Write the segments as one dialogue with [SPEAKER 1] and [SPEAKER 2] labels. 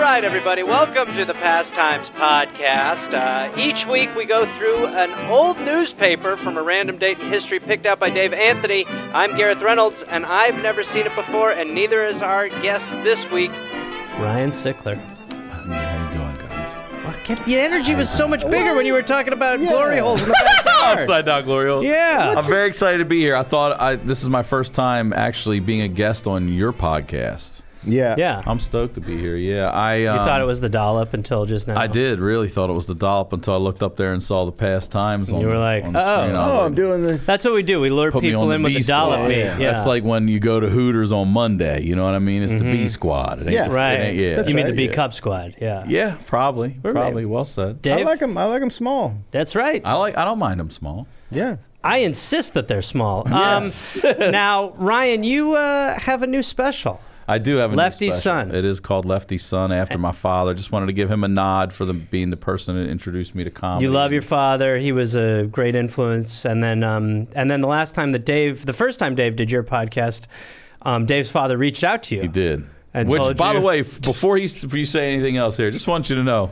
[SPEAKER 1] right, everybody, welcome to the Pastimes Podcast. Uh, each week we go through an old newspaper from a random date in history picked out by Dave Anthony. I'm Gareth Reynolds, and I've never seen it before, and neither is our guest this week.
[SPEAKER 2] Ryan Sickler.
[SPEAKER 3] Uh, How you doing, guys?
[SPEAKER 2] Well, Kip, the energy was so much bigger when you were talking about glory holes in the backyard.
[SPEAKER 3] Upside down glory hole.
[SPEAKER 2] Yeah.
[SPEAKER 3] I'm very excited to be here. I thought I this is my first time actually being a guest on your podcast.
[SPEAKER 4] Yeah.
[SPEAKER 2] yeah.
[SPEAKER 3] I'm stoked to be here. Yeah, I. Um,
[SPEAKER 2] you thought it was the dollop until just now.
[SPEAKER 3] I did really thought it was the dollop until I looked up there and saw the past times. on
[SPEAKER 2] you were
[SPEAKER 3] the-
[SPEAKER 2] like,
[SPEAKER 3] on the
[SPEAKER 2] "Oh,
[SPEAKER 3] screen. I was
[SPEAKER 4] Oh,
[SPEAKER 3] like,
[SPEAKER 4] I'm doing the.
[SPEAKER 2] That's what we do. We lure
[SPEAKER 3] Put me
[SPEAKER 2] people
[SPEAKER 3] on
[SPEAKER 2] in
[SPEAKER 3] the
[SPEAKER 2] with
[SPEAKER 3] B
[SPEAKER 2] the dollop
[SPEAKER 3] squad.
[SPEAKER 2] beat.
[SPEAKER 4] Yeah.
[SPEAKER 2] Yeah.
[SPEAKER 3] That's like when you go to Hooters on Monday. You know what I mean? It's the B squad. It ain't the-
[SPEAKER 4] Yeah.
[SPEAKER 3] it
[SPEAKER 2] Mm-hmm. right.
[SPEAKER 3] ain't- yeah.
[SPEAKER 4] That's
[SPEAKER 2] you mean
[SPEAKER 4] right.
[SPEAKER 2] the B
[SPEAKER 3] yeah.
[SPEAKER 2] Cup squad? Yeah.
[SPEAKER 3] Yeah, probably.
[SPEAKER 2] We're
[SPEAKER 3] Probably.
[SPEAKER 2] made-
[SPEAKER 3] Well said.
[SPEAKER 2] Dave,
[SPEAKER 4] I like them. I like them small.
[SPEAKER 2] that's right.
[SPEAKER 3] I like. I don't mind them small.
[SPEAKER 4] Yeah.
[SPEAKER 2] I insist that they're small. Um, now, Ryan, you uh, have a new special.
[SPEAKER 3] I do have a new
[SPEAKER 2] Lefty
[SPEAKER 3] special.
[SPEAKER 2] Son.
[SPEAKER 3] It is called Lefty Son after my father. Just wanted to give him a nod for the, being the person that introduced me to comedy.
[SPEAKER 2] You love your father. He was a great influence. And then, um, and then the last time that Dave, the first time Dave did your podcast, um, Dave's father reached out to you.
[SPEAKER 3] He did.
[SPEAKER 2] And
[SPEAKER 3] Which,
[SPEAKER 2] told
[SPEAKER 3] by
[SPEAKER 2] you-
[SPEAKER 3] the way, f- before you, s- before you say anything else here, just want you to know,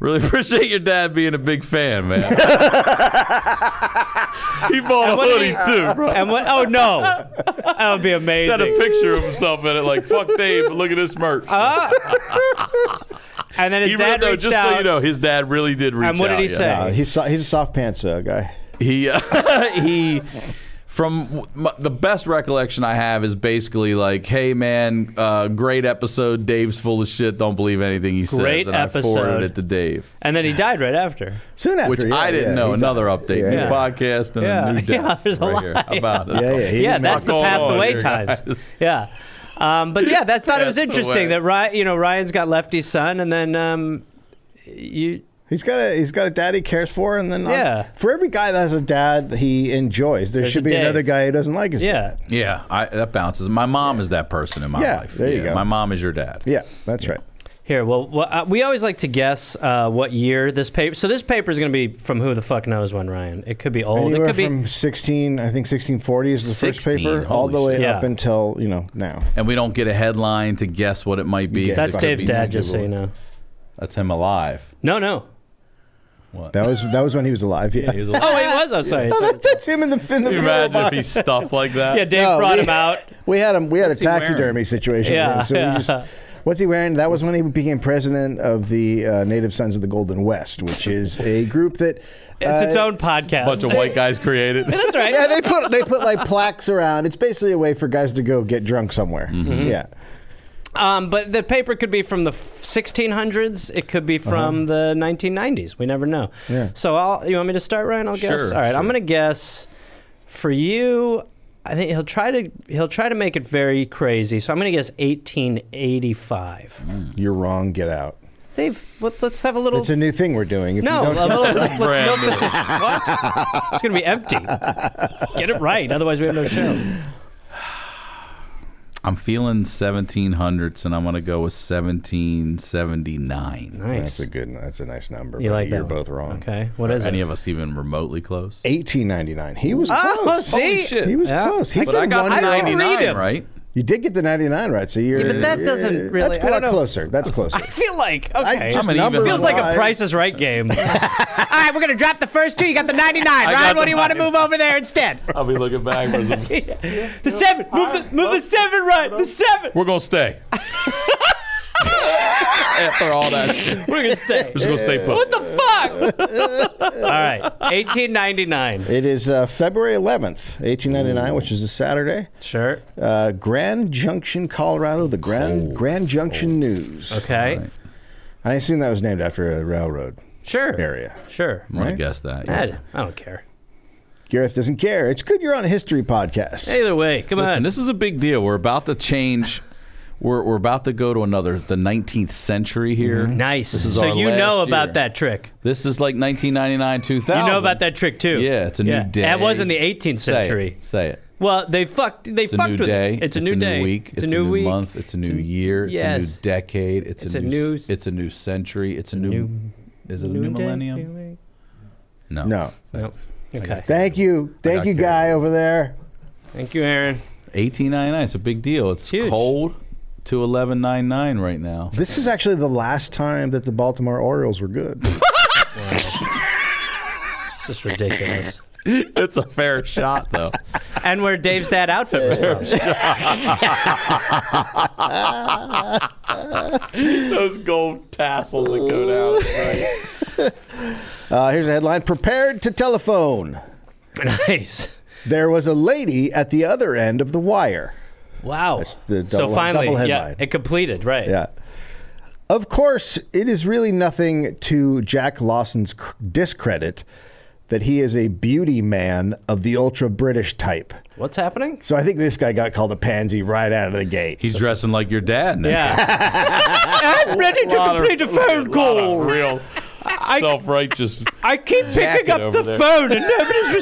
[SPEAKER 3] really appreciate your dad being a big fan, man. he bought a
[SPEAKER 2] what did
[SPEAKER 3] hoodie too, bro.
[SPEAKER 2] And what? Oh no, that would be amazing.
[SPEAKER 3] Had a picture of himself in it, like "fuck Dave," but look at this merch.
[SPEAKER 2] and then Uh, his
[SPEAKER 3] he really,
[SPEAKER 2] dad
[SPEAKER 3] no,
[SPEAKER 2] reached
[SPEAKER 3] just
[SPEAKER 2] out.
[SPEAKER 3] so you know, his dad really did reach out.
[SPEAKER 2] And what did he
[SPEAKER 3] yeah.
[SPEAKER 2] say?
[SPEAKER 4] Uh, he's so, he's a soft pants uh, guy.
[SPEAKER 3] he uh, he from w- m the best recollection I have is basically like, "Hey man, uh, great episode. Dave's full of shit. Don't believe anything he says."
[SPEAKER 2] Great
[SPEAKER 3] and I forwarded
[SPEAKER 2] episode.
[SPEAKER 3] it to Dave,
[SPEAKER 2] And then he died right after.
[SPEAKER 4] Soon after,
[SPEAKER 3] which
[SPEAKER 4] yeah,
[SPEAKER 3] I didn't
[SPEAKER 4] yeah,
[SPEAKER 3] know.
[SPEAKER 4] he
[SPEAKER 3] Another update, new
[SPEAKER 4] Yeah.
[SPEAKER 3] podcast, and
[SPEAKER 2] Yeah.
[SPEAKER 3] a new death
[SPEAKER 2] Yeah, there's a
[SPEAKER 3] right
[SPEAKER 2] lot,
[SPEAKER 3] here. How about it?
[SPEAKER 4] Yeah, yeah, he
[SPEAKER 2] yeah,
[SPEAKER 4] didn't
[SPEAKER 2] that's
[SPEAKER 4] knock
[SPEAKER 2] the
[SPEAKER 3] on
[SPEAKER 2] past the way
[SPEAKER 3] here,
[SPEAKER 2] times.
[SPEAKER 3] guys.
[SPEAKER 2] Yeah. Um, but yeah, that thought it was
[SPEAKER 3] Passed away.
[SPEAKER 2] interesting that Ryan, you know, Ryan's got Lefty's son, and then um, you.
[SPEAKER 4] He's got a he's got a dad he cares for, and then uh,
[SPEAKER 2] Yeah.
[SPEAKER 4] for every guy that has a dad he enjoys, there
[SPEAKER 2] There's
[SPEAKER 4] should
[SPEAKER 2] a
[SPEAKER 4] be
[SPEAKER 2] Dave.
[SPEAKER 4] another guy who doesn't like his
[SPEAKER 2] Yeah.
[SPEAKER 3] Yeah, I, that bounces. My mom is that person in my
[SPEAKER 4] Yeah,
[SPEAKER 3] life.
[SPEAKER 4] there you
[SPEAKER 3] Yeah,
[SPEAKER 4] go.
[SPEAKER 3] My mom is your dad.
[SPEAKER 4] dad. Yeah, that's right.
[SPEAKER 2] Here, well, wha- uh, we always like to guess uh, what year this paper. So this paper is going to be from who the fuck knows when, Ryan. It could be old.
[SPEAKER 4] Anywhere
[SPEAKER 2] it could
[SPEAKER 4] from 16, I think 1640 is the
[SPEAKER 3] 16,
[SPEAKER 4] first paper, all the
[SPEAKER 3] holy
[SPEAKER 4] way
[SPEAKER 2] shit.
[SPEAKER 4] up
[SPEAKER 2] Yeah.
[SPEAKER 4] until you know now.
[SPEAKER 3] And we don't get a headline to guess what it might be.
[SPEAKER 4] You
[SPEAKER 2] be.
[SPEAKER 4] get-
[SPEAKER 3] 'cause
[SPEAKER 2] That's
[SPEAKER 3] it could
[SPEAKER 2] Dave's
[SPEAKER 3] be
[SPEAKER 2] dad, just so
[SPEAKER 3] tangible.
[SPEAKER 2] you know.
[SPEAKER 3] That's him alive.
[SPEAKER 2] No, no.
[SPEAKER 3] What?
[SPEAKER 4] That was that was when he was alive. Yeah,
[SPEAKER 3] He was alive.
[SPEAKER 2] Oh, he was. I'm sorry.
[SPEAKER 4] No, that- that's him in the in the
[SPEAKER 3] Can you
[SPEAKER 4] pillow
[SPEAKER 3] imagine if
[SPEAKER 4] box.
[SPEAKER 3] he stuffed like that?
[SPEAKER 2] Yeah, Dave
[SPEAKER 4] No,
[SPEAKER 2] brought
[SPEAKER 4] we-
[SPEAKER 2] him out.
[SPEAKER 4] We had him. We had a
[SPEAKER 3] he wearing?
[SPEAKER 4] taxidermy situation. with
[SPEAKER 2] Yeah,
[SPEAKER 4] him, so
[SPEAKER 2] yeah.
[SPEAKER 4] We just, what's he wearing? That was when he became president of the uh, Native Sons of the Golden West, which is a group that
[SPEAKER 2] It's its
[SPEAKER 4] uh,
[SPEAKER 2] own podcast.
[SPEAKER 3] bunch of white guys created.
[SPEAKER 2] That's right.
[SPEAKER 4] Yeah, they put they put like plaques around. It's basically a way for guys to go get drunk somewhere.
[SPEAKER 2] Mm-hmm.
[SPEAKER 4] Yeah,
[SPEAKER 2] Um, but the paper could be from the f- 1600s. It could be from the 1990s. We never know.
[SPEAKER 4] Uh-huh. Yeah.
[SPEAKER 2] So I'll, you want me to start, Ryan? I'll guess.
[SPEAKER 3] Sure,
[SPEAKER 2] All right. I'm
[SPEAKER 3] sure.
[SPEAKER 2] going to guess for you. I think he'll try to he'll try to make it very crazy. So I'm going to guess 1885.
[SPEAKER 4] you're wrong. Get out.
[SPEAKER 2] Dave, what, let's have a little.
[SPEAKER 4] It's a new thing we're doing. If
[SPEAKER 2] no,
[SPEAKER 4] you
[SPEAKER 2] a
[SPEAKER 4] don't,
[SPEAKER 3] Oh,
[SPEAKER 2] little, let's
[SPEAKER 3] brand
[SPEAKER 2] milk
[SPEAKER 3] new.
[SPEAKER 2] this. What? It's going to be empty. Get it right, otherwise we have no show.
[SPEAKER 3] I'm feeling 1700s, and I'm gonna go with 1779.
[SPEAKER 4] that's
[SPEAKER 2] Nice.
[SPEAKER 4] a good. That's a nice number.
[SPEAKER 2] You
[SPEAKER 4] but
[SPEAKER 2] like that
[SPEAKER 4] You're
[SPEAKER 2] one.
[SPEAKER 4] both wrong.
[SPEAKER 2] Okay. What is
[SPEAKER 3] Any
[SPEAKER 2] it?
[SPEAKER 3] of us even remotely close?
[SPEAKER 4] 1899. He was
[SPEAKER 2] Oh,
[SPEAKER 4] close.
[SPEAKER 2] see? Holy
[SPEAKER 3] shit.
[SPEAKER 4] He was
[SPEAKER 2] Yeah.
[SPEAKER 4] close. He's
[SPEAKER 3] But I
[SPEAKER 4] been
[SPEAKER 3] got
[SPEAKER 4] one
[SPEAKER 2] I don't read
[SPEAKER 3] 99
[SPEAKER 2] him.
[SPEAKER 3] right.
[SPEAKER 4] You did get the 99 right, so you're.
[SPEAKER 2] Yeah, but that
[SPEAKER 4] you're-
[SPEAKER 2] doesn't really-
[SPEAKER 4] That's
[SPEAKER 2] I
[SPEAKER 4] a
[SPEAKER 2] don't
[SPEAKER 4] lot
[SPEAKER 2] know.
[SPEAKER 4] closer. That's closer.
[SPEAKER 2] I feel like okay.
[SPEAKER 4] I just
[SPEAKER 3] I'm an even-
[SPEAKER 4] number
[SPEAKER 2] Feels like a
[SPEAKER 4] wise-
[SPEAKER 2] Price is Right game. All right, we're gonna drop the first two. You got the 99.
[SPEAKER 3] got
[SPEAKER 2] Ryan, what do you
[SPEAKER 3] the
[SPEAKER 2] want to
[SPEAKER 3] 99.
[SPEAKER 2] move over there instead?
[SPEAKER 3] I'll be looking back for some.
[SPEAKER 2] The seven. Move the move the seven right. The seven.
[SPEAKER 3] We're gonna stay. After all that, shit.
[SPEAKER 2] We're gonna stay.
[SPEAKER 3] just gonna stay
[SPEAKER 2] What
[SPEAKER 3] put.
[SPEAKER 2] the fuck? All right, 1899.
[SPEAKER 4] It is uh, February 11th, 1899, which is a Saturday.
[SPEAKER 2] Sure.
[SPEAKER 4] Uh, Grand Junction, Colorado. The Grand Grand Junction News.
[SPEAKER 2] Okay.
[SPEAKER 4] I assume that was named after a railroad
[SPEAKER 2] Sure.
[SPEAKER 4] area.
[SPEAKER 2] Sure.
[SPEAKER 3] I'm gonna guess that. yeah.
[SPEAKER 2] I d- I don't care.
[SPEAKER 4] Gareth doesn't care. It's good you're on a history podcast.
[SPEAKER 2] Either way, come
[SPEAKER 3] Listen,
[SPEAKER 2] on.
[SPEAKER 3] this is a big deal. We're about to change. We're, we're about to go to another the 19th century here.
[SPEAKER 2] Nice.
[SPEAKER 3] This is
[SPEAKER 2] so
[SPEAKER 3] our
[SPEAKER 2] you
[SPEAKER 3] last
[SPEAKER 2] know
[SPEAKER 3] year.
[SPEAKER 2] about that trick.
[SPEAKER 3] This is like 1999, 2000.
[SPEAKER 2] You know about that trick too.
[SPEAKER 3] Yeah, it's a new day.
[SPEAKER 2] That was in the 18th
[SPEAKER 3] Say it.
[SPEAKER 2] century.
[SPEAKER 3] Say it.
[SPEAKER 2] Well, they fucked. They
[SPEAKER 3] It's a
[SPEAKER 2] fucked
[SPEAKER 3] new
[SPEAKER 2] with
[SPEAKER 3] day.
[SPEAKER 2] It. It's a new day.
[SPEAKER 3] week.
[SPEAKER 2] It's, a new, week.
[SPEAKER 3] month. It's a new year. It's
[SPEAKER 2] Yes.
[SPEAKER 3] a new decade. It's,
[SPEAKER 2] It's
[SPEAKER 3] a,
[SPEAKER 2] a
[SPEAKER 3] new,
[SPEAKER 2] new
[SPEAKER 3] s-
[SPEAKER 2] s-
[SPEAKER 3] It's a new century. It's a new. is it a new, millennium? No.
[SPEAKER 4] No.
[SPEAKER 2] Nope. Okay.
[SPEAKER 4] Thank you. Thank
[SPEAKER 3] got
[SPEAKER 4] you,
[SPEAKER 3] carried
[SPEAKER 4] guy over there.
[SPEAKER 2] Thank you, Aaron.
[SPEAKER 3] 1899. It's a big deal. It's
[SPEAKER 2] huge.
[SPEAKER 3] cold, to 11.99 right now.
[SPEAKER 4] This is actually the last time that the Baltimore Orioles were good.
[SPEAKER 2] It's just ridiculous.
[SPEAKER 3] it's a fair shot though.
[SPEAKER 2] and where Dave's dad outfit was from.
[SPEAKER 3] Those gold tassels that go down.
[SPEAKER 4] Uh, here's a headline Prepared to telephone.
[SPEAKER 2] nice.
[SPEAKER 4] There was a lady at the other end of the wire.
[SPEAKER 2] Wow.
[SPEAKER 4] the
[SPEAKER 2] so
[SPEAKER 4] double-
[SPEAKER 2] finally,
[SPEAKER 4] double
[SPEAKER 2] yeah,
[SPEAKER 4] headline.
[SPEAKER 2] it completed, right?
[SPEAKER 4] Yeah. Of course, it is really nothing to Jack Lawson's c- discredit that he is a beauty man of the ultra British type.
[SPEAKER 2] What's happening?
[SPEAKER 4] So I think this guy got called a pansy right out of the gate.
[SPEAKER 3] He's dressing like your dad now.
[SPEAKER 2] Yeah. I'm ready to
[SPEAKER 3] Lot of-
[SPEAKER 2] complete a phone
[SPEAKER 3] lot of
[SPEAKER 2] call.
[SPEAKER 3] Real self-righteous.
[SPEAKER 2] I keep
[SPEAKER 3] Jacket
[SPEAKER 2] picking up
[SPEAKER 3] over
[SPEAKER 2] the
[SPEAKER 3] there.
[SPEAKER 2] phone and nobody's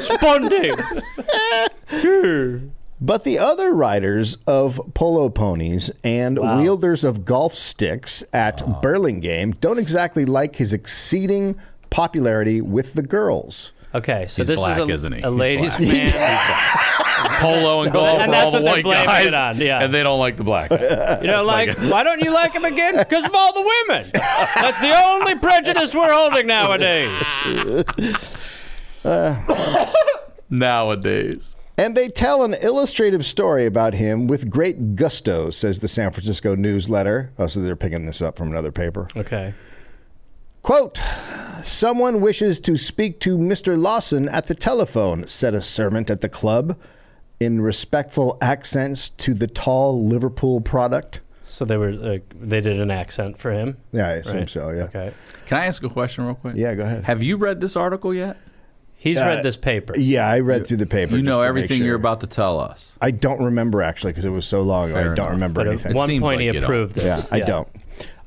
[SPEAKER 2] responding.
[SPEAKER 4] But the other riders of polo ponies and wielders of golf sticks at Burlingame don't exactly like his exceeding popularity with the girls.
[SPEAKER 2] Okay, so
[SPEAKER 3] He's
[SPEAKER 2] this
[SPEAKER 3] black,
[SPEAKER 2] is a,
[SPEAKER 3] isn't he?
[SPEAKER 2] a
[SPEAKER 3] He's
[SPEAKER 2] ladies'
[SPEAKER 3] black.
[SPEAKER 2] man.
[SPEAKER 3] Polo and golf
[SPEAKER 2] And
[SPEAKER 3] for
[SPEAKER 2] that's
[SPEAKER 3] all the
[SPEAKER 2] what they're
[SPEAKER 3] white
[SPEAKER 2] blaming
[SPEAKER 3] guys,
[SPEAKER 2] it on, yeah.
[SPEAKER 3] and they don't like the black. guy.
[SPEAKER 2] You know, like, why don't you like him again? Because of all the women. That's the only prejudice we're holding nowadays.
[SPEAKER 3] Nowadays,
[SPEAKER 4] And they tell an illustrative story about him with great gusto, says the San Francisco newsletter. Oh, so they're picking this up from another paper.
[SPEAKER 2] Okay.
[SPEAKER 4] Quote Someone wishes to speak to Mr. Lawson at the telephone, said a servant at the club in respectful accents to the tall Liverpool product.
[SPEAKER 2] So they were, uh, they did an accent for him.
[SPEAKER 4] Yeah, I assume
[SPEAKER 2] Right.
[SPEAKER 4] so, yeah.
[SPEAKER 2] Okay.
[SPEAKER 3] can I ask a question real quick?
[SPEAKER 4] Yeah, go ahead.
[SPEAKER 3] Have you read this article yet?
[SPEAKER 2] He's
[SPEAKER 4] Uh,
[SPEAKER 2] read this paper.
[SPEAKER 4] Yeah, I read through the paper.
[SPEAKER 3] You
[SPEAKER 4] just
[SPEAKER 3] know
[SPEAKER 4] to make
[SPEAKER 3] everything
[SPEAKER 4] sure.
[SPEAKER 3] you're about to tell us.
[SPEAKER 4] I don't remember actually because it was so long. ago. I
[SPEAKER 3] Fair
[SPEAKER 4] don't
[SPEAKER 3] enough.
[SPEAKER 4] remember
[SPEAKER 2] But
[SPEAKER 4] anything.
[SPEAKER 2] at one
[SPEAKER 3] Seems
[SPEAKER 2] point,
[SPEAKER 3] like
[SPEAKER 2] he
[SPEAKER 3] you don't.
[SPEAKER 2] approved this.
[SPEAKER 4] Yeah, I don't.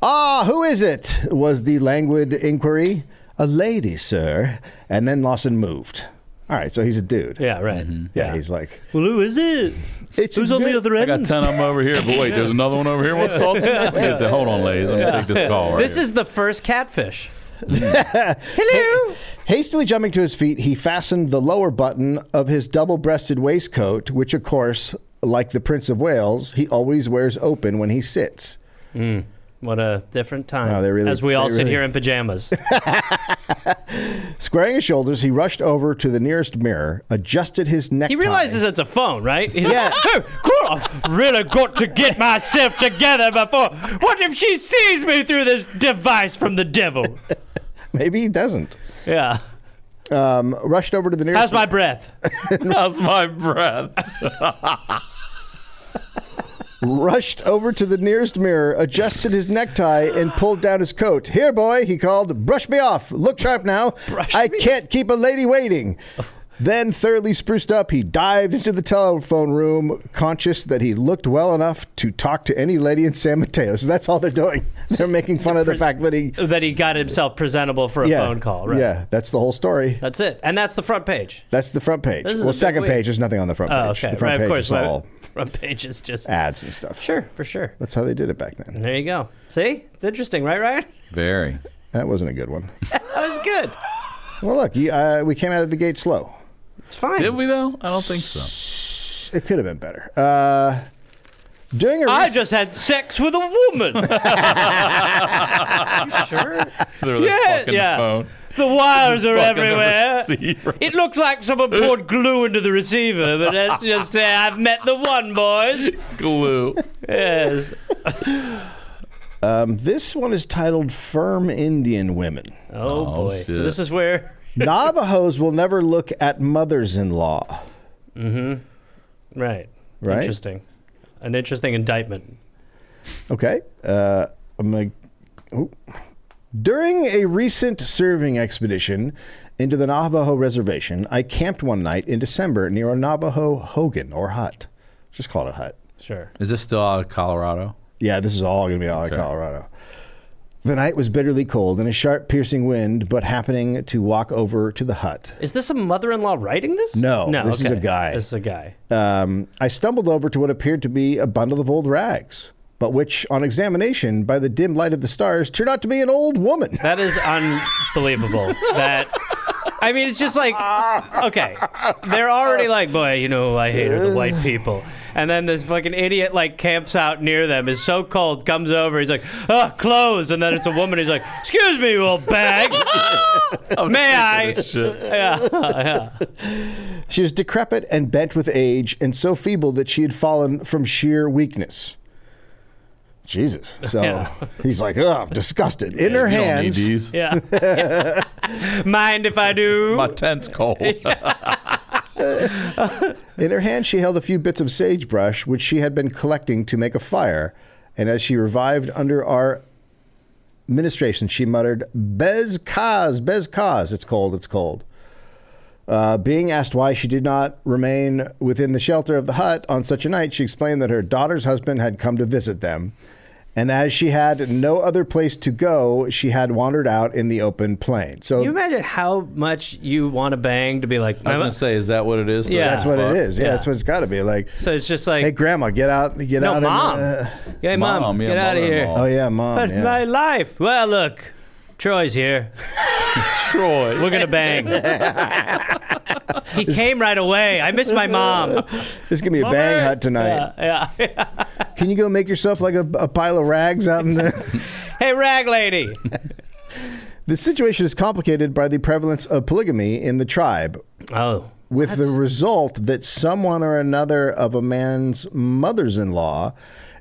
[SPEAKER 4] Ah, who is it? was the languid inquiry. A lady, sir. And then Lawson moved. All right, so he's a dude.
[SPEAKER 2] Yeah, right.
[SPEAKER 4] Yeah, he's like,
[SPEAKER 2] Well, who is it?
[SPEAKER 4] it's a
[SPEAKER 2] Who's on the
[SPEAKER 4] good-
[SPEAKER 2] other
[SPEAKER 3] Mm-hmm. I
[SPEAKER 2] end?
[SPEAKER 3] got ten of them over here, but wait, there's another one over here. What's Dalton? Let me get the- Hold on, ladies. Let me take this call. Right
[SPEAKER 2] This
[SPEAKER 3] here.
[SPEAKER 2] is the first catfish. Hello.
[SPEAKER 4] Hastily jumping to his feet, he fastened the lower button of his double breasted waistcoat, which, of course, like the Prince of Wales, he always wears open when he sits.
[SPEAKER 2] What a different time.
[SPEAKER 4] Wow, they really-
[SPEAKER 2] as we all
[SPEAKER 4] they
[SPEAKER 2] sit
[SPEAKER 4] really-
[SPEAKER 2] here in pajamas.
[SPEAKER 4] Squaring his shoulders, he rushed over to the nearest mirror, adjusted his necktie.
[SPEAKER 2] He realizes it's a phone, right? He's
[SPEAKER 4] Yeah.
[SPEAKER 2] like, oh, cool. I've really got to get myself together before. What if she sees me through this device from the devil?
[SPEAKER 4] Maybe he doesn't.
[SPEAKER 2] Yeah.
[SPEAKER 4] Um, rushed over to the nearest.
[SPEAKER 2] How's my breath?
[SPEAKER 3] How's my breath?
[SPEAKER 4] rushed over to the nearest mirror, adjusted his necktie, and pulled down his coat. Here, boy, he called. Brush me off. Look sharp now.
[SPEAKER 2] Brush
[SPEAKER 4] I
[SPEAKER 2] me-
[SPEAKER 4] can't keep a lady waiting. Then, thoroughly spruced up, he dived into the telephone room, conscious that he looked well enough to talk to any lady in San Mateo. So that's all they're doing. They're making fun of the fact that he.
[SPEAKER 2] That he got himself presentable for a
[SPEAKER 4] Yeah,
[SPEAKER 2] phone call, right?
[SPEAKER 4] Yeah, that's the whole story.
[SPEAKER 2] That's it. And that's the front page.
[SPEAKER 4] That's the front page.
[SPEAKER 2] This is a
[SPEAKER 4] Well,
[SPEAKER 2] big
[SPEAKER 4] second
[SPEAKER 2] week.
[SPEAKER 4] page, there's nothing on the front
[SPEAKER 2] Oh,
[SPEAKER 4] page.
[SPEAKER 2] okay.
[SPEAKER 4] The front
[SPEAKER 2] right,
[SPEAKER 4] page
[SPEAKER 2] of course.
[SPEAKER 4] is
[SPEAKER 2] right.
[SPEAKER 4] all
[SPEAKER 2] Front page is just.
[SPEAKER 4] ads and stuff.
[SPEAKER 2] Sure, for sure.
[SPEAKER 4] That's how they did it back then.
[SPEAKER 2] There you go. See? It's interesting, right, Ryan?
[SPEAKER 3] Very.
[SPEAKER 4] That wasn't a good one.
[SPEAKER 2] That was good.
[SPEAKER 4] Well, look, you, uh, we came out of the gate slow.
[SPEAKER 2] It's fine.
[SPEAKER 3] Did we though? I don't think so.
[SPEAKER 4] It could have been better. Uh, doing a
[SPEAKER 2] I
[SPEAKER 4] res-
[SPEAKER 2] just had sex with a woman. you sure?
[SPEAKER 3] So they're
[SPEAKER 2] Yeah,
[SPEAKER 3] fucking
[SPEAKER 2] yeah.
[SPEAKER 3] phone.
[SPEAKER 2] The wires are
[SPEAKER 3] Fucking the
[SPEAKER 2] everywhere.
[SPEAKER 3] receiver.
[SPEAKER 2] It looks like someone poured glue into the receiver, but let's just say I've met the one, boys.
[SPEAKER 3] Glue.
[SPEAKER 2] Yes.
[SPEAKER 4] um, this one is titled "Firm Indian Women."
[SPEAKER 2] Oh,
[SPEAKER 3] Oh,
[SPEAKER 2] boy. So
[SPEAKER 3] shit.
[SPEAKER 2] this is where.
[SPEAKER 4] Navajos will never look at mothers-in-law.
[SPEAKER 2] Right.
[SPEAKER 4] Right.
[SPEAKER 2] Interesting. An interesting indictment.
[SPEAKER 4] Okay, uh, I'm gonna. oh. During a recent serving expedition into the Navajo reservation, I camped one night in December near a Navajo hogan or hut. Just call it a hut.
[SPEAKER 2] Sure.
[SPEAKER 3] Is this still out of Colorado?
[SPEAKER 4] Yeah, this is all going to be out of Colorado. The night was bitterly cold and a sharp, piercing wind, but happening to walk over to the hut.
[SPEAKER 2] Is this a mother in law writing this?
[SPEAKER 4] No,
[SPEAKER 2] No.
[SPEAKER 4] this is a
[SPEAKER 2] okay.
[SPEAKER 4] guy.
[SPEAKER 2] This is a guy.
[SPEAKER 4] Um, I stumbled over to what appeared to be a bundle of old rags, but which, on examination, by the dim light of the stars, turned out to be an old woman.
[SPEAKER 2] That is unbelievable. that I mean, it's just like okay, they're already like, boy, you know, I hated the white people, And then this fucking idiot like camps out near them. Is so cold, comes over. He's like, "Ah, clothes." And then it's a woman. He's like, "Excuse me, you old bag. May I?"
[SPEAKER 3] Shit.
[SPEAKER 2] Yeah, yeah.
[SPEAKER 4] She was decrepit and bent with age, and so feeble that she had fallen from sheer weakness. Jesus. So
[SPEAKER 2] Yeah.
[SPEAKER 4] he's like, oh, disgusted. In her
[SPEAKER 3] You don't need
[SPEAKER 4] hands,
[SPEAKER 3] these.
[SPEAKER 2] Yeah. Mind if I do?
[SPEAKER 3] My tent's cold.
[SPEAKER 4] in her hand, she held a few bits of sagebrush which she had been collecting to make a fire. And as she revived under our administration, she muttered, "Bez Kaz, Bez Kaz. It's cold. It's cold." Uh, being asked why she did not remain within the shelter of the hut on such a night, she explained that her daughter's husband had come to visit them. And as she had no other place to go, she had wandered out in the open plain. So
[SPEAKER 2] you imagine how much you want to bang to be like,
[SPEAKER 3] I was gonna say, is that what it is?
[SPEAKER 2] Yeah.
[SPEAKER 4] that's what it is. Yeah,
[SPEAKER 2] Yeah.
[SPEAKER 4] that's what it's got to be. Like,
[SPEAKER 2] so it's just like,
[SPEAKER 4] hey, grandma, get out, get
[SPEAKER 2] no,
[SPEAKER 4] out.
[SPEAKER 2] mom.
[SPEAKER 4] And, uh,
[SPEAKER 2] hey, mom,
[SPEAKER 3] Mom, yeah,
[SPEAKER 2] get out of here.
[SPEAKER 3] mother-in-law.
[SPEAKER 4] oh yeah, mom.
[SPEAKER 2] But
[SPEAKER 4] yeah.
[SPEAKER 2] my life. Well, look, Troy's here.
[SPEAKER 3] Troy.
[SPEAKER 2] We're gonna bang. he came right away. I miss my mom.
[SPEAKER 4] This is gonna be a bang hut tonight.
[SPEAKER 2] Yeah, yeah.
[SPEAKER 4] Can you go make yourself like a, a pile of rags out in the?
[SPEAKER 2] Hey, rag lady.
[SPEAKER 4] the situation is complicated by the prevalence of polygamy in the tribe,
[SPEAKER 2] Oh,
[SPEAKER 4] with the result that someone or another of a man's mothers-in-law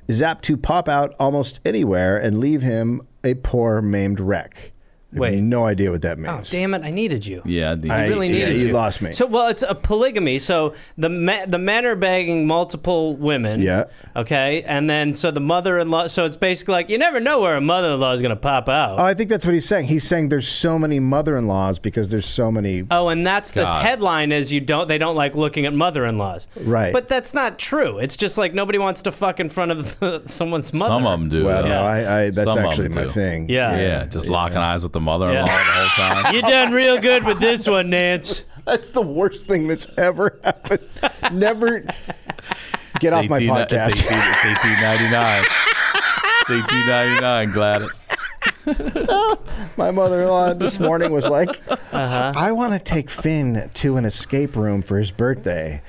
[SPEAKER 4] is apt to pop out almost anywhere and leave him a poor maimed wreck. I have
[SPEAKER 2] Wait.
[SPEAKER 4] no idea what that
[SPEAKER 2] oh,
[SPEAKER 4] means.
[SPEAKER 2] damn it! I needed you.
[SPEAKER 3] Yeah, I
[SPEAKER 4] I-
[SPEAKER 2] I really
[SPEAKER 4] yeah,
[SPEAKER 2] needed
[SPEAKER 4] you
[SPEAKER 2] you.
[SPEAKER 4] lost me.
[SPEAKER 2] So, well, it's a polygamy. So the ma- the men are bagging multiple women.
[SPEAKER 4] Yeah.
[SPEAKER 2] Okay, and then so the mother-in-law. So it's basically like you never know where a mother-in-law is gonna pop out.
[SPEAKER 4] Oh, I think that's what he's saying. He's saying there's so many mother-in-laws because there's so many.
[SPEAKER 2] Oh, and that's
[SPEAKER 3] God.
[SPEAKER 2] the headline is you don't they don't like looking at mother-in-laws.
[SPEAKER 4] Right.
[SPEAKER 2] But that's not true. It's just like nobody wants to fuck in front of someone's mother.
[SPEAKER 3] Some of them do.
[SPEAKER 4] well,
[SPEAKER 3] though.
[SPEAKER 4] no, I, I that's
[SPEAKER 3] Some of
[SPEAKER 4] actually
[SPEAKER 3] them
[SPEAKER 4] my
[SPEAKER 3] do.
[SPEAKER 4] thing.
[SPEAKER 2] Yeah.
[SPEAKER 3] Yeah, just locking eyes with the
[SPEAKER 2] Yeah.
[SPEAKER 3] mother-in-law the whole time.
[SPEAKER 2] You done real good with this one, Nance.
[SPEAKER 4] That's the worst thing that's ever happened. Never get off my
[SPEAKER 3] 18 It's
[SPEAKER 4] podcast.
[SPEAKER 3] 18 it's 1899. It's 1899, Gladys.
[SPEAKER 4] my mother-in-law this morning was like,
[SPEAKER 3] Uh-huh.
[SPEAKER 4] "I want to take Finn to an escape room for his birthday."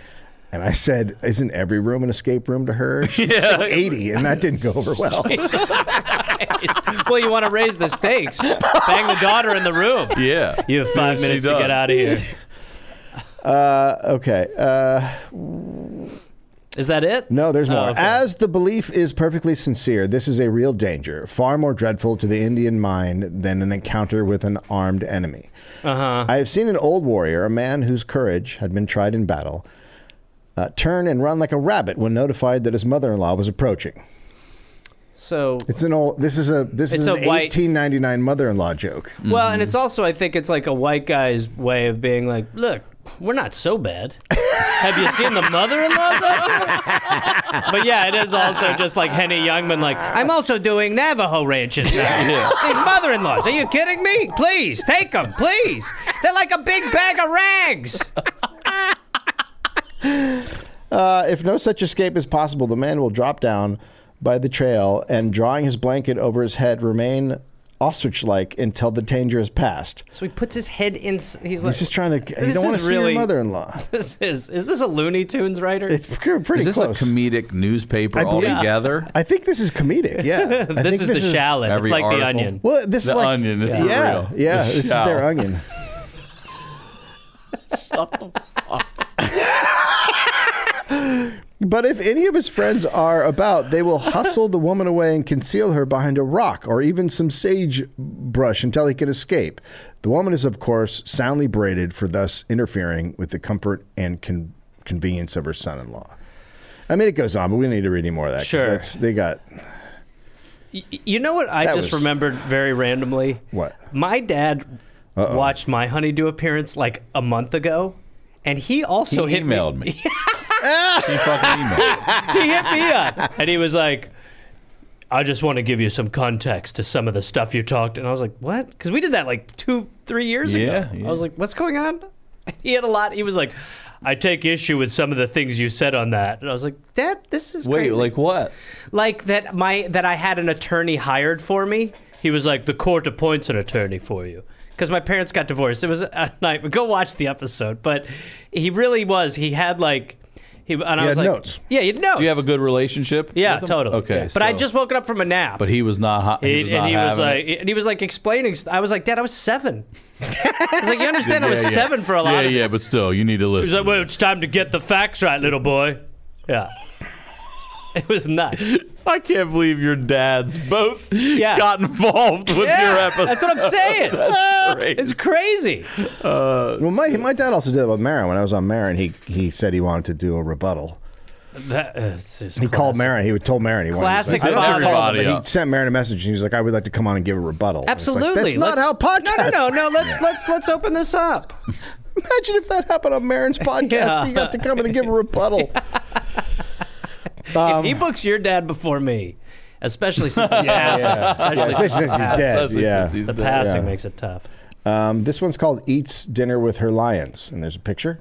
[SPEAKER 4] And I said, "Isn't every room an escape room to her?" She's
[SPEAKER 2] Yeah.
[SPEAKER 4] like 80, and that didn't go over well.
[SPEAKER 2] well, you want to raise the stakes. Bang the daughter in the room.
[SPEAKER 3] Yeah.
[SPEAKER 2] You have five
[SPEAKER 3] She
[SPEAKER 2] minutes to
[SPEAKER 3] does.
[SPEAKER 2] get out of here.
[SPEAKER 4] Uh, okay. Uh,
[SPEAKER 2] Is that it?
[SPEAKER 4] No, there's more.
[SPEAKER 2] Oh, okay.
[SPEAKER 4] As the belief is perfectly sincere, this is a real danger, far more dreadful to the Indian mind than an encounter with an armed enemy. Uh-huh. I have seen an old warrior, a man whose courage had been tried in battle, uh, turn and run like a rabbit when notified that his mother-in-law was approaching.
[SPEAKER 2] So
[SPEAKER 4] It's an old. This is a this
[SPEAKER 2] It's
[SPEAKER 4] is
[SPEAKER 2] a
[SPEAKER 4] an
[SPEAKER 2] white-
[SPEAKER 4] 1899 mother-in-law joke.
[SPEAKER 2] well,
[SPEAKER 4] Mm-hmm.
[SPEAKER 2] and it's also I think it's like a white guy's way of being like, look, we're not so bad. Have you seen the mother-in-law? though?" but yeah, it is also just like Henny Youngman, like I'm also doing Navajo ranches now. These mother-in-laws, are you kidding me? Please take them, please. They're like a big bag of rags.
[SPEAKER 4] Uh, if no such escape is possible, the man will drop down by the trail and, drawing his blanket over his head, remain ostrich-like until the danger is past.
[SPEAKER 2] So he puts his head in. s- He's like,
[SPEAKER 4] He's just trying to. You
[SPEAKER 2] This
[SPEAKER 4] don't want
[SPEAKER 2] is
[SPEAKER 4] to see your
[SPEAKER 2] really-
[SPEAKER 4] mother-in-law.
[SPEAKER 2] this is is this a Looney Tunes writer?
[SPEAKER 4] It's pretty
[SPEAKER 3] Is this
[SPEAKER 4] close.
[SPEAKER 3] a comedic newspaper
[SPEAKER 4] I believe-
[SPEAKER 3] altogether?
[SPEAKER 4] I think this is comedic. Yeah, I
[SPEAKER 2] this
[SPEAKER 4] think
[SPEAKER 2] is the shallot. It's
[SPEAKER 3] every
[SPEAKER 2] like the
[SPEAKER 3] article.
[SPEAKER 2] onion.
[SPEAKER 4] Well, this
[SPEAKER 3] The
[SPEAKER 4] is like
[SPEAKER 3] onion, if
[SPEAKER 4] Yeah,
[SPEAKER 3] for
[SPEAKER 4] yeah.
[SPEAKER 3] real.
[SPEAKER 4] yeah,
[SPEAKER 3] The
[SPEAKER 4] this is their
[SPEAKER 3] shallot.
[SPEAKER 4] onion. But if any of his friends are about, they will hustle the woman away and conceal her behind a rock or even some sage brush until he can escape. The woman is, of course, soundly berated for thus interfering with the comfort and con- convenience of her son in law. I mean, it goes on, but we don't need to read any more of that. 'cause
[SPEAKER 2] Sure.
[SPEAKER 4] that's- They got
[SPEAKER 2] Y- You know what I
[SPEAKER 4] That
[SPEAKER 2] just
[SPEAKER 4] was-
[SPEAKER 2] remembered very randomly?
[SPEAKER 4] What?
[SPEAKER 2] My dad watched my honeydew appearance like a month ago, and he also
[SPEAKER 3] he
[SPEAKER 2] hit
[SPEAKER 3] emailed me. he fucking emailed.
[SPEAKER 2] he hit me up, and he was like. I just want to give you some context to some of the stuff you talked, and I was like, "What?" Because we did that like two, three years ago.
[SPEAKER 3] Yeah, yeah.
[SPEAKER 2] I was like, "What's going on?" He had a lot. He was like, "I take issue with some of the things you said on that," and I was like, "Dad, this is
[SPEAKER 3] Wait,
[SPEAKER 2] crazy.
[SPEAKER 3] like what?
[SPEAKER 2] like that my that I had an attorney hired for me. He was like, the court appoints an attorney for you. Because my parents got divorced. It was a night. Go watch the episode. But he really was. He had like He and I
[SPEAKER 4] He
[SPEAKER 2] was
[SPEAKER 4] had
[SPEAKER 2] like,
[SPEAKER 4] notes.
[SPEAKER 2] yeah, you know.
[SPEAKER 3] Do you have a good relationship?
[SPEAKER 2] yeah,
[SPEAKER 3] with him?
[SPEAKER 2] totally.
[SPEAKER 3] Okay,
[SPEAKER 2] but I
[SPEAKER 3] so-
[SPEAKER 2] just woke up from a nap.
[SPEAKER 3] But he was not hot. He
[SPEAKER 2] He-
[SPEAKER 3] was
[SPEAKER 2] and
[SPEAKER 3] not
[SPEAKER 2] he was
[SPEAKER 3] having
[SPEAKER 2] like,
[SPEAKER 3] it.
[SPEAKER 2] and he was like explaining. st- I was like, Dad, I was seven. I was like, you understand? I was
[SPEAKER 3] Yeah, yeah.
[SPEAKER 2] seven for a lot.
[SPEAKER 3] Yeah,
[SPEAKER 2] of
[SPEAKER 3] yeah,
[SPEAKER 2] this."
[SPEAKER 3] but still, you need to listen.
[SPEAKER 2] He's like, well, it's time to get the facts right, little boy. Yeah, it was nuts.
[SPEAKER 3] I can't believe your dads both
[SPEAKER 2] Yeah.
[SPEAKER 3] got involved with
[SPEAKER 2] Yeah,
[SPEAKER 3] your episode.
[SPEAKER 2] that's what I'm saying. Ah,
[SPEAKER 3] That's great.
[SPEAKER 2] It's crazy.
[SPEAKER 4] Well, my my dad also did it with Marin. When I was on Marin, he he said he wanted to do a rebuttal.
[SPEAKER 2] That, uh, it's just
[SPEAKER 4] He called
[SPEAKER 2] classic.
[SPEAKER 4] Marin. He would told Marin he
[SPEAKER 2] Classic
[SPEAKER 4] wanted. to- I don't know if he called him,
[SPEAKER 3] father.
[SPEAKER 4] but He sent Marin a message and he was like, "I would like to come on and give a rebuttal." And it's like,
[SPEAKER 2] Absolutely.
[SPEAKER 4] That's not
[SPEAKER 2] Let's-
[SPEAKER 4] how podcasts.
[SPEAKER 2] No, no, no, no. Let's let's let's open this up.
[SPEAKER 4] Imagine if that happened on Marin's podcast.
[SPEAKER 2] Yeah.
[SPEAKER 4] You got to come in and give a rebuttal. Um,
[SPEAKER 2] he books your dad before me, especially since he's passing.
[SPEAKER 4] yeah.
[SPEAKER 2] Especially since
[SPEAKER 4] Yeah, especially since he's dead.
[SPEAKER 3] Especially
[SPEAKER 4] Yeah.
[SPEAKER 3] since he's
[SPEAKER 2] the
[SPEAKER 3] dead.
[SPEAKER 2] passing
[SPEAKER 4] yeah.
[SPEAKER 2] makes it tough.
[SPEAKER 4] Um, this one's called "Eats Dinner with Her Lions," and there's a picture.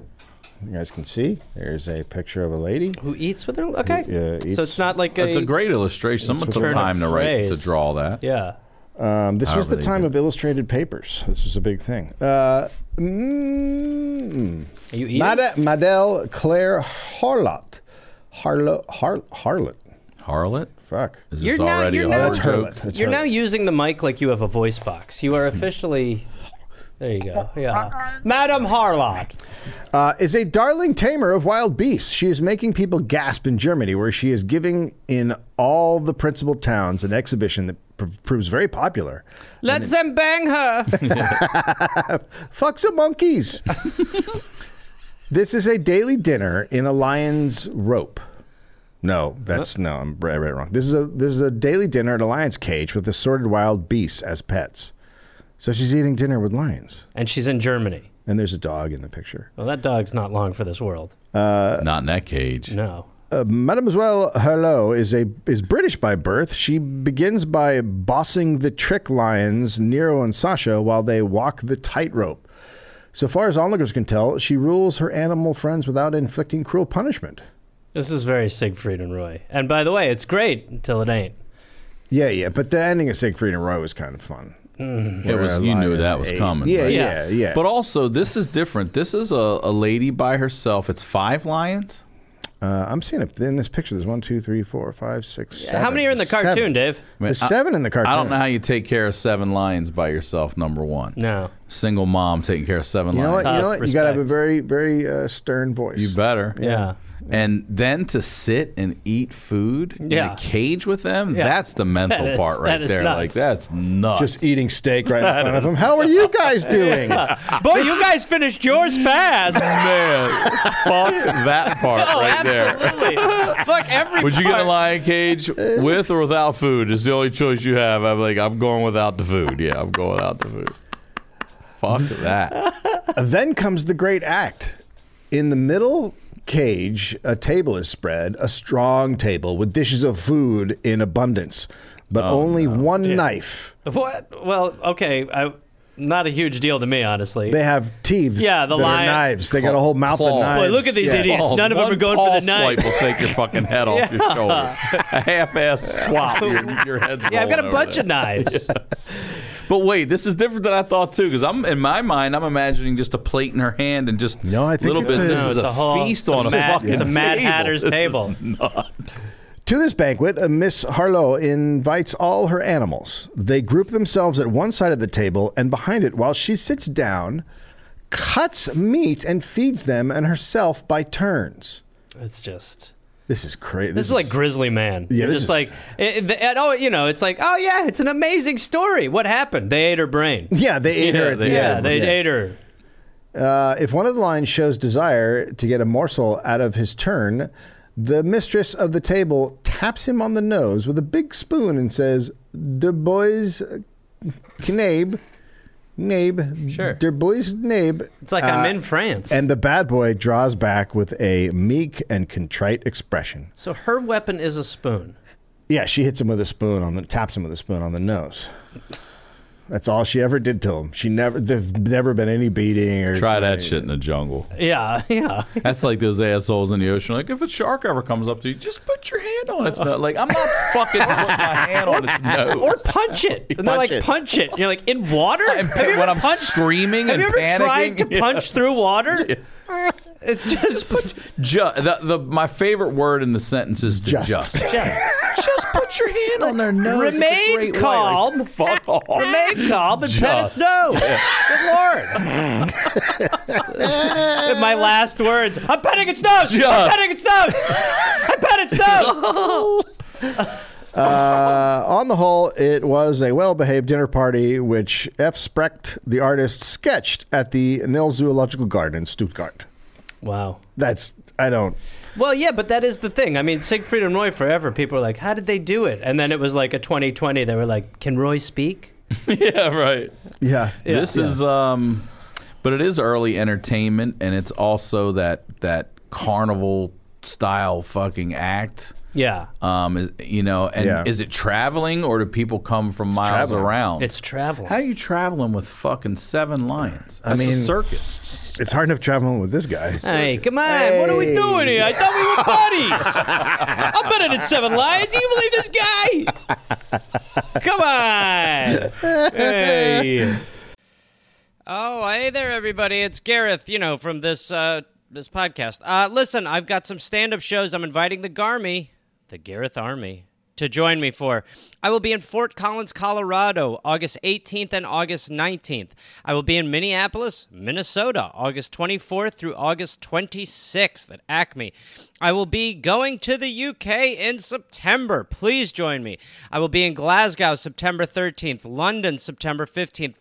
[SPEAKER 4] You guys can see. There's a picture of a lady.
[SPEAKER 2] Who eats with her? Okay.
[SPEAKER 4] Yeah, eats-
[SPEAKER 2] so it's not like
[SPEAKER 3] That's a great illustration. Someone took
[SPEAKER 2] turn of
[SPEAKER 3] time to write to
[SPEAKER 2] phrase.
[SPEAKER 3] draw that.
[SPEAKER 2] Yeah.
[SPEAKER 4] Um, this was
[SPEAKER 3] However
[SPEAKER 4] the
[SPEAKER 3] they
[SPEAKER 4] time
[SPEAKER 3] did.
[SPEAKER 4] of illustrated papers. This was a big thing. Uh, mm,
[SPEAKER 2] Are you eating?
[SPEAKER 4] Mad- Madel Claire Harlot. Harlo, Har- Harlot.
[SPEAKER 3] Harlot?
[SPEAKER 4] Fuck. Oh,
[SPEAKER 3] Is this
[SPEAKER 2] You're now-
[SPEAKER 3] already
[SPEAKER 2] you're
[SPEAKER 3] a
[SPEAKER 2] now-
[SPEAKER 3] horror
[SPEAKER 4] That's
[SPEAKER 3] joke?
[SPEAKER 4] Harlot. That's Hmm.
[SPEAKER 2] You're now
[SPEAKER 4] Harlot.
[SPEAKER 2] using the mic like you have a voice box. You are officially. There you go. Yeah. Madam Harlot.
[SPEAKER 4] uh, is a darling tamer of wild beasts. She is making people gasp in Germany, where she is giving in all the principal towns an exhibition that pr- proves very popular.
[SPEAKER 2] Let them bang her.
[SPEAKER 4] Fuck some monkeys. this is a daily dinner in a lion's rope. No, that's no. I'm I read it wrong. This is a this is a daily dinner at a lion's cage with assorted wild beasts as pets. So she's eating dinner with lions,
[SPEAKER 2] and she's in Germany.
[SPEAKER 4] and there's a dog in the picture.
[SPEAKER 2] Well, that dog's not long for this world.
[SPEAKER 3] Not in that cage.
[SPEAKER 2] No.
[SPEAKER 4] Uh, Mademoiselle Herlo is a is British by birth. She begins by bossing the trick lions Nero and Sasha while they walk the tightrope. So far as onlookers can tell, she rules her animal friends without inflicting cruel punishment.
[SPEAKER 2] This is very Siegfried and Roy. And by the way, it's great until it ain't.
[SPEAKER 4] Yeah, yeah, but the ending of Siegfried and Roy was kind of fun.
[SPEAKER 2] Mm-hmm.
[SPEAKER 3] It was, you knew that was coming.
[SPEAKER 4] Yeah,
[SPEAKER 3] right?
[SPEAKER 4] yeah, yeah,
[SPEAKER 3] But also, this is different. This is a, a lady by herself. It's five lions.
[SPEAKER 4] uh, I'm seeing it in this picture. There's one, two, three, four, five, six, seven.
[SPEAKER 2] How many are in the cartoon,
[SPEAKER 4] Seven.
[SPEAKER 2] Dave?
[SPEAKER 3] mean,
[SPEAKER 4] There's
[SPEAKER 3] I-
[SPEAKER 4] seven in the cartoon.
[SPEAKER 3] I don't know how you take care of seven lions by yourself, number one.
[SPEAKER 2] No.
[SPEAKER 3] Single mom taking care of seven
[SPEAKER 4] You know
[SPEAKER 3] lions.
[SPEAKER 4] what? You know
[SPEAKER 2] Tough
[SPEAKER 4] what? You gotta have a
[SPEAKER 2] respect.
[SPEAKER 4] very, very uh, stern voice.
[SPEAKER 3] You better.
[SPEAKER 2] Yeah.
[SPEAKER 3] And then to sit and eat food in
[SPEAKER 2] Yeah.
[SPEAKER 3] a cage with them,
[SPEAKER 2] Yeah.
[SPEAKER 3] that's the mental
[SPEAKER 2] That is-
[SPEAKER 3] part right
[SPEAKER 2] that is
[SPEAKER 3] there.
[SPEAKER 2] nuts.
[SPEAKER 3] Like, that's nuts.
[SPEAKER 4] just eating steak right in front of him. How are you guys doing?
[SPEAKER 3] Ah,
[SPEAKER 2] Boy, you guys finished yours fast.
[SPEAKER 3] Man, fuck that part
[SPEAKER 2] Oh,
[SPEAKER 3] right there.
[SPEAKER 2] absolutely. Fuck every
[SPEAKER 3] Would you get in a
[SPEAKER 2] part.
[SPEAKER 3] lion cage with or without food? It's the only choice you have. I'm like, I'm going without the food. Yeah, I'm going without the food. Fuck that.
[SPEAKER 4] then comes the great act. In the middle cage, a table is spread, a strong table with dishes of food in abundance, but
[SPEAKER 2] Oh,
[SPEAKER 4] only one knife.
[SPEAKER 2] What? Well, okay. I, not a huge deal to me, honestly.
[SPEAKER 4] They have teeth.
[SPEAKER 2] Yeah, the
[SPEAKER 4] that are
[SPEAKER 2] lion-
[SPEAKER 4] knives. They got a whole mouth
[SPEAKER 3] Claw.
[SPEAKER 4] of knives.
[SPEAKER 2] Boy, look at these
[SPEAKER 4] Yeah.
[SPEAKER 2] idiots.
[SPEAKER 3] Balls.
[SPEAKER 2] none of them
[SPEAKER 3] One
[SPEAKER 2] are going for
[SPEAKER 3] paw
[SPEAKER 2] the knife.
[SPEAKER 3] swipe will take your fucking head off your
[SPEAKER 2] Yeah.
[SPEAKER 3] shoulders. A half-ass swap, your, your head's
[SPEAKER 2] yeah, I've got a
[SPEAKER 3] rolling
[SPEAKER 2] bunch
[SPEAKER 3] over
[SPEAKER 2] of knives.
[SPEAKER 3] But wait, this is different than I thought too, because I'm in my mind, I'm imagining just a plate in her hand and just
[SPEAKER 4] No, I think
[SPEAKER 3] little
[SPEAKER 4] it's
[SPEAKER 3] bit.
[SPEAKER 4] a-
[SPEAKER 3] this
[SPEAKER 4] No,
[SPEAKER 3] is
[SPEAKER 2] it's
[SPEAKER 3] a,
[SPEAKER 2] a whole-
[SPEAKER 3] feast
[SPEAKER 2] it's a
[SPEAKER 3] on a
[SPEAKER 2] Mad-
[SPEAKER 3] fucking
[SPEAKER 2] it's a Mad
[SPEAKER 3] table.
[SPEAKER 2] Hatter's
[SPEAKER 3] This is
[SPEAKER 2] table.
[SPEAKER 3] nuts.
[SPEAKER 4] To this banquet, uh, Miss Harlow invites all her animals. They group themselves at one side of the table and behind it while she sits down, cuts meat, and feeds them and herself by turns.
[SPEAKER 2] it's just.
[SPEAKER 4] This is crazy.
[SPEAKER 2] This is like Grizzly Man. Yeah,
[SPEAKER 4] this
[SPEAKER 2] just
[SPEAKER 4] is-
[SPEAKER 2] like it, it- and, oh, you know, it's like oh yeah, it's an amazing story. What happened? They ate her brain.
[SPEAKER 4] Yeah, they ate her.
[SPEAKER 3] Yeah,
[SPEAKER 4] At
[SPEAKER 3] they ate
[SPEAKER 4] the
[SPEAKER 2] Yeah,
[SPEAKER 4] end.
[SPEAKER 2] they
[SPEAKER 4] Yeah.
[SPEAKER 2] ate her.
[SPEAKER 4] Uh, if one of the lions shows desire to get a morsel out of his turn, the mistress of the table taps him on the nose with a big spoon and says, "Der boys, knabe, knabe,
[SPEAKER 2] Sure.
[SPEAKER 4] der boys, knabe." Uh,
[SPEAKER 2] It's like I'm in France.
[SPEAKER 4] And the bad boy draws back with a meek and contrite expression.
[SPEAKER 2] so her weapon is a spoon.
[SPEAKER 4] Yeah, she hits him with a spoon on the taps him with a spoon on the nose. That's all she ever did to him. She never there's never been any beating or
[SPEAKER 3] Try that shit in the jungle.
[SPEAKER 2] Yeah, yeah.
[SPEAKER 3] That's like those assholes in the ocean. Like if a shark ever comes up to you, just put your hand on its nose. Like I'm not fucking putting my hand on its nose.
[SPEAKER 2] Or punch it. And they're like,
[SPEAKER 4] Punch it.
[SPEAKER 2] punch it. And you're like, in water?
[SPEAKER 3] And
[SPEAKER 2] Have you
[SPEAKER 3] when
[SPEAKER 2] ever
[SPEAKER 3] I'm
[SPEAKER 2] punched-
[SPEAKER 3] screaming
[SPEAKER 2] Have
[SPEAKER 3] and
[SPEAKER 2] you ever
[SPEAKER 3] panicking,
[SPEAKER 2] tried to
[SPEAKER 3] Yeah.
[SPEAKER 2] punch through water? It's just put
[SPEAKER 3] Ju- the, the, my favorite word in the sentence is to
[SPEAKER 4] Just.
[SPEAKER 3] just. Just put your hand on their nose. It's a
[SPEAKER 2] remain
[SPEAKER 3] great way.
[SPEAKER 2] calm.
[SPEAKER 3] Like, fuck off.
[SPEAKER 2] remain calm and pet its
[SPEAKER 3] Just.
[SPEAKER 2] nose. Good lord. In my last words, I'm petting its nose. I'm
[SPEAKER 3] Just.
[SPEAKER 2] petting its nose. I pet its nose.
[SPEAKER 4] Uh, on the whole, it was a well behaved dinner party, which F. Sprecht, the artist, sketched at the Nil Zoological Garden in Stuttgart.
[SPEAKER 2] wow.
[SPEAKER 4] That's, I don't.
[SPEAKER 2] Well, yeah, but that is the thing. I mean, Siegfried and Roy forever. People were like, "How did they do it?" And then it was like a 2020. They were like, "Can Roy speak?"
[SPEAKER 3] yeah, right.
[SPEAKER 4] Yeah.
[SPEAKER 3] This is um but it is early entertainment and it's also that that carnival style fucking act.
[SPEAKER 2] Yeah,
[SPEAKER 3] Um is, you know, and
[SPEAKER 4] Yeah.
[SPEAKER 3] is it traveling or do people come from miles
[SPEAKER 4] traveling.
[SPEAKER 3] around?
[SPEAKER 2] it's travel.
[SPEAKER 3] How are you traveling with fucking seven lions? That's I
[SPEAKER 4] mean-
[SPEAKER 3] a circus.
[SPEAKER 4] It's hard enough traveling with this guy.
[SPEAKER 2] Hey, come on! What are we
[SPEAKER 4] Hey.
[SPEAKER 2] doing here? I thought we were buddies. I'm better than Seven Lions. Do you believe this guy? Come on! Hey. Oh, hey there, everybody. It's Gareth, you know, from this uh, this podcast. Uh, listen, I've got some stand up shows I'm inviting the Garmy, the Gareth Army, to join me for. I will be in Fort Collins, Colorado, August 18th and August 19th. I will be in Minneapolis, Minnesota, August 24th through August 26th at Acme. I will be going to the UK in September. Please join me. I will be in Glasgow September 13th, London September 15th,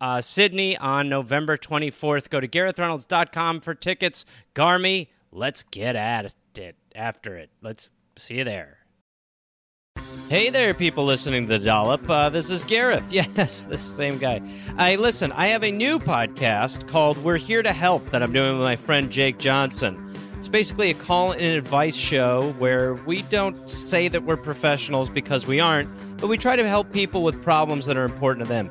[SPEAKER 2] uh, Sydney on November 24th. Go to GarethReynolds.com for tickets. Garmy, let's get at it after it. Let's see you there. Hey there, people listening to the Dollop. Uh, this is Gareth. Yes, this same guy. I listen. I have a new podcast called "We're Here to Help" that I'm doing with my friend Jake Johnson. It's basically a call and advice show where we don't say that we're professionals because we aren't, but we try to help people with problems that are important to them.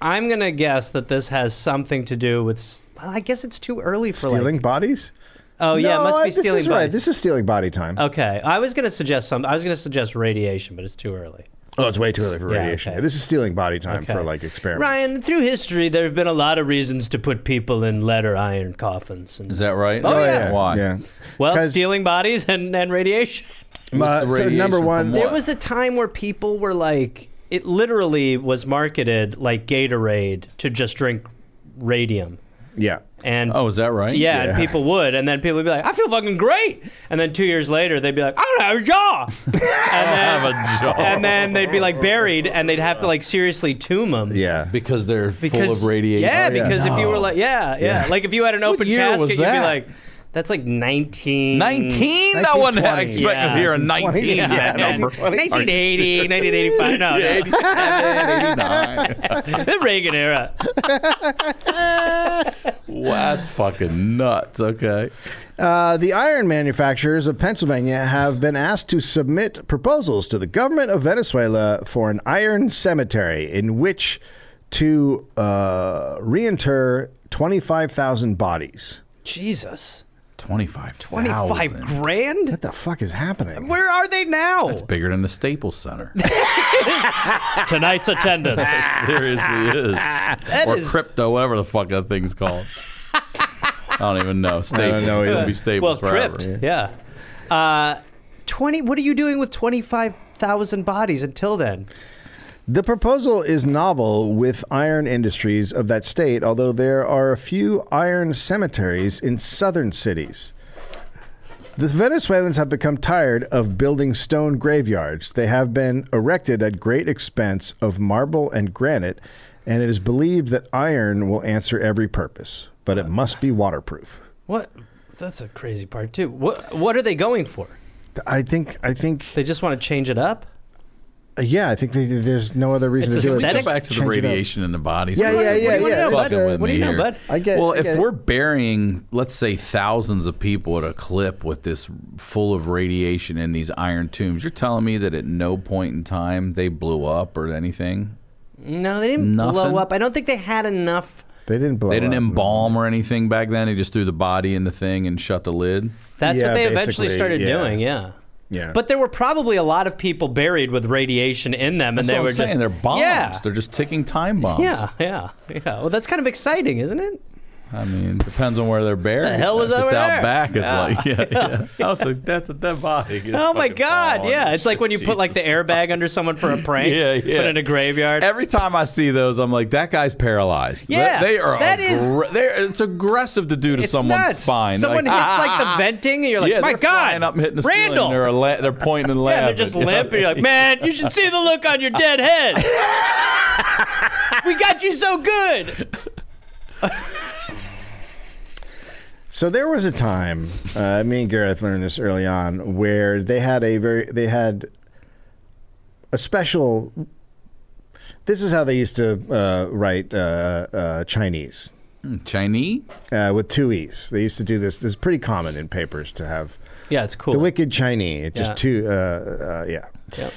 [SPEAKER 2] I'm gonna guess that this has something to do with. s- Well, I guess it's too early for
[SPEAKER 4] Stealing
[SPEAKER 2] Like,
[SPEAKER 4] bodies?
[SPEAKER 2] oh yeah, it must be stealing.
[SPEAKER 4] This is right.
[SPEAKER 2] bodies. Oh,
[SPEAKER 4] This is stealing body time.
[SPEAKER 2] okay, I was gonna suggest something. I was gonna suggest radiation, but it's too early.
[SPEAKER 4] Oh, it's way too early for
[SPEAKER 2] Yeah,
[SPEAKER 4] radiation.
[SPEAKER 2] okay.
[SPEAKER 4] Yeah, This is stealing body time
[SPEAKER 2] Okay.
[SPEAKER 4] for like experiments.
[SPEAKER 2] Ryan, through history, there have been a lot of reasons to put people in letter iron coffins. And,
[SPEAKER 3] Is that right?
[SPEAKER 2] Oh, yeah.
[SPEAKER 3] Why?
[SPEAKER 4] Yeah.
[SPEAKER 2] well,
[SPEAKER 4] 'Cause
[SPEAKER 2] stealing bodies and, and radiation.
[SPEAKER 4] my-
[SPEAKER 3] the radiation
[SPEAKER 4] number
[SPEAKER 3] from
[SPEAKER 4] one,
[SPEAKER 3] what?
[SPEAKER 2] There was a time where people were like, it literally was marketed like Gatorade to just drink radium.
[SPEAKER 4] yeah.
[SPEAKER 2] And
[SPEAKER 3] Oh, is that right?
[SPEAKER 2] yeah,
[SPEAKER 4] Yeah.
[SPEAKER 2] and people would. And then people would be like, I feel fucking great. And then two years later, they'd be like, I don't have a jaw. and,
[SPEAKER 3] I
[SPEAKER 2] then,
[SPEAKER 3] have a jaw.
[SPEAKER 2] and then they'd be like buried and they'd have to like seriously tomb them.
[SPEAKER 4] Yeah.
[SPEAKER 3] because they're
[SPEAKER 2] Because,
[SPEAKER 3] full of radiation.
[SPEAKER 2] Yeah,
[SPEAKER 4] Oh, yeah.
[SPEAKER 2] because if you were
[SPEAKER 3] No.
[SPEAKER 2] like, yeah, yeah, Like if you had an open
[SPEAKER 3] year
[SPEAKER 2] casket,
[SPEAKER 3] was
[SPEAKER 2] you'd be
[SPEAKER 3] that?
[SPEAKER 2] like, that's like 19.
[SPEAKER 3] 19? No one
[SPEAKER 4] 1920.
[SPEAKER 3] expected to hear a 19.
[SPEAKER 2] Yeah,
[SPEAKER 3] Yeah,
[SPEAKER 2] man.
[SPEAKER 3] number.
[SPEAKER 2] 1980, 1985. No, no.
[SPEAKER 3] 89.
[SPEAKER 2] the Reagan era.
[SPEAKER 3] Wow, that's fucking nuts. Okay.
[SPEAKER 4] Uh, the iron manufacturers of Pennsylvania have been asked to submit proposals to the government of Venezuela for an iron cemetery in which to uh, reinter 25,000 bodies.
[SPEAKER 2] Jesus.
[SPEAKER 3] 25.
[SPEAKER 2] 25 grand?
[SPEAKER 4] What the fuck is happening?
[SPEAKER 2] Where are they now?
[SPEAKER 3] It's bigger than the Staples Center.
[SPEAKER 2] Tonight's attendance.
[SPEAKER 3] Seriously is. or
[SPEAKER 2] is-
[SPEAKER 3] crypto, whatever the fuck that thing's called. I don't even know. Staples.
[SPEAKER 4] don't know
[SPEAKER 3] it's
[SPEAKER 4] either.
[SPEAKER 3] gonna be
[SPEAKER 2] well,
[SPEAKER 3] Staples forever.
[SPEAKER 2] crypt. Yeah. Uh, 20 What are you doing with 25,000 bodies until then?
[SPEAKER 4] The proposal is novel with iron industries of that state, although there are a few iron cemeteries in southern cities. The Venezuelans have become tired of building stone graveyards. They have been erected at great expense of marble and granite, and it is believed that iron will answer every purpose, but it must be waterproof.
[SPEAKER 2] What? That's a crazy part too. What? What are they going for?
[SPEAKER 4] I think I think
[SPEAKER 2] They just want to change it up.
[SPEAKER 4] yeah, I think they, there's no other reason
[SPEAKER 2] It's
[SPEAKER 4] to do
[SPEAKER 3] We
[SPEAKER 4] it.
[SPEAKER 3] go
[SPEAKER 2] aesthetic?
[SPEAKER 4] Just
[SPEAKER 3] back to the
[SPEAKER 4] change it up.
[SPEAKER 3] radiation in the body.
[SPEAKER 4] Yeah, yeah,
[SPEAKER 2] What
[SPEAKER 4] yeah,
[SPEAKER 2] do you
[SPEAKER 4] yeah.
[SPEAKER 2] know,
[SPEAKER 4] That's
[SPEAKER 2] bud?
[SPEAKER 3] fucking
[SPEAKER 4] a-
[SPEAKER 3] with
[SPEAKER 2] What do you
[SPEAKER 3] me
[SPEAKER 2] know,
[SPEAKER 3] here.
[SPEAKER 2] bud?
[SPEAKER 4] I get it,
[SPEAKER 3] Well,
[SPEAKER 4] I
[SPEAKER 3] if
[SPEAKER 4] get it.
[SPEAKER 3] we're burying, let's say, thousands of people at a clip with this full of radiation in these iron tombs, you're telling me that at no point in time they blew up or anything?
[SPEAKER 2] No, they didn't
[SPEAKER 3] Nothing?
[SPEAKER 2] blow up. I don't think they had enough.
[SPEAKER 4] They didn't blow.
[SPEAKER 3] They didn't
[SPEAKER 4] up.
[SPEAKER 3] embalm or anything back then. They just threw the body in the thing and shut the lid.
[SPEAKER 2] That's
[SPEAKER 4] Yeah,
[SPEAKER 2] what they eventually
[SPEAKER 4] basically,
[SPEAKER 2] started
[SPEAKER 4] yeah.
[SPEAKER 2] doing. Yeah.
[SPEAKER 4] Yeah,
[SPEAKER 2] But there were probably a lot of people buried with radiation in them, and
[SPEAKER 3] That's
[SPEAKER 2] they
[SPEAKER 3] what
[SPEAKER 2] were
[SPEAKER 3] I'm saying.
[SPEAKER 2] just
[SPEAKER 3] They're bombs.
[SPEAKER 2] Yeah.
[SPEAKER 3] They're just ticking time bombs.
[SPEAKER 2] Yeah, yeah, yeah. Well, that's kind of exciting, isn't it?
[SPEAKER 3] I mean, depends on where they're buried.
[SPEAKER 2] The hell is
[SPEAKER 3] If it's
[SPEAKER 2] over
[SPEAKER 3] out
[SPEAKER 2] there?
[SPEAKER 3] back. It's like, yeah, yeah. Oh, it's like, that's a dead body. Just
[SPEAKER 2] Oh my
[SPEAKER 3] fucking fall
[SPEAKER 2] God!
[SPEAKER 3] on
[SPEAKER 2] Yeah,
[SPEAKER 3] it.
[SPEAKER 2] it's like when you put like the
[SPEAKER 3] Jesus.
[SPEAKER 2] airbag under someone for a prank.
[SPEAKER 3] Yeah, yeah.
[SPEAKER 2] Put in a graveyard.
[SPEAKER 3] Every time I see those, I'm like, that guy's paralyzed. Th-
[SPEAKER 2] Yeah,
[SPEAKER 3] they are.
[SPEAKER 2] that
[SPEAKER 3] That
[SPEAKER 2] is-
[SPEAKER 3] is. they're, it's aggressive to do to
[SPEAKER 2] it's
[SPEAKER 3] someone's
[SPEAKER 2] nuts.
[SPEAKER 3] spine.
[SPEAKER 2] Someone
[SPEAKER 3] like,
[SPEAKER 2] hits like
[SPEAKER 3] "Ah."
[SPEAKER 2] the venting, and you're like,
[SPEAKER 3] yeah,
[SPEAKER 2] "My
[SPEAKER 3] they're
[SPEAKER 2] God!"
[SPEAKER 3] flying up and hitting the
[SPEAKER 2] Randall.
[SPEAKER 3] ceiling. They're, la- they're pointing and laughing.
[SPEAKER 2] Yeah, they're just
[SPEAKER 3] you know?
[SPEAKER 2] limp. and You're like, man, you should see the look on your dead head. we got you so good.
[SPEAKER 4] So there was a time, uh, me and Gareth learned this early on, where they had a very they had a special. This is how they used to uh, write uh, uh, Chinese
[SPEAKER 3] Chinese.
[SPEAKER 4] uh, with two e's. They used to do this. This is pretty common in papers to have
[SPEAKER 2] Yeah, it's cool.
[SPEAKER 4] the wicked Chinese. It Just
[SPEAKER 2] Yeah.
[SPEAKER 4] two, uh, uh, yeah. Uh,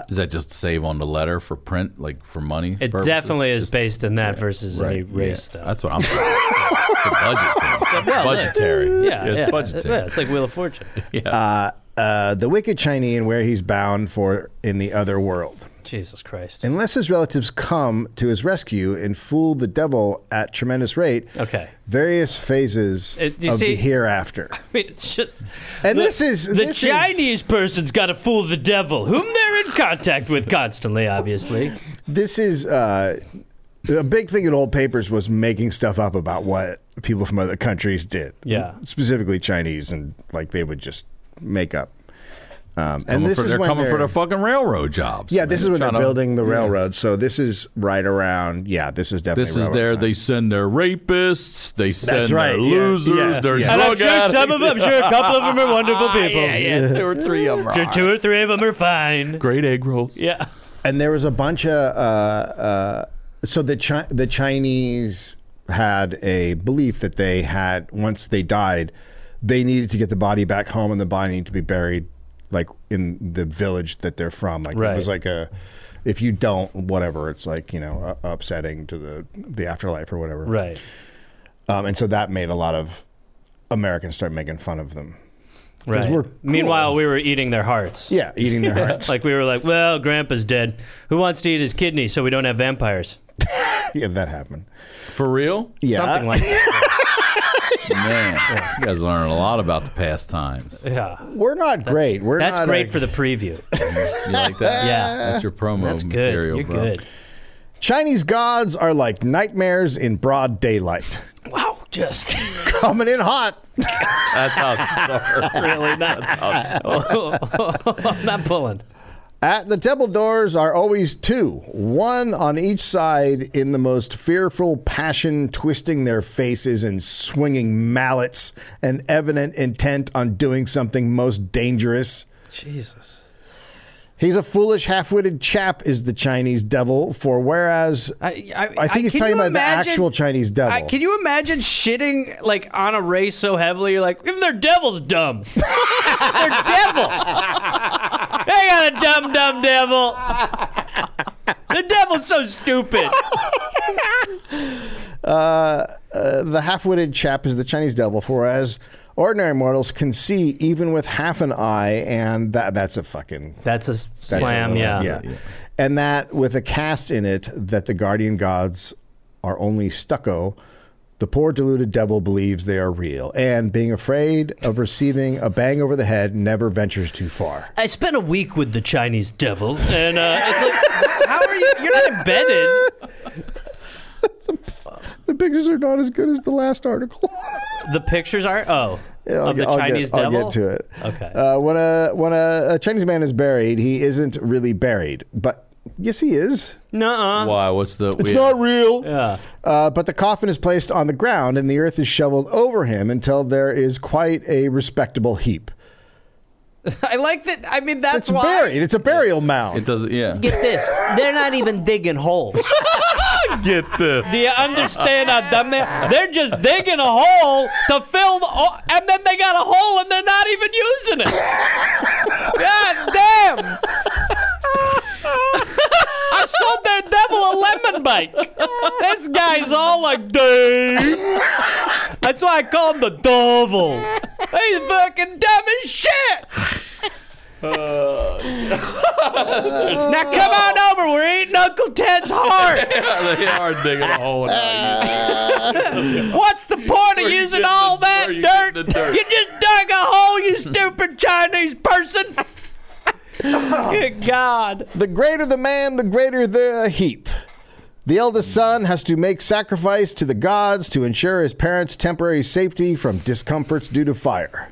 [SPEAKER 2] Yep.
[SPEAKER 3] Is that just save on the letter for print, like for money?
[SPEAKER 2] It
[SPEAKER 3] purposes?
[SPEAKER 2] definitely is based in that versus any
[SPEAKER 3] Yeah,
[SPEAKER 2] race stuff.
[SPEAKER 3] That's what I'm. saying. Yeah, it's a budget thing.
[SPEAKER 2] well, look.
[SPEAKER 3] budgetary.
[SPEAKER 2] yeah,
[SPEAKER 3] it's
[SPEAKER 2] yeah,
[SPEAKER 3] budgetary.
[SPEAKER 2] Yeah, it's like Wheel of Fortune.
[SPEAKER 4] Uh, uh, the wicked Chinese and where he's bound for in the other world.
[SPEAKER 2] Jesus Christ.
[SPEAKER 4] Unless his relatives come to his rescue and fool the devil at tremendous rate,
[SPEAKER 2] Okay.
[SPEAKER 4] various phases
[SPEAKER 2] It- Uh, you
[SPEAKER 4] of
[SPEAKER 2] see-
[SPEAKER 4] the hereafter.
[SPEAKER 2] I mean, it's just.
[SPEAKER 4] And this is-
[SPEAKER 2] the
[SPEAKER 4] this is-
[SPEAKER 2] Chinese person's got to fool the devil, whom they're in contact with constantly, obviously.
[SPEAKER 4] This is uh, a big thing in old papers was making stuff up about what people from other countries did.
[SPEAKER 2] Yeah.
[SPEAKER 4] specifically Chinese, and like they would just make up. Um, and
[SPEAKER 3] Coming
[SPEAKER 4] this
[SPEAKER 3] for-
[SPEAKER 4] is
[SPEAKER 3] they're
[SPEAKER 4] when
[SPEAKER 3] coming
[SPEAKER 4] they're,
[SPEAKER 3] for their fucking railroad jobs.
[SPEAKER 4] yeah,
[SPEAKER 3] I mean,
[SPEAKER 4] this is when they're
[SPEAKER 3] trying to-
[SPEAKER 4] building the railroad. So this is right around. Yeah, this is definitely
[SPEAKER 3] This is
[SPEAKER 4] railroad
[SPEAKER 3] their.
[SPEAKER 4] time.
[SPEAKER 3] They send their rapists. They send
[SPEAKER 4] right,
[SPEAKER 3] their
[SPEAKER 4] yeah,
[SPEAKER 3] losers.
[SPEAKER 4] yeah,
[SPEAKER 3] Their
[SPEAKER 4] yeah.
[SPEAKER 2] And I'm
[SPEAKER 3] drug
[SPEAKER 2] sure
[SPEAKER 3] addicts.
[SPEAKER 2] some of them, I'm sure a couple of them are
[SPEAKER 4] Ah,
[SPEAKER 2] wonderful people.
[SPEAKER 3] There were three of them.
[SPEAKER 2] Sure, two or three of them are fine.
[SPEAKER 3] Great egg rolls.
[SPEAKER 2] Yeah.
[SPEAKER 4] and there was a bunch of uh, uh, so the Chi- the Chinese had a belief that they had once they died, they needed to get the body back home, and the body needed to be buried like in the village that they're from. Like it
[SPEAKER 2] Right.
[SPEAKER 4] was like a if you don't whatever, it's like you know u- upsetting to the the afterlife or whatever.
[SPEAKER 2] Right.
[SPEAKER 4] Um, and so that made a lot of Americans start making fun of them.
[SPEAKER 2] Right.
[SPEAKER 4] we're
[SPEAKER 2] Meanwhile, we were eating their hearts.
[SPEAKER 4] Yeah, eating their hearts.
[SPEAKER 2] Like we were like, well, Grandpa's dead. Who wants to eat his kidney so we don't have vampires?
[SPEAKER 4] yeah, that happened.
[SPEAKER 3] For real?
[SPEAKER 4] Yeah,
[SPEAKER 2] Something like that.
[SPEAKER 3] Man, you guys learn a lot about the past times.
[SPEAKER 2] Yeah.
[SPEAKER 4] we're not great. We're
[SPEAKER 2] That's
[SPEAKER 4] not
[SPEAKER 2] great
[SPEAKER 4] a-
[SPEAKER 2] for the preview.
[SPEAKER 3] You like that?
[SPEAKER 2] Yeah.
[SPEAKER 3] That's your promo
[SPEAKER 2] That's good.
[SPEAKER 3] material,
[SPEAKER 2] You're
[SPEAKER 3] bro.
[SPEAKER 2] good.
[SPEAKER 4] Chinese gods are like nightmares in broad daylight.
[SPEAKER 2] Wow. Just
[SPEAKER 4] Coming in hot.
[SPEAKER 3] That's how it starts.
[SPEAKER 2] really not. I'm not pulling.
[SPEAKER 4] At the temple doors are always two, one on each side in the most fearful passion, twisting their faces and swinging mallets, an evident intent on doing something most dangerous.
[SPEAKER 2] Jesus.
[SPEAKER 4] He's a foolish, half witted chap, is the Chinese devil, for whereas
[SPEAKER 2] I,
[SPEAKER 4] I think he's
[SPEAKER 2] can
[SPEAKER 4] talking
[SPEAKER 2] you
[SPEAKER 4] about the
[SPEAKER 2] imagine-
[SPEAKER 4] actual Chinese devil.
[SPEAKER 2] I, can you imagine shitting like on a race so heavily? You're like, if they're devils, dumb. they're devil. They got a dumb, dumb devil. The devil's so stupid.
[SPEAKER 4] uh, the half-witted chap is the Chinese devil, for as ordinary mortals can see even with half an eye, and that that's a fucking
[SPEAKER 2] That's a
[SPEAKER 4] that's a
[SPEAKER 2] slam.
[SPEAKER 4] little-
[SPEAKER 2] yeah.
[SPEAKER 4] yeah, and that with a cast in it that the guardian gods are only stucco. The poor deluded devil believes they are real, and being afraid of receiving a bang over the head, never ventures too far.
[SPEAKER 2] I spent a week with the Chinese devil, and uh, it's like, how are you? You're not embedded.
[SPEAKER 4] The pictures are not as good as the last article.
[SPEAKER 2] The pictures are. Oh,
[SPEAKER 4] Yeah, I'll
[SPEAKER 2] Of the
[SPEAKER 4] get- I'll get-
[SPEAKER 2] Chinese
[SPEAKER 4] I'll
[SPEAKER 2] devil?
[SPEAKER 4] get to it.
[SPEAKER 2] Okay.
[SPEAKER 4] Uh, when a when a, a Chinese man is buried, he isn't really buried, but yes, he is.
[SPEAKER 2] Nuh-uh.
[SPEAKER 3] Why? What's the?
[SPEAKER 4] It's not real.
[SPEAKER 2] Yeah.
[SPEAKER 4] Uh, but the coffin is placed on the ground and the earth is shoveled over him until there is quite a respectable heap.
[SPEAKER 2] I like that. I mean, that's
[SPEAKER 4] It's
[SPEAKER 2] why.
[SPEAKER 4] buried. It's a burial mound.
[SPEAKER 3] It doesn't. Yeah.
[SPEAKER 2] Get this. They're not even digging holes.
[SPEAKER 3] Get the.
[SPEAKER 2] Do you understand how dumb they are? They're just digging a hole to fill the hole, and then they got a hole and they're not even using it. God damn! I sold their devil a lemon bike. This guy's all like, Dave. That's why I call him the devil. He's fucking dumb as shit. now come
[SPEAKER 3] Oh.
[SPEAKER 2] on over. We're eating Uncle Ted's heart.
[SPEAKER 3] They are digging a hole.
[SPEAKER 2] What's the point of
[SPEAKER 3] you
[SPEAKER 2] using
[SPEAKER 3] getting
[SPEAKER 2] all
[SPEAKER 3] the-
[SPEAKER 2] that
[SPEAKER 3] where you
[SPEAKER 2] dirt?
[SPEAKER 3] getting the dirt?
[SPEAKER 2] You just dug a hole, you stupid Chinese person. Good God.
[SPEAKER 4] The greater the man, the greater the heap. The eldest son has to make sacrifice to the gods to ensure his parents' temporary safety from discomforts due to fire.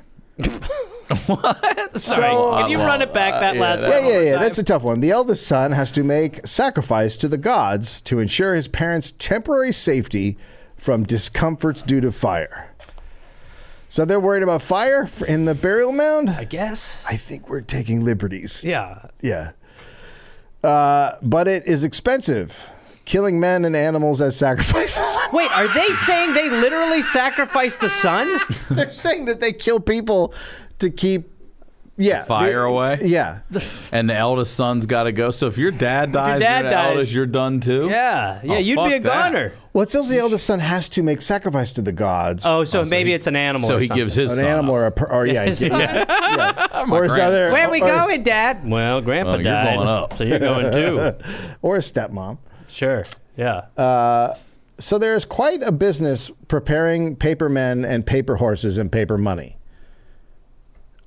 [SPEAKER 2] Sorry, can you run it back that
[SPEAKER 3] Uh, yeah,
[SPEAKER 2] last
[SPEAKER 3] that
[SPEAKER 4] Yeah,
[SPEAKER 2] one
[SPEAKER 4] yeah,
[SPEAKER 2] more
[SPEAKER 4] yeah.
[SPEAKER 2] time?
[SPEAKER 4] That's a tough one. The eldest son has to make sacrifice to the gods to ensure his parents' temporary safety from discomforts due to fire. So they're worried about fire f- in the burial mound?
[SPEAKER 2] I guess.
[SPEAKER 4] I think we're taking liberties.
[SPEAKER 2] Yeah.
[SPEAKER 4] Yeah. Uh, but it is expensive. Killing men and animals as sacrifices.
[SPEAKER 2] Wait, are they saying they literally sacrificed the sun?
[SPEAKER 4] They're saying that they kill people to keep yeah
[SPEAKER 3] Fire
[SPEAKER 4] they-
[SPEAKER 3] away?
[SPEAKER 4] Yeah,
[SPEAKER 3] And the eldest son's got to go. So if your dad dies, your
[SPEAKER 2] dad
[SPEAKER 3] you're the
[SPEAKER 2] dies-
[SPEAKER 3] eldest, you're done too.
[SPEAKER 2] Yeah. Yeah,
[SPEAKER 3] Oh,
[SPEAKER 2] you'd
[SPEAKER 3] fuck
[SPEAKER 2] be a
[SPEAKER 3] that.
[SPEAKER 2] goner.
[SPEAKER 4] well, it says the eldest son has to make sacrifice to the gods.
[SPEAKER 2] Oh, so maybe it's an animal.
[SPEAKER 3] So
[SPEAKER 2] or
[SPEAKER 3] he
[SPEAKER 2] something.
[SPEAKER 3] gives his
[SPEAKER 4] an
[SPEAKER 3] son
[SPEAKER 4] animal
[SPEAKER 3] up.
[SPEAKER 4] or a per, or yeah,
[SPEAKER 2] His
[SPEAKER 4] yeah,
[SPEAKER 2] son.
[SPEAKER 4] yeah. or his other
[SPEAKER 2] Where we
[SPEAKER 4] or his-
[SPEAKER 2] going, Dad? Well, Grandpa
[SPEAKER 3] Well, Oh, you're
[SPEAKER 2] died.
[SPEAKER 3] going up.
[SPEAKER 2] So you're going too.
[SPEAKER 4] or a stepmom.
[SPEAKER 2] sure. Yeah.
[SPEAKER 4] So there is quite a business preparing paper men and paper horses and paper money.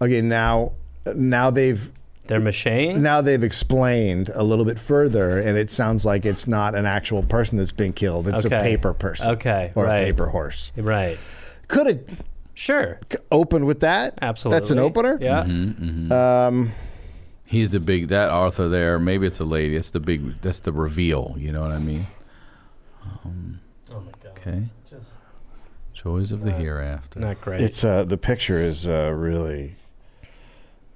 [SPEAKER 4] Okay, now now they've
[SPEAKER 2] They're macheing.
[SPEAKER 4] now they've explained a little bit further, and it sounds like it's not an actual person that's been killed. It's a
[SPEAKER 2] Okay.
[SPEAKER 4] paper person,
[SPEAKER 2] Okay,
[SPEAKER 4] or
[SPEAKER 2] right.
[SPEAKER 4] a paper horse.
[SPEAKER 2] Right.
[SPEAKER 4] Could it
[SPEAKER 2] Sure.
[SPEAKER 4] open with that?
[SPEAKER 2] Absolutely.
[SPEAKER 4] That's an opener. Um,
[SPEAKER 2] Yeah.
[SPEAKER 3] He's the big that Arthur there. Maybe it's a lady. It's the big. That's the reveal. You know what I mean?
[SPEAKER 2] Oh my God.
[SPEAKER 3] Okay.
[SPEAKER 2] Just
[SPEAKER 3] Joys of the hereafter.
[SPEAKER 2] not great.
[SPEAKER 4] It's uh, the picture is uh, really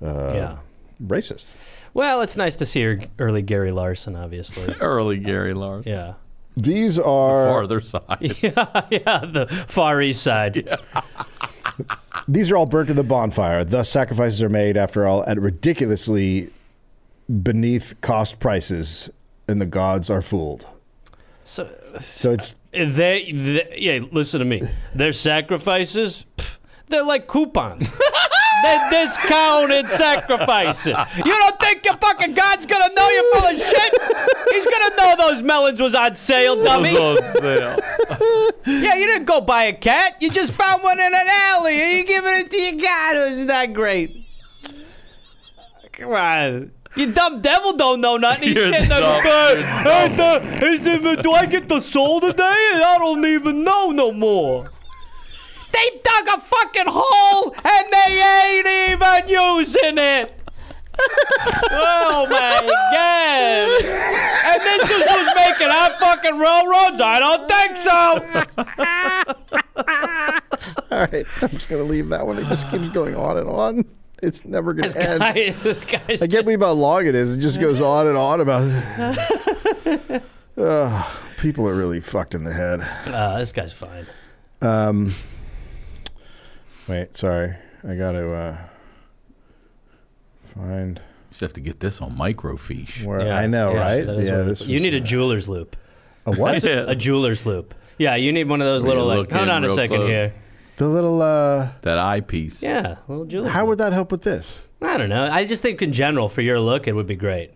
[SPEAKER 4] uh,
[SPEAKER 2] yeah.
[SPEAKER 4] racist.
[SPEAKER 2] Well, it's nice to see her early Gary Larson, obviously.
[SPEAKER 3] Early Gary Larson.
[SPEAKER 2] Yeah.
[SPEAKER 4] These are
[SPEAKER 3] Farther side.
[SPEAKER 2] Yeah, yeah, the Far East Side.
[SPEAKER 4] these are all burnt to the bonfire. Thus, sacrifices are made after all at ridiculously beneath cost prices, and the gods are fooled.
[SPEAKER 2] So
[SPEAKER 4] So it's
[SPEAKER 2] they, they, yeah, listen to me. Their sacrifices, pff, they're like coupons. They're discounted sacrifices. You don't think your fucking God's gonna know you're full of shit? He's gonna know those melons was on sale, dummy. Yeah, you didn't go buy a cat. You just found one in an alley and you giving it to your god. It was not great. Come on. You dumb devil don't know nothing. He's
[SPEAKER 3] You're
[SPEAKER 2] sitting there,
[SPEAKER 3] dumb.
[SPEAKER 2] "Hey, hey, the- is it- do I get the soul today? I don't even know no more. They dug a fucking hole and they ain't even using it. oh my god! And this is who's making our fucking railroads? I don't think so.
[SPEAKER 4] all right. I'm just gonna leave that one. It just keeps going on and on. It's never gonna end.
[SPEAKER 2] Guy- this guy's
[SPEAKER 4] I can't believe how long it is. It just goes on and on about. Ugh, people are really fucked in the head.
[SPEAKER 2] uh, this guy's fine.
[SPEAKER 4] Um, wait, sorry. I got to uh, find
[SPEAKER 3] Just have to get this on microfiche.
[SPEAKER 4] where I know,
[SPEAKER 2] yeah,
[SPEAKER 4] right?
[SPEAKER 2] that is
[SPEAKER 4] Yeah,
[SPEAKER 2] what it
[SPEAKER 4] this
[SPEAKER 2] is. you
[SPEAKER 4] was-
[SPEAKER 2] need a jeweler's loop.
[SPEAKER 4] a what?
[SPEAKER 3] Yeah.
[SPEAKER 2] A jeweler's loop. Yeah, you need one of those
[SPEAKER 3] Where you
[SPEAKER 2] little like.
[SPEAKER 3] look
[SPEAKER 2] Hold
[SPEAKER 3] in
[SPEAKER 2] on a
[SPEAKER 3] real
[SPEAKER 2] second
[SPEAKER 3] close.
[SPEAKER 2] here.
[SPEAKER 4] The little. Uh,
[SPEAKER 3] That eyepiece.
[SPEAKER 2] Yeah, a little jeweler's.
[SPEAKER 4] how
[SPEAKER 2] loop.
[SPEAKER 4] would that help with this?
[SPEAKER 2] I don't know. I just think in general for your look, it would be great.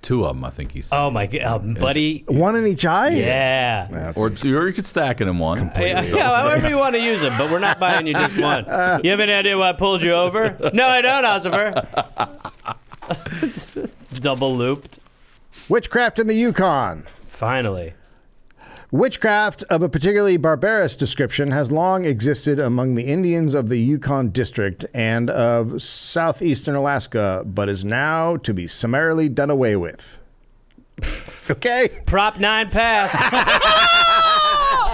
[SPEAKER 3] Two of them, I think he said.
[SPEAKER 2] Oh my god, buddy.
[SPEAKER 4] One in each eye?
[SPEAKER 2] Yeah.
[SPEAKER 4] That's-
[SPEAKER 3] Or two, or you could stack it in one.
[SPEAKER 2] Yeah, yeah, however you want to use it, but we're not buying you just one. You have any idea why I pulled you over? No, I don't, Ossifer. Double looped.
[SPEAKER 4] Witchcraft in the Yukon.
[SPEAKER 2] Finally.
[SPEAKER 4] Witchcraft of a particularly barbarous description has long existed among the Indians of the Yukon District and of southeastern Alaska, but is now to be summarily done away with. okay.
[SPEAKER 2] Prop nine pass.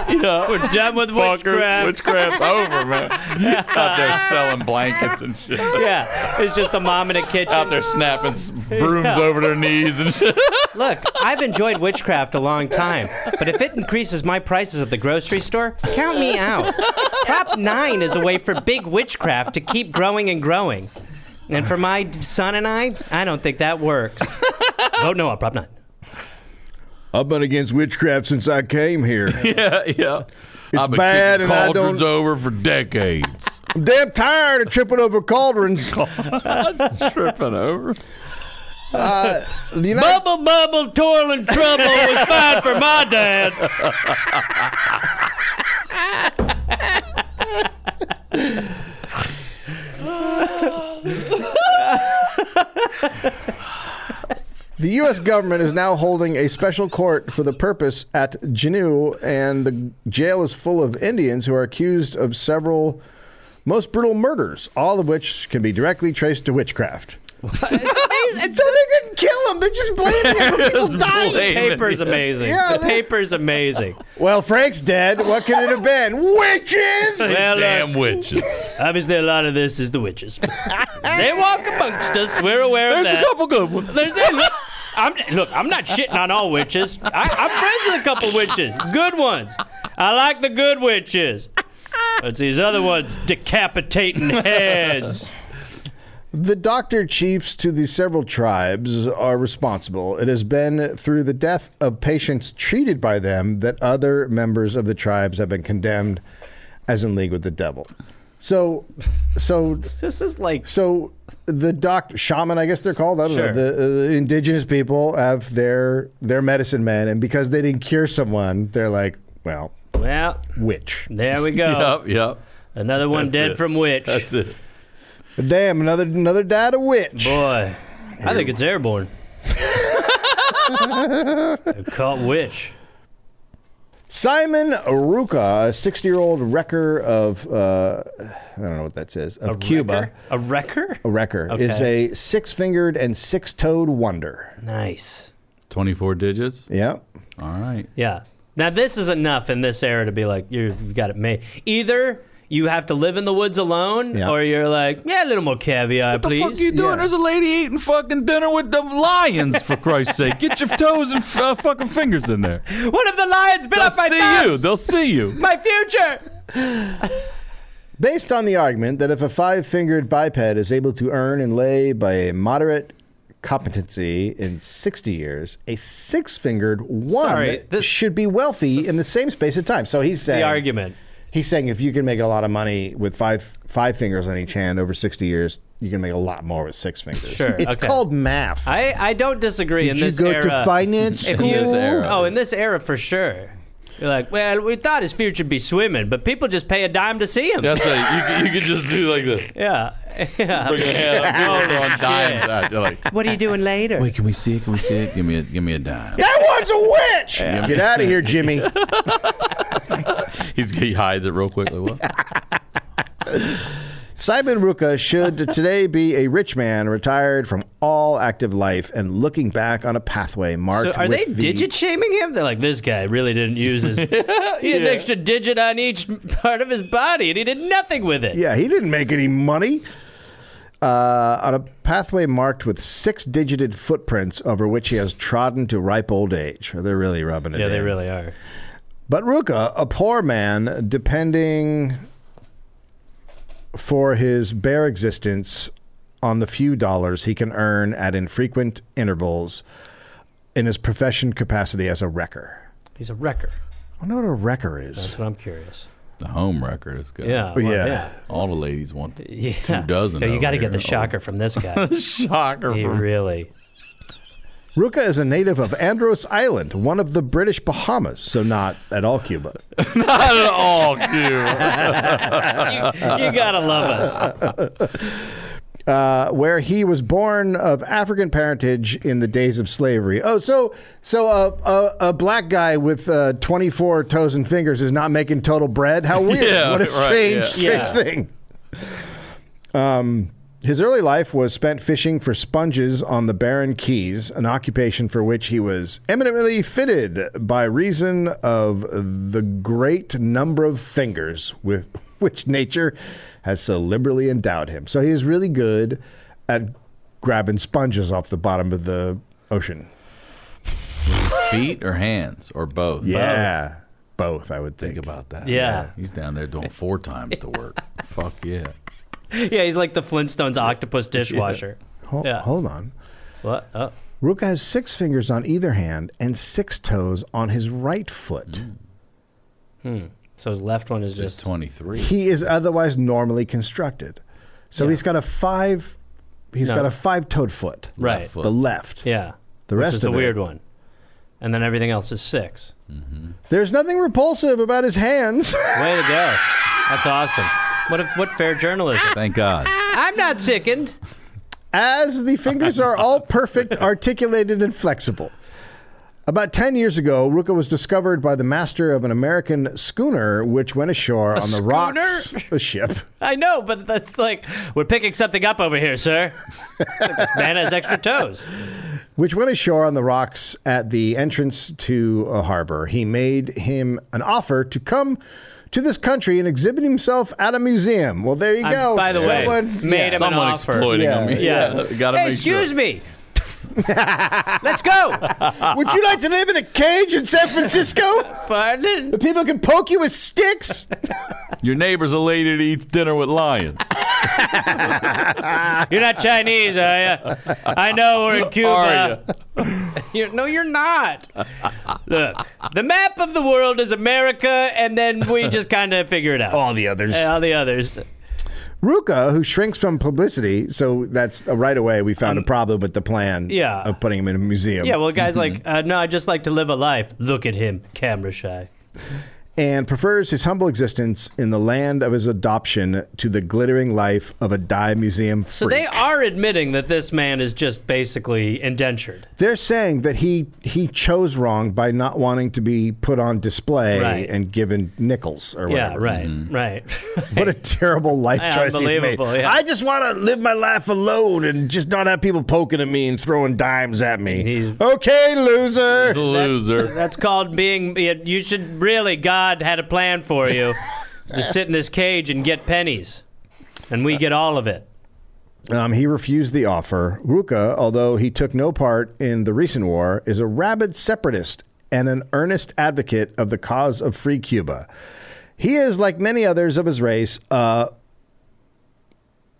[SPEAKER 2] you know, we're done with witchcraft.
[SPEAKER 3] Witchcraft's over, man. Out there selling blankets and shit.
[SPEAKER 2] yeah, it's just the mom in a kitchen.
[SPEAKER 3] Out there snapping s- brooms
[SPEAKER 2] Yeah.
[SPEAKER 3] over their knees and shit.
[SPEAKER 2] Look, I've enjoyed witchcraft a long time, but if it increases my prices at the grocery store, count me out. Prop 9 is a way for big witchcraft to keep growing and growing. And for my son and I, I don't think that works. Vote no on Prop 9.
[SPEAKER 4] I've been against witchcraft since I came here.
[SPEAKER 3] Yeah, yeah. I've been
[SPEAKER 4] bad
[SPEAKER 3] kicking
[SPEAKER 4] and I
[SPEAKER 3] cauldrons
[SPEAKER 4] don't-
[SPEAKER 3] over for decades.
[SPEAKER 4] I'm damn tired of tripping over cauldrons.
[SPEAKER 3] Tripping over.
[SPEAKER 4] The United-
[SPEAKER 2] Bubble, bubble, toil and trouble was fine for my dad.
[SPEAKER 4] The U.S. government is now holding a special court for the purpose at Janu, and the jail is full of Indians who are accused of several most brutal murders, all of which can be directly traced to witchcraft. and so they didn't kill them; they're just blaming it for people
[SPEAKER 3] Just
[SPEAKER 4] dying.
[SPEAKER 3] blame-
[SPEAKER 2] Paper's amazing.
[SPEAKER 4] Yeah,
[SPEAKER 2] the
[SPEAKER 4] that-
[SPEAKER 2] paper's amazing.
[SPEAKER 4] Well, Frank's dead. What could it have been? Witches.
[SPEAKER 2] Well, uh,
[SPEAKER 3] Damn witches.
[SPEAKER 2] obviously, a lot of this is the witches. they walk amongst us. We're aware of that.
[SPEAKER 3] good ones.
[SPEAKER 2] There's- hey, look, I'm, look, I'm not shitting on all witches. I, I'm friends with a couple witches, good ones. I like the good witches. It's these other ones decapitating heads.
[SPEAKER 4] The doctor chiefs to the several tribes are responsible. It has been through the death of patients treated by them that other members of the tribes have been condemned as in league with the devil. So, so,
[SPEAKER 2] This is like
[SPEAKER 4] so the doctor shaman, I guess they're called. I don't
[SPEAKER 2] Sure.
[SPEAKER 4] know. The uh, indigenous people have their their medicine men, and because they didn't cure someone, they're like, well,
[SPEAKER 2] well,
[SPEAKER 4] witch.
[SPEAKER 2] there we go.
[SPEAKER 3] Yep, yep.
[SPEAKER 2] Another one
[SPEAKER 3] That's
[SPEAKER 2] dead
[SPEAKER 3] it.
[SPEAKER 2] from witch.
[SPEAKER 3] That's it.
[SPEAKER 4] Damn, another another dad a witch.
[SPEAKER 2] Boy, I think it's airborne. They Caught witch.
[SPEAKER 4] Simon Ruka, a 60 year old wrecker of, uh, I don't know what that says, of Cuba.
[SPEAKER 2] A wrecker?
[SPEAKER 4] A wrecker
[SPEAKER 2] Okay.
[SPEAKER 4] is a six fingered and six toed wonder.
[SPEAKER 2] Nice.
[SPEAKER 3] 24 digits?
[SPEAKER 4] Yeah.
[SPEAKER 3] All right.
[SPEAKER 2] Yeah. Now this is enough in this era to be like you're, you've got it made. Either you have to live in the woods alone,
[SPEAKER 4] Yeah.
[SPEAKER 2] or you're like, yeah, a little more caviar, please.
[SPEAKER 3] What the fuck you doing?
[SPEAKER 4] Yeah.
[SPEAKER 3] There's a lady eating fucking dinner with the lions, for Christ's sake. Get your toes and f- uh, fucking fingers in there.
[SPEAKER 2] What if the lion's bit
[SPEAKER 3] They'll
[SPEAKER 2] up my
[SPEAKER 3] see
[SPEAKER 2] thumbs?
[SPEAKER 3] you. They'll see you.
[SPEAKER 2] My future.
[SPEAKER 4] Based on the argument that if a five fingered biped is able to earn and lay by a moderate competency in 60 years, a six fingered one
[SPEAKER 2] Sorry, this-
[SPEAKER 4] should be wealthy in the same space of time. So he's saying.
[SPEAKER 2] The argument.
[SPEAKER 4] He's saying if you can make a lot of money with five five fingers on each hand over sixty years, you can make a lot more with six fingers.
[SPEAKER 2] Sure,
[SPEAKER 4] it's
[SPEAKER 2] okay.
[SPEAKER 4] called math.
[SPEAKER 2] I, I don't disagree in
[SPEAKER 4] Did you
[SPEAKER 2] this
[SPEAKER 4] go
[SPEAKER 2] era.
[SPEAKER 4] to finance
[SPEAKER 2] If
[SPEAKER 4] school?
[SPEAKER 2] you-
[SPEAKER 3] era.
[SPEAKER 2] oh, in this era for sure. You're like, well, we thought his future would be swimming, but people just pay a dime to see him.
[SPEAKER 3] That's it. You, c- you could just do like this.
[SPEAKER 2] Yeah. Yeah.
[SPEAKER 3] Bring your hand up. People are on
[SPEAKER 2] Oh, shit.
[SPEAKER 3] dimes out. You're like,
[SPEAKER 2] What are you doing later?
[SPEAKER 3] wait, can we see it? Can we see it? Give me a, give me a dime.
[SPEAKER 4] that one's a witch.
[SPEAKER 3] Yeah.
[SPEAKER 4] Get out of here, Jimmy.
[SPEAKER 3] He's, he hides it real quickly. What?
[SPEAKER 4] Simon Ruka should today be a rich man, retired from all active life, and looking back on a pathway marked.
[SPEAKER 2] So are they
[SPEAKER 4] with the-
[SPEAKER 2] digit shaming him? They're like, this guy really didn't use his. he had an extra digit on each part of his body, and he did nothing with it.
[SPEAKER 4] Yeah, he didn't make any money. Uh, on a pathway marked with six-digited footprints over which he has trodden to ripe old age. They're really rubbing it
[SPEAKER 2] Yeah,
[SPEAKER 4] in.
[SPEAKER 2] they really are.
[SPEAKER 4] But Ruka, a poor man, depending for his bare existence on the few dollars he can earn at infrequent intervals in his profession capacity as a wrecker.
[SPEAKER 2] He's a wrecker.
[SPEAKER 4] I wonder what a wrecker is.
[SPEAKER 2] That's what I'm curious.
[SPEAKER 3] The home record is good.
[SPEAKER 2] Yeah.
[SPEAKER 4] yeah.
[SPEAKER 3] All the ladies want the
[SPEAKER 2] Yeah.
[SPEAKER 3] Oh, Two dozen
[SPEAKER 2] Yeah, you
[SPEAKER 3] over
[SPEAKER 2] got to get the
[SPEAKER 3] here.
[SPEAKER 2] shocker from this guy.
[SPEAKER 3] shocker.
[SPEAKER 2] he
[SPEAKER 3] for-
[SPEAKER 2] really.
[SPEAKER 4] Ruka is a native of Andros Island, one of the British Bahamas, so not at all Cuba.
[SPEAKER 3] Not at
[SPEAKER 2] Oh,
[SPEAKER 3] all, dude.
[SPEAKER 2] You gotta love us.
[SPEAKER 4] uh, where he was born of African parentage in the days of slavery. Oh, so so a a, a black guy with uh, 24 toes and fingers is not making total bread. How weird!
[SPEAKER 3] Yeah,
[SPEAKER 4] what a
[SPEAKER 3] right,
[SPEAKER 4] strange,
[SPEAKER 3] yeah.
[SPEAKER 4] strange
[SPEAKER 2] Yeah.
[SPEAKER 4] thing. Um, his early life was spent fishing for sponges on the Barren Keys, an occupation for which he was eminently fitted by reason of the great number of fingers with which nature has so liberally endowed him. So he was really good at grabbing sponges off the bottom of the ocean.
[SPEAKER 3] His feet or hands or both.
[SPEAKER 4] Yeah. Both, I would think.
[SPEAKER 3] Think about that.
[SPEAKER 2] Yeah.
[SPEAKER 3] He's down there doing four times the work. Fuck yeah.
[SPEAKER 2] Yeah, he's like the Flintstones octopus dishwasher.
[SPEAKER 4] Hol-
[SPEAKER 2] Yeah.
[SPEAKER 4] Hold on.
[SPEAKER 2] What? Oh.
[SPEAKER 4] Ruka has six fingers on either hand and six toes on his right foot.
[SPEAKER 3] Mm.
[SPEAKER 2] So his left one is
[SPEAKER 3] Just
[SPEAKER 2] just
[SPEAKER 3] 23.
[SPEAKER 4] he is otherwise normally constructed. So he's got a five. He's
[SPEAKER 2] No.
[SPEAKER 4] got a five-toed foot.
[SPEAKER 2] right.
[SPEAKER 3] foot.
[SPEAKER 4] The left.
[SPEAKER 2] Yeah.
[SPEAKER 4] The
[SPEAKER 2] Which
[SPEAKER 4] rest
[SPEAKER 2] is the
[SPEAKER 4] of it-
[SPEAKER 2] weird one, and then everything else is six.
[SPEAKER 4] There's nothing repulsive about his hands.
[SPEAKER 2] Way to go! That's awesome. What if, what fair journalism?
[SPEAKER 3] Thank God.
[SPEAKER 2] I'm not sickened.
[SPEAKER 4] as the fingers are all perfect, articulated, and flexible. About 10 years ago, Ruka was discovered by the master of an American schooner which went ashore on the
[SPEAKER 2] schooner?
[SPEAKER 4] rocks. A ship.
[SPEAKER 2] I know, but that's like we're picking something up over here, sir. this man has extra toes.
[SPEAKER 4] which went ashore on the rocks at the entrance to a harbor. He made him an offer to come to this country and exhibit himself at a museum. Well, there you
[SPEAKER 2] I'm-
[SPEAKER 4] go.
[SPEAKER 2] by the way,
[SPEAKER 4] Someone-
[SPEAKER 2] made him an
[SPEAKER 3] Someone
[SPEAKER 2] offer.
[SPEAKER 3] exploiting
[SPEAKER 4] Yeah,
[SPEAKER 3] him.
[SPEAKER 2] yeah.
[SPEAKER 3] Gotta
[SPEAKER 2] Hey,
[SPEAKER 3] make sure.
[SPEAKER 2] excuse me. Let's go.
[SPEAKER 4] Would you like to live in a cage in San Francisco?
[SPEAKER 2] Pardon.
[SPEAKER 4] The people can poke you with sticks.
[SPEAKER 3] Your neighbor's a lady that eats dinner with lions.
[SPEAKER 2] You're not Chinese, are you? I know we're in Cuba. You're- no, you're not. Look, the map of the world is America, and then we just kind of figure it out.
[SPEAKER 4] All the others.
[SPEAKER 2] And all the others.
[SPEAKER 4] Ruka, who shrinks from publicity, so that's uh, right away we found a problem with the plan
[SPEAKER 2] Um, yeah.
[SPEAKER 4] of putting him in a museum.
[SPEAKER 2] Yeah, well, guys, like, uh, no, I just like to live a life. Look at him, camera shy.
[SPEAKER 4] and prefers his humble existence in the land of his adoption to the glittering life of a dime museum freak.
[SPEAKER 2] So they are admitting that this man is just basically indentured.
[SPEAKER 4] They're saying that he he chose wrong by not wanting to be put on display
[SPEAKER 2] Right.
[SPEAKER 4] and given nickels or whatever.
[SPEAKER 2] Yeah, right, right.
[SPEAKER 4] What a terrible life
[SPEAKER 2] Yeah,
[SPEAKER 4] choice he's made.
[SPEAKER 2] unbelievable, yeah.
[SPEAKER 4] I just want to live my life alone and just not have people poking at me and throwing dimes at me.
[SPEAKER 2] He's-
[SPEAKER 4] okay, loser.
[SPEAKER 3] The loser.
[SPEAKER 2] That's called being. You should really. God had a plan for you. to sit in this cage and get pennies, and we get all of it.
[SPEAKER 4] Um, he refused the offer. Ruka, although he took no part in the recent war, is a rabid separatist and an earnest advocate of the cause of free Cuba. He is, like many others of his race, uh,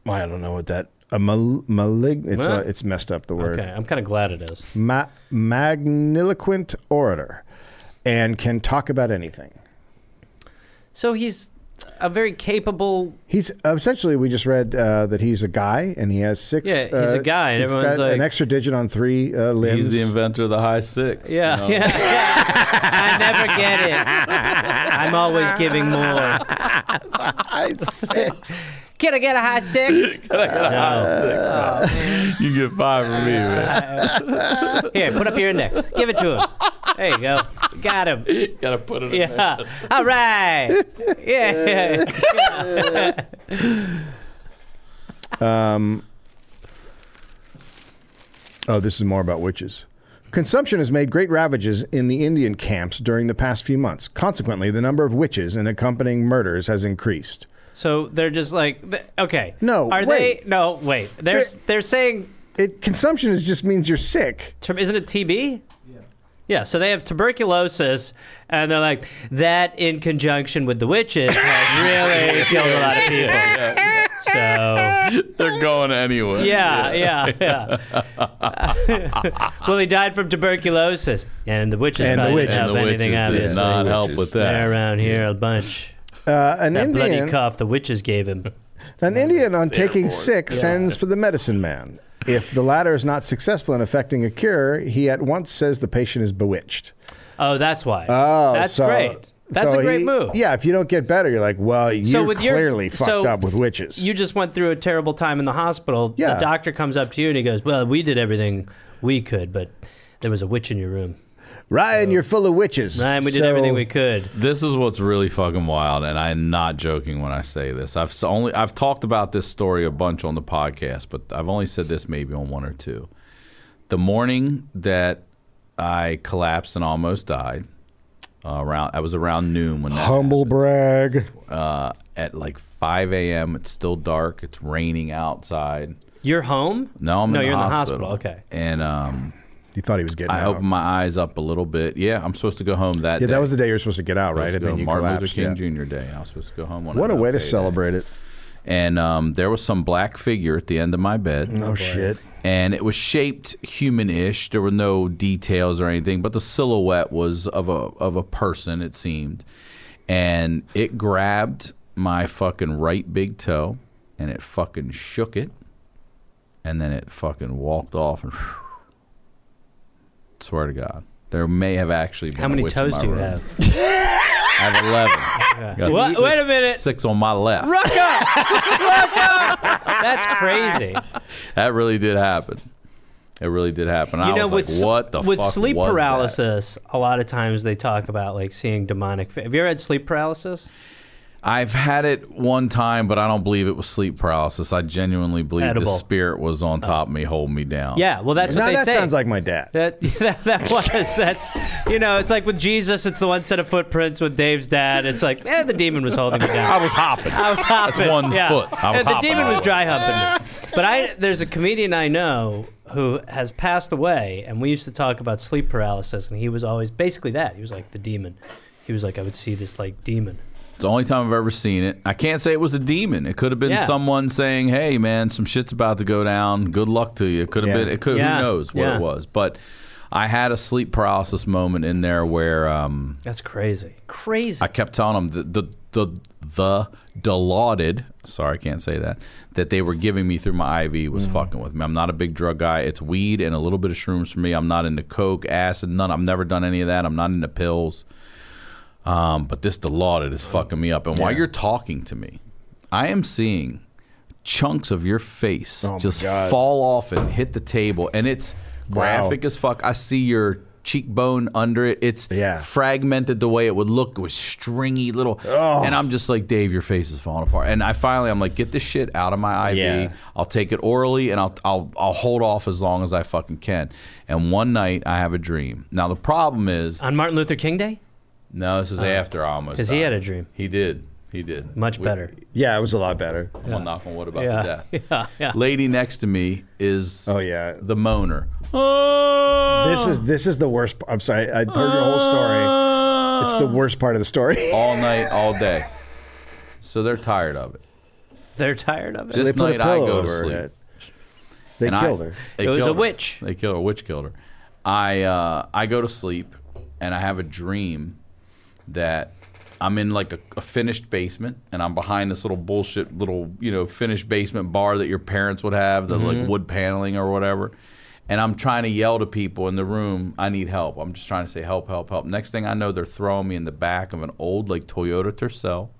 [SPEAKER 4] I don't know what that a mal- malig- it's,
[SPEAKER 2] Huh?
[SPEAKER 4] uh, it's messed up the word
[SPEAKER 2] Okay, I'm kind of glad it is.
[SPEAKER 4] ma- magniloquent orator, and can talk about anything.
[SPEAKER 2] So he's a very capable.
[SPEAKER 4] He's essentially we just read uh, that he's a guy and he has six.
[SPEAKER 2] Yeah, he's a
[SPEAKER 4] uh,
[SPEAKER 2] guy, and
[SPEAKER 4] he's
[SPEAKER 2] everyone's
[SPEAKER 4] got an
[SPEAKER 2] like-
[SPEAKER 4] extra digit on three uh, limbs.
[SPEAKER 3] He's the inventor of the high six. you
[SPEAKER 2] Yeah,
[SPEAKER 3] know?
[SPEAKER 2] yeah, I never get it. I'm always giving more.
[SPEAKER 4] I six.
[SPEAKER 2] Can I get a high six?
[SPEAKER 3] You get five from me, man.
[SPEAKER 2] Here, put up your index. Give it to him. There you go. Got him.
[SPEAKER 3] Gotta put it in there.
[SPEAKER 2] Yeah. All right. Yeah.
[SPEAKER 4] Um, Oh, this is more about witches. Consumption has made great ravages in the Indian camps during the past few months. Consequently, the number of witches and accompanying murders has increased.
[SPEAKER 2] So they're just like, th- okay.
[SPEAKER 4] No,
[SPEAKER 2] Are
[SPEAKER 4] wait.
[SPEAKER 2] they? No, wait. They're
[SPEAKER 4] They're-
[SPEAKER 2] they're, they're saying,
[SPEAKER 4] It consumption is just means you're sick.
[SPEAKER 2] tur- isn't it TB? Yeah. Yeah. So they have tuberculosis, and they're like that in conjunction with the witches has really killed a lot of people. So
[SPEAKER 3] They're going anyway.
[SPEAKER 2] yeah, yeah, yeah. well, he died from tuberculosis, and the witches
[SPEAKER 4] And the
[SPEAKER 2] probably
[SPEAKER 4] witches.
[SPEAKER 2] didn't help
[SPEAKER 3] And the
[SPEAKER 2] anything
[SPEAKER 3] witches
[SPEAKER 2] obviously.
[SPEAKER 3] did not
[SPEAKER 4] Witches.
[SPEAKER 3] help with
[SPEAKER 2] They're
[SPEAKER 3] that.
[SPEAKER 2] around here a bunch.
[SPEAKER 4] Uh, an
[SPEAKER 2] That
[SPEAKER 4] Indian,
[SPEAKER 2] bloody cough the witches gave him.
[SPEAKER 4] an Indian on taking sick sends for the medicine man. If the latter is not successful in effecting a cure, he at once says the patient is bewitched.
[SPEAKER 2] Oh, that's why.
[SPEAKER 4] Oh,
[SPEAKER 2] that's
[SPEAKER 4] so
[SPEAKER 2] great. That's
[SPEAKER 4] So
[SPEAKER 2] a great
[SPEAKER 4] he-
[SPEAKER 2] move.
[SPEAKER 4] Yeah, if you don't get better, you're like, well, you're
[SPEAKER 2] So with your-
[SPEAKER 4] clearly fucked
[SPEAKER 2] so
[SPEAKER 4] up with witches.
[SPEAKER 2] You just went through a terrible time in the hospital.
[SPEAKER 4] Yeah.
[SPEAKER 2] The doctor comes up to you and he goes, "Well, we did everything we could, but there was a witch in your room,
[SPEAKER 4] Ryan, you're full of witches.
[SPEAKER 2] and we did
[SPEAKER 4] So-
[SPEAKER 2] everything we could."
[SPEAKER 3] This is what's really fucking wild, and I'm not joking when I say this. I've s- only I've talked about this story a bunch on the podcast, but I've only said this maybe on one or two. The morning that I collapsed and almost died, uh, around I was around noon when that
[SPEAKER 4] Humble brag.
[SPEAKER 3] uh, at like 5 a.m. It's still dark. It's raining outside.
[SPEAKER 2] You're home?
[SPEAKER 3] No, I'm
[SPEAKER 2] no,
[SPEAKER 3] in
[SPEAKER 2] you're
[SPEAKER 3] the
[SPEAKER 2] in the
[SPEAKER 3] hospital.
[SPEAKER 2] hospital. Okay.
[SPEAKER 3] and um,
[SPEAKER 4] You thought he was getting
[SPEAKER 3] I
[SPEAKER 4] out.
[SPEAKER 3] opened my eyes up a little bit. Yeah, I'm supposed to go home that.
[SPEAKER 4] yeah,
[SPEAKER 3] day.
[SPEAKER 4] that was the day you were supposed to get out, right?
[SPEAKER 3] Supposed
[SPEAKER 4] And
[SPEAKER 3] to
[SPEAKER 4] then
[SPEAKER 3] go
[SPEAKER 4] you
[SPEAKER 3] Martin
[SPEAKER 4] collapsed.
[SPEAKER 3] Luther
[SPEAKER 4] yeah.
[SPEAKER 3] King Jr. Day. I was supposed to go home. on
[SPEAKER 4] What a way to
[SPEAKER 3] update day.
[SPEAKER 4] celebrate it.
[SPEAKER 3] And um, there was some black figure at the end of my bed.
[SPEAKER 4] Oh, shit.
[SPEAKER 3] and it was shaped human-ish. There were no details or anything, but the silhouette was of a of a person. It seemed, and it grabbed my fucking right big toe, and it fucking shook it, and then it fucking walked off. And swear to God, there may have actually been
[SPEAKER 2] How
[SPEAKER 3] a
[SPEAKER 2] many
[SPEAKER 3] witch in
[SPEAKER 2] toes
[SPEAKER 3] my
[SPEAKER 2] do you
[SPEAKER 3] room.
[SPEAKER 2] have?
[SPEAKER 3] I have eleven. Got
[SPEAKER 2] What?
[SPEAKER 3] six-
[SPEAKER 2] Wait a minute.
[SPEAKER 3] Six on my left.
[SPEAKER 2] Rock up! Rock up! That's crazy.
[SPEAKER 3] That really did happen. It really did happen. I
[SPEAKER 2] you know,
[SPEAKER 3] was
[SPEAKER 2] with
[SPEAKER 3] like,
[SPEAKER 2] s-
[SPEAKER 3] what the
[SPEAKER 2] with
[SPEAKER 3] fuck
[SPEAKER 2] sleep
[SPEAKER 3] was that?
[SPEAKER 2] paralysis, a lot of times they talk about like seeing demonic. Fa- have you ever had sleep paralysis?
[SPEAKER 3] I've had it one time, but I don't believe it was sleep paralysis. I genuinely believe
[SPEAKER 2] Edible. Oh.
[SPEAKER 3] the spirit was on top of me, holding me down.
[SPEAKER 2] Yeah. Well, that's
[SPEAKER 4] Now
[SPEAKER 2] what they
[SPEAKER 4] that
[SPEAKER 2] say.
[SPEAKER 4] sounds like my dad.
[SPEAKER 2] That, that that was that's you know it's like with Jesus it's the one set of footprints with Dave's dad it's like eh the demon was holding me down
[SPEAKER 3] I was hopping.
[SPEAKER 2] I was hopping
[SPEAKER 3] one
[SPEAKER 2] yeah.
[SPEAKER 3] foot. I was
[SPEAKER 2] And the
[SPEAKER 3] hopping
[SPEAKER 2] demon
[SPEAKER 3] all
[SPEAKER 2] was
[SPEAKER 3] the way.
[SPEAKER 2] dry humping me but I there's a comedian I know who has passed away and we used to talk about sleep paralysis and he was always basically that he was like the demon he was like I would see this like demon
[SPEAKER 3] It's the only time I've ever seen it. I can't say it was a demon. It could have been
[SPEAKER 2] Yeah.
[SPEAKER 3] someone saying, "Hey, man, some shit's about to go down. Good luck to you." It could have
[SPEAKER 4] Yeah.
[SPEAKER 3] been. It could.
[SPEAKER 2] Yeah.
[SPEAKER 3] Who knows what
[SPEAKER 2] Yeah.
[SPEAKER 3] it was? But I had a sleep paralysis moment in there where um,
[SPEAKER 2] that's crazy crazy
[SPEAKER 3] I kept telling them the the the, the dilaudid. Sorry, I can't say that. That they were giving me through my IV
[SPEAKER 4] Mm.
[SPEAKER 3] was fucking with me. I'm not a big drug guy. It's weed and a little bit of shrooms for me. I'm not into coke, acid, none. I've never done any of that. I'm not into pills. Um, but this dilaudid is fucking me up. And while you're talking to me, I am seeing chunks of your face
[SPEAKER 4] Oh my
[SPEAKER 3] just
[SPEAKER 4] God.
[SPEAKER 3] fall off and hit the table, and it's
[SPEAKER 4] Wow.
[SPEAKER 3] graphic as fuck. I see your cheekbone under it. It's
[SPEAKER 4] Yeah.
[SPEAKER 3] fragmented the way it would look. It was stringy little.
[SPEAKER 4] Oh.
[SPEAKER 3] And I'm just like, Dave, your face is falling apart. And I finally, I'm like, get this shit out of my IV.
[SPEAKER 4] Yeah.
[SPEAKER 3] I'll take it orally and I'll, I'll, I'll hold off as long as I fucking can. And one night I have a dream. Now, the problem is,
[SPEAKER 2] on Martin Luther King Day
[SPEAKER 3] no, this is after I almost.
[SPEAKER 2] because Uh, he
[SPEAKER 3] died.
[SPEAKER 2] had a dream
[SPEAKER 3] He did. He did.
[SPEAKER 2] much
[SPEAKER 3] We-
[SPEAKER 2] better
[SPEAKER 4] Yeah, it was a lot better.
[SPEAKER 3] I'm gonna knock on wood about the
[SPEAKER 2] yeah
[SPEAKER 3] death.
[SPEAKER 2] yeah yeah
[SPEAKER 3] Lady next to me is
[SPEAKER 4] Oh, yeah.
[SPEAKER 3] the moaner.
[SPEAKER 4] This is this is the worst. p- I'm sorry. I heard your whole story.
[SPEAKER 3] Ah.
[SPEAKER 4] It's the worst part of the story.
[SPEAKER 3] all night, all day. So they're tired of it.
[SPEAKER 2] they're tired of it
[SPEAKER 3] This
[SPEAKER 4] they put a
[SPEAKER 3] night I
[SPEAKER 4] pillow
[SPEAKER 3] go to
[SPEAKER 4] over her
[SPEAKER 3] sleep.
[SPEAKER 4] head. They
[SPEAKER 3] And I-
[SPEAKER 4] killed her.
[SPEAKER 3] they
[SPEAKER 2] It was
[SPEAKER 3] killed
[SPEAKER 2] a
[SPEAKER 3] her.
[SPEAKER 2] witch.
[SPEAKER 3] They killed her. Witch killed her. I uh, I go to sleep and I have a dream that I'm in like a, a finished basement and I'm behind this little bullshit little you know finished basement bar that your parents would have the like wood paneling or whatever. And I'm trying to yell to people in the room, I need help. I'm just trying to say help, help, help. Next thing I know, they're throwing me in the back of an old like Toyota Tercel.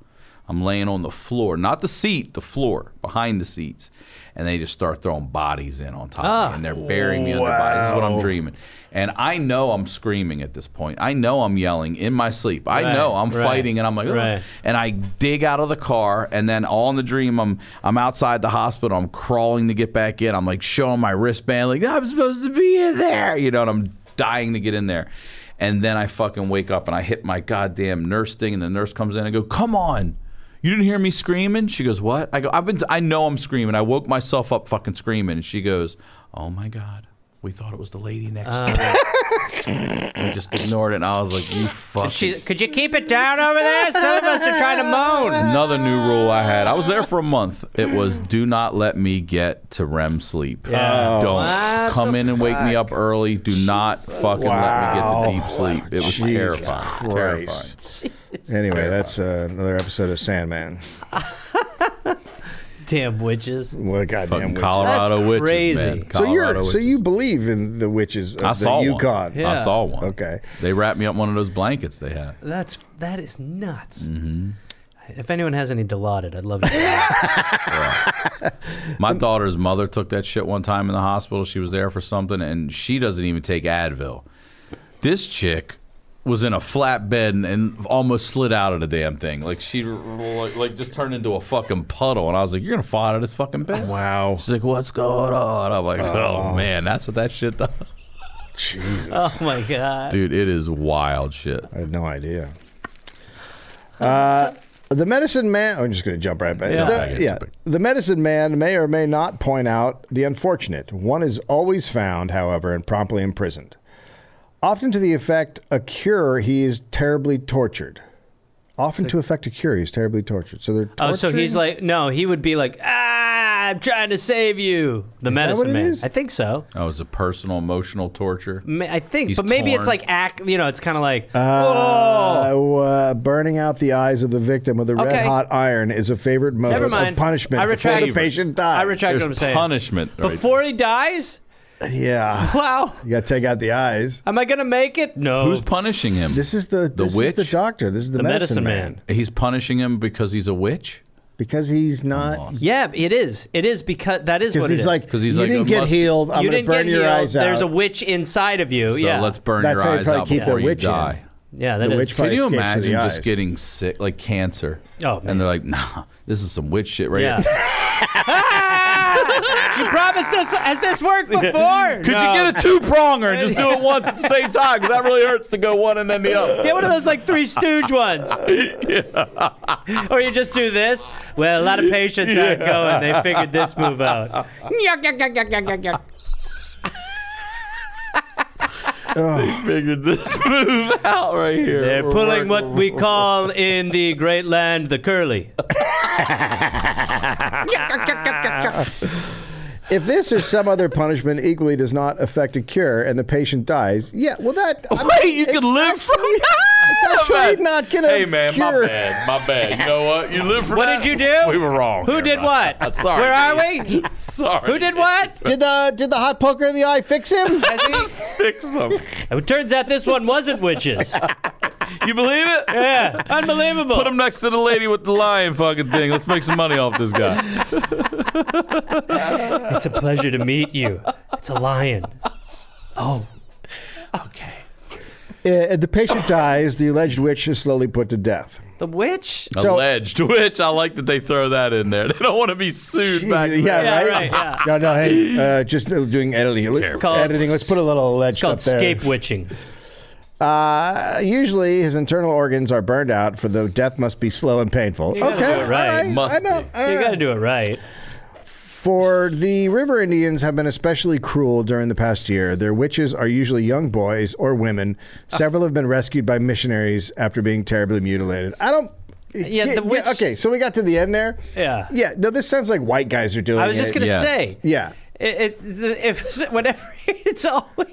[SPEAKER 3] I'm laying on the floor, not the seat, the floor behind the seats, and they just start throwing bodies in on top of me, and they're burying me under bodies. This is what I'm dreaming, and I know I'm screaming at this point. I know I'm yelling in my sleep. I
[SPEAKER 2] Right,
[SPEAKER 3] know I'm
[SPEAKER 2] right,
[SPEAKER 3] fighting, and I'm like, "Ugh."
[SPEAKER 2] right.
[SPEAKER 3] and I dig out of the car, and then all in the dream, I'm I'm outside the hospital. I'm crawling to get back in. I'm like showing my wristband, like I'm supposed to be in there, you know, and I'm dying to get in there. And then I fucking wake up and I hit my goddamn nurse thing, and the nurse comes in and I go, "Come on." You didn't hear me screaming? She goes, "What?" I go, "I've been I know I'm screaming. I woke myself up fucking screaming." And she goes, "Oh my god. We thought it was the lady next
[SPEAKER 2] Ah,
[SPEAKER 3] to me." I just ignored it and I was like, "You fucking
[SPEAKER 2] She's, could you keep it down over there? Some of us are trying to moan.
[SPEAKER 3] Another new rule I had. I was there for a month. It was do not let me get to REM sleep.
[SPEAKER 2] Yeah.
[SPEAKER 3] Don't come in and wake me up early. Do not fucking let me get to deep sleep. It was
[SPEAKER 4] Jesus
[SPEAKER 3] terrifying. Terrifying.
[SPEAKER 4] Christ. Anyway, that's uh, another episode of Sandman.
[SPEAKER 2] Damn witches.
[SPEAKER 4] Well, goddamn
[SPEAKER 3] Fucking
[SPEAKER 4] witches.
[SPEAKER 3] Colorado
[SPEAKER 2] That's
[SPEAKER 3] witches,
[SPEAKER 2] crazy.
[SPEAKER 3] man.
[SPEAKER 4] So
[SPEAKER 3] Colorado
[SPEAKER 4] you're so
[SPEAKER 3] witches.
[SPEAKER 4] you believe in the witches of
[SPEAKER 3] I
[SPEAKER 4] the
[SPEAKER 3] saw
[SPEAKER 4] Yukon?
[SPEAKER 3] one.
[SPEAKER 2] Yeah.
[SPEAKER 3] I saw one.
[SPEAKER 4] Okay.
[SPEAKER 3] They wrapped me up in one of those blankets they had.
[SPEAKER 2] That's that is nuts.
[SPEAKER 3] Mm-hmm.
[SPEAKER 2] If anyone has any Dilaudid, I'd love to. Know.
[SPEAKER 3] My daughter's mother took that shit one time in the hospital. She was there for something, and she doesn't even take Advil. This chick was in a flatbed and, and almost slid out of the damn thing. Like she, r- r- like, like just turned into a fucking puddle. And I was like, "You're gonna fall out of this fucking bed."
[SPEAKER 4] Wow.
[SPEAKER 3] She's like, "What's going on?" I'm like, "Oh, man, that's what that shit does,
[SPEAKER 4] Jesus.
[SPEAKER 2] oh my god.
[SPEAKER 3] dude. It is wild shit."
[SPEAKER 4] I had no idea. Uh, the medicine man. I'm just going to jump right back.
[SPEAKER 2] Yeah.
[SPEAKER 4] The,
[SPEAKER 3] Jump back,
[SPEAKER 4] yeah.
[SPEAKER 3] jump back.
[SPEAKER 4] The medicine man may or may not point out the unfortunate. One is always found, however, and promptly imprisoned. Often to the effect a cure, he is terribly tortured. Often to effect a cure, he is terribly tortured. So they're
[SPEAKER 2] Oh,
[SPEAKER 4] torturing?
[SPEAKER 2] so he's like, no, he would be like, ah, I'm trying to save you, the medicine
[SPEAKER 4] what it
[SPEAKER 2] man.
[SPEAKER 4] is?
[SPEAKER 2] I think so.
[SPEAKER 3] Oh, it's a personal, emotional torture.
[SPEAKER 2] Ma- Mm, I think,
[SPEAKER 3] He's
[SPEAKER 2] but maybe it's
[SPEAKER 3] torn. Ah.
[SPEAKER 2] like act. You know, it's kind of like,
[SPEAKER 4] Uh, uh, burning out the eyes of the victim with a
[SPEAKER 2] Okay.
[SPEAKER 4] red hot iron is a favorite mode
[SPEAKER 2] Never
[SPEAKER 4] of
[SPEAKER 2] mind.
[SPEAKER 4] punishment
[SPEAKER 2] I
[SPEAKER 4] before the
[SPEAKER 2] retract-
[SPEAKER 4] patient dies.
[SPEAKER 2] I retract
[SPEAKER 3] There's
[SPEAKER 2] what I'm saying.
[SPEAKER 3] punishment right
[SPEAKER 2] Before he dies,
[SPEAKER 4] Yeah.
[SPEAKER 2] wow,
[SPEAKER 4] You got to take out the eyes.
[SPEAKER 2] am I gonna make it? No.
[SPEAKER 3] Who's punishing him?
[SPEAKER 4] This is the this is
[SPEAKER 3] witch?
[SPEAKER 4] the doctor. This is the,
[SPEAKER 2] The
[SPEAKER 4] medicine,
[SPEAKER 2] medicine
[SPEAKER 4] man.
[SPEAKER 2] man.
[SPEAKER 3] He's punishing him because he's a witch.
[SPEAKER 4] because he's not
[SPEAKER 3] Lost.
[SPEAKER 2] Yeah, it is. It is because that is
[SPEAKER 4] because
[SPEAKER 2] what it
[SPEAKER 4] he's
[SPEAKER 2] is.
[SPEAKER 4] like
[SPEAKER 3] 'Cause he's
[SPEAKER 4] you
[SPEAKER 3] like,
[SPEAKER 4] didn't
[SPEAKER 3] it
[SPEAKER 4] get
[SPEAKER 3] must-
[SPEAKER 4] healed. I'm
[SPEAKER 2] you
[SPEAKER 4] gonna
[SPEAKER 2] didn't get
[SPEAKER 4] burn your
[SPEAKER 2] healed.
[SPEAKER 4] eyes out.
[SPEAKER 2] There's a witch inside of you.
[SPEAKER 3] So
[SPEAKER 2] yeah.
[SPEAKER 3] let's burn
[SPEAKER 4] That's how
[SPEAKER 3] your
[SPEAKER 4] you
[SPEAKER 3] eyes
[SPEAKER 4] probably
[SPEAKER 3] out
[SPEAKER 4] keep the
[SPEAKER 3] before you
[SPEAKER 4] witch in.
[SPEAKER 3] die.
[SPEAKER 2] Yeah, that
[SPEAKER 4] the
[SPEAKER 2] is-
[SPEAKER 4] witch
[SPEAKER 3] Can
[SPEAKER 4] probably
[SPEAKER 3] you
[SPEAKER 4] escapes through
[SPEAKER 3] imagine
[SPEAKER 4] the
[SPEAKER 3] just
[SPEAKER 4] eyes.
[SPEAKER 3] getting sick, like cancer?
[SPEAKER 2] Oh, man.
[SPEAKER 3] And they're like, nah, this is some witch shit right
[SPEAKER 2] Yeah.
[SPEAKER 3] here.
[SPEAKER 2] you promised us. Has this worked before?
[SPEAKER 3] Could you get a two pronger and just do it once at the same time? Because that really hurts to go one and then the other.
[SPEAKER 2] Get one of those like Three Stooge ones. or you just do this. Well, a lot of patients aren't going. They figured this move out.
[SPEAKER 5] Yuck, yuck, yuck, yuck, yuck, yuck, yuck.
[SPEAKER 3] Figured this move out right here.
[SPEAKER 2] They're
[SPEAKER 3] We're
[SPEAKER 2] pulling
[SPEAKER 3] working-
[SPEAKER 2] what we call in the great land the curly.
[SPEAKER 5] Yuck, yuck, yuck, yuck, yuck.
[SPEAKER 4] if this or some other punishment equally does not affect a cure and the patient dies, yeah, well that I mean,
[SPEAKER 3] Wait, you can
[SPEAKER 4] it's
[SPEAKER 3] live from
[SPEAKER 4] actually-
[SPEAKER 3] that?
[SPEAKER 4] It's actually not gonna.
[SPEAKER 3] Hey man,
[SPEAKER 4] cure.
[SPEAKER 3] my bad, my bad. You know what? You live from
[SPEAKER 2] What
[SPEAKER 3] that?
[SPEAKER 2] did you do?
[SPEAKER 3] We were wrong.
[SPEAKER 2] Who
[SPEAKER 3] there,
[SPEAKER 2] did
[SPEAKER 3] bud.
[SPEAKER 2] what?
[SPEAKER 3] Sorry.
[SPEAKER 2] Where are we?
[SPEAKER 3] Sorry.
[SPEAKER 2] Who did what?
[SPEAKER 4] Did the did the hot poker in the eye fix him?
[SPEAKER 2] Has he?
[SPEAKER 3] Fix them.
[SPEAKER 2] It turns out this one wasn't witches.
[SPEAKER 3] You believe it?
[SPEAKER 2] Yeah, unbelievable.
[SPEAKER 3] Put him next to the lady with the lion fucking thing. Let's make some money off this guy.
[SPEAKER 2] It's a pleasure to meet you. It's a lion. Oh. Okay.
[SPEAKER 4] Uh, the patient dies. The alleged witch is slowly put to death.
[SPEAKER 2] The witch?
[SPEAKER 4] So-
[SPEAKER 3] Alleged, which I like that they throw that in there. They don't want to be sued back.
[SPEAKER 4] yeah,
[SPEAKER 3] then.
[SPEAKER 2] Yeah,
[SPEAKER 4] right.
[SPEAKER 2] right, yeah.
[SPEAKER 4] No, no. Hey, uh, just doing editing. Let's,
[SPEAKER 2] Careful.
[SPEAKER 4] editing. Let's put a little alleged
[SPEAKER 2] It's called
[SPEAKER 4] up there.
[SPEAKER 2] scape witching.
[SPEAKER 4] Uh, usually, his internal organs are burned out, for the death must be slow and painful.
[SPEAKER 2] gotta
[SPEAKER 4] okay,
[SPEAKER 2] do it right.
[SPEAKER 4] all right,
[SPEAKER 3] Must
[SPEAKER 4] I know, Uh,
[SPEAKER 3] be.
[SPEAKER 4] all
[SPEAKER 2] You
[SPEAKER 4] right.
[SPEAKER 2] gotta do it right.
[SPEAKER 4] For the river Indians have been especially cruel during the past year. Their witches are usually young boys or women. Several have been rescued by missionaries after being terribly mutilated. I don't.
[SPEAKER 2] the witch-
[SPEAKER 4] okay, so we got to the end there.
[SPEAKER 2] Yeah.
[SPEAKER 4] Yeah. No, this sounds like white guys are doing.
[SPEAKER 2] I was just
[SPEAKER 4] it.
[SPEAKER 2] gonna
[SPEAKER 3] yes.
[SPEAKER 2] say.
[SPEAKER 4] Yeah.
[SPEAKER 2] It, it, the- if, whenever it's always.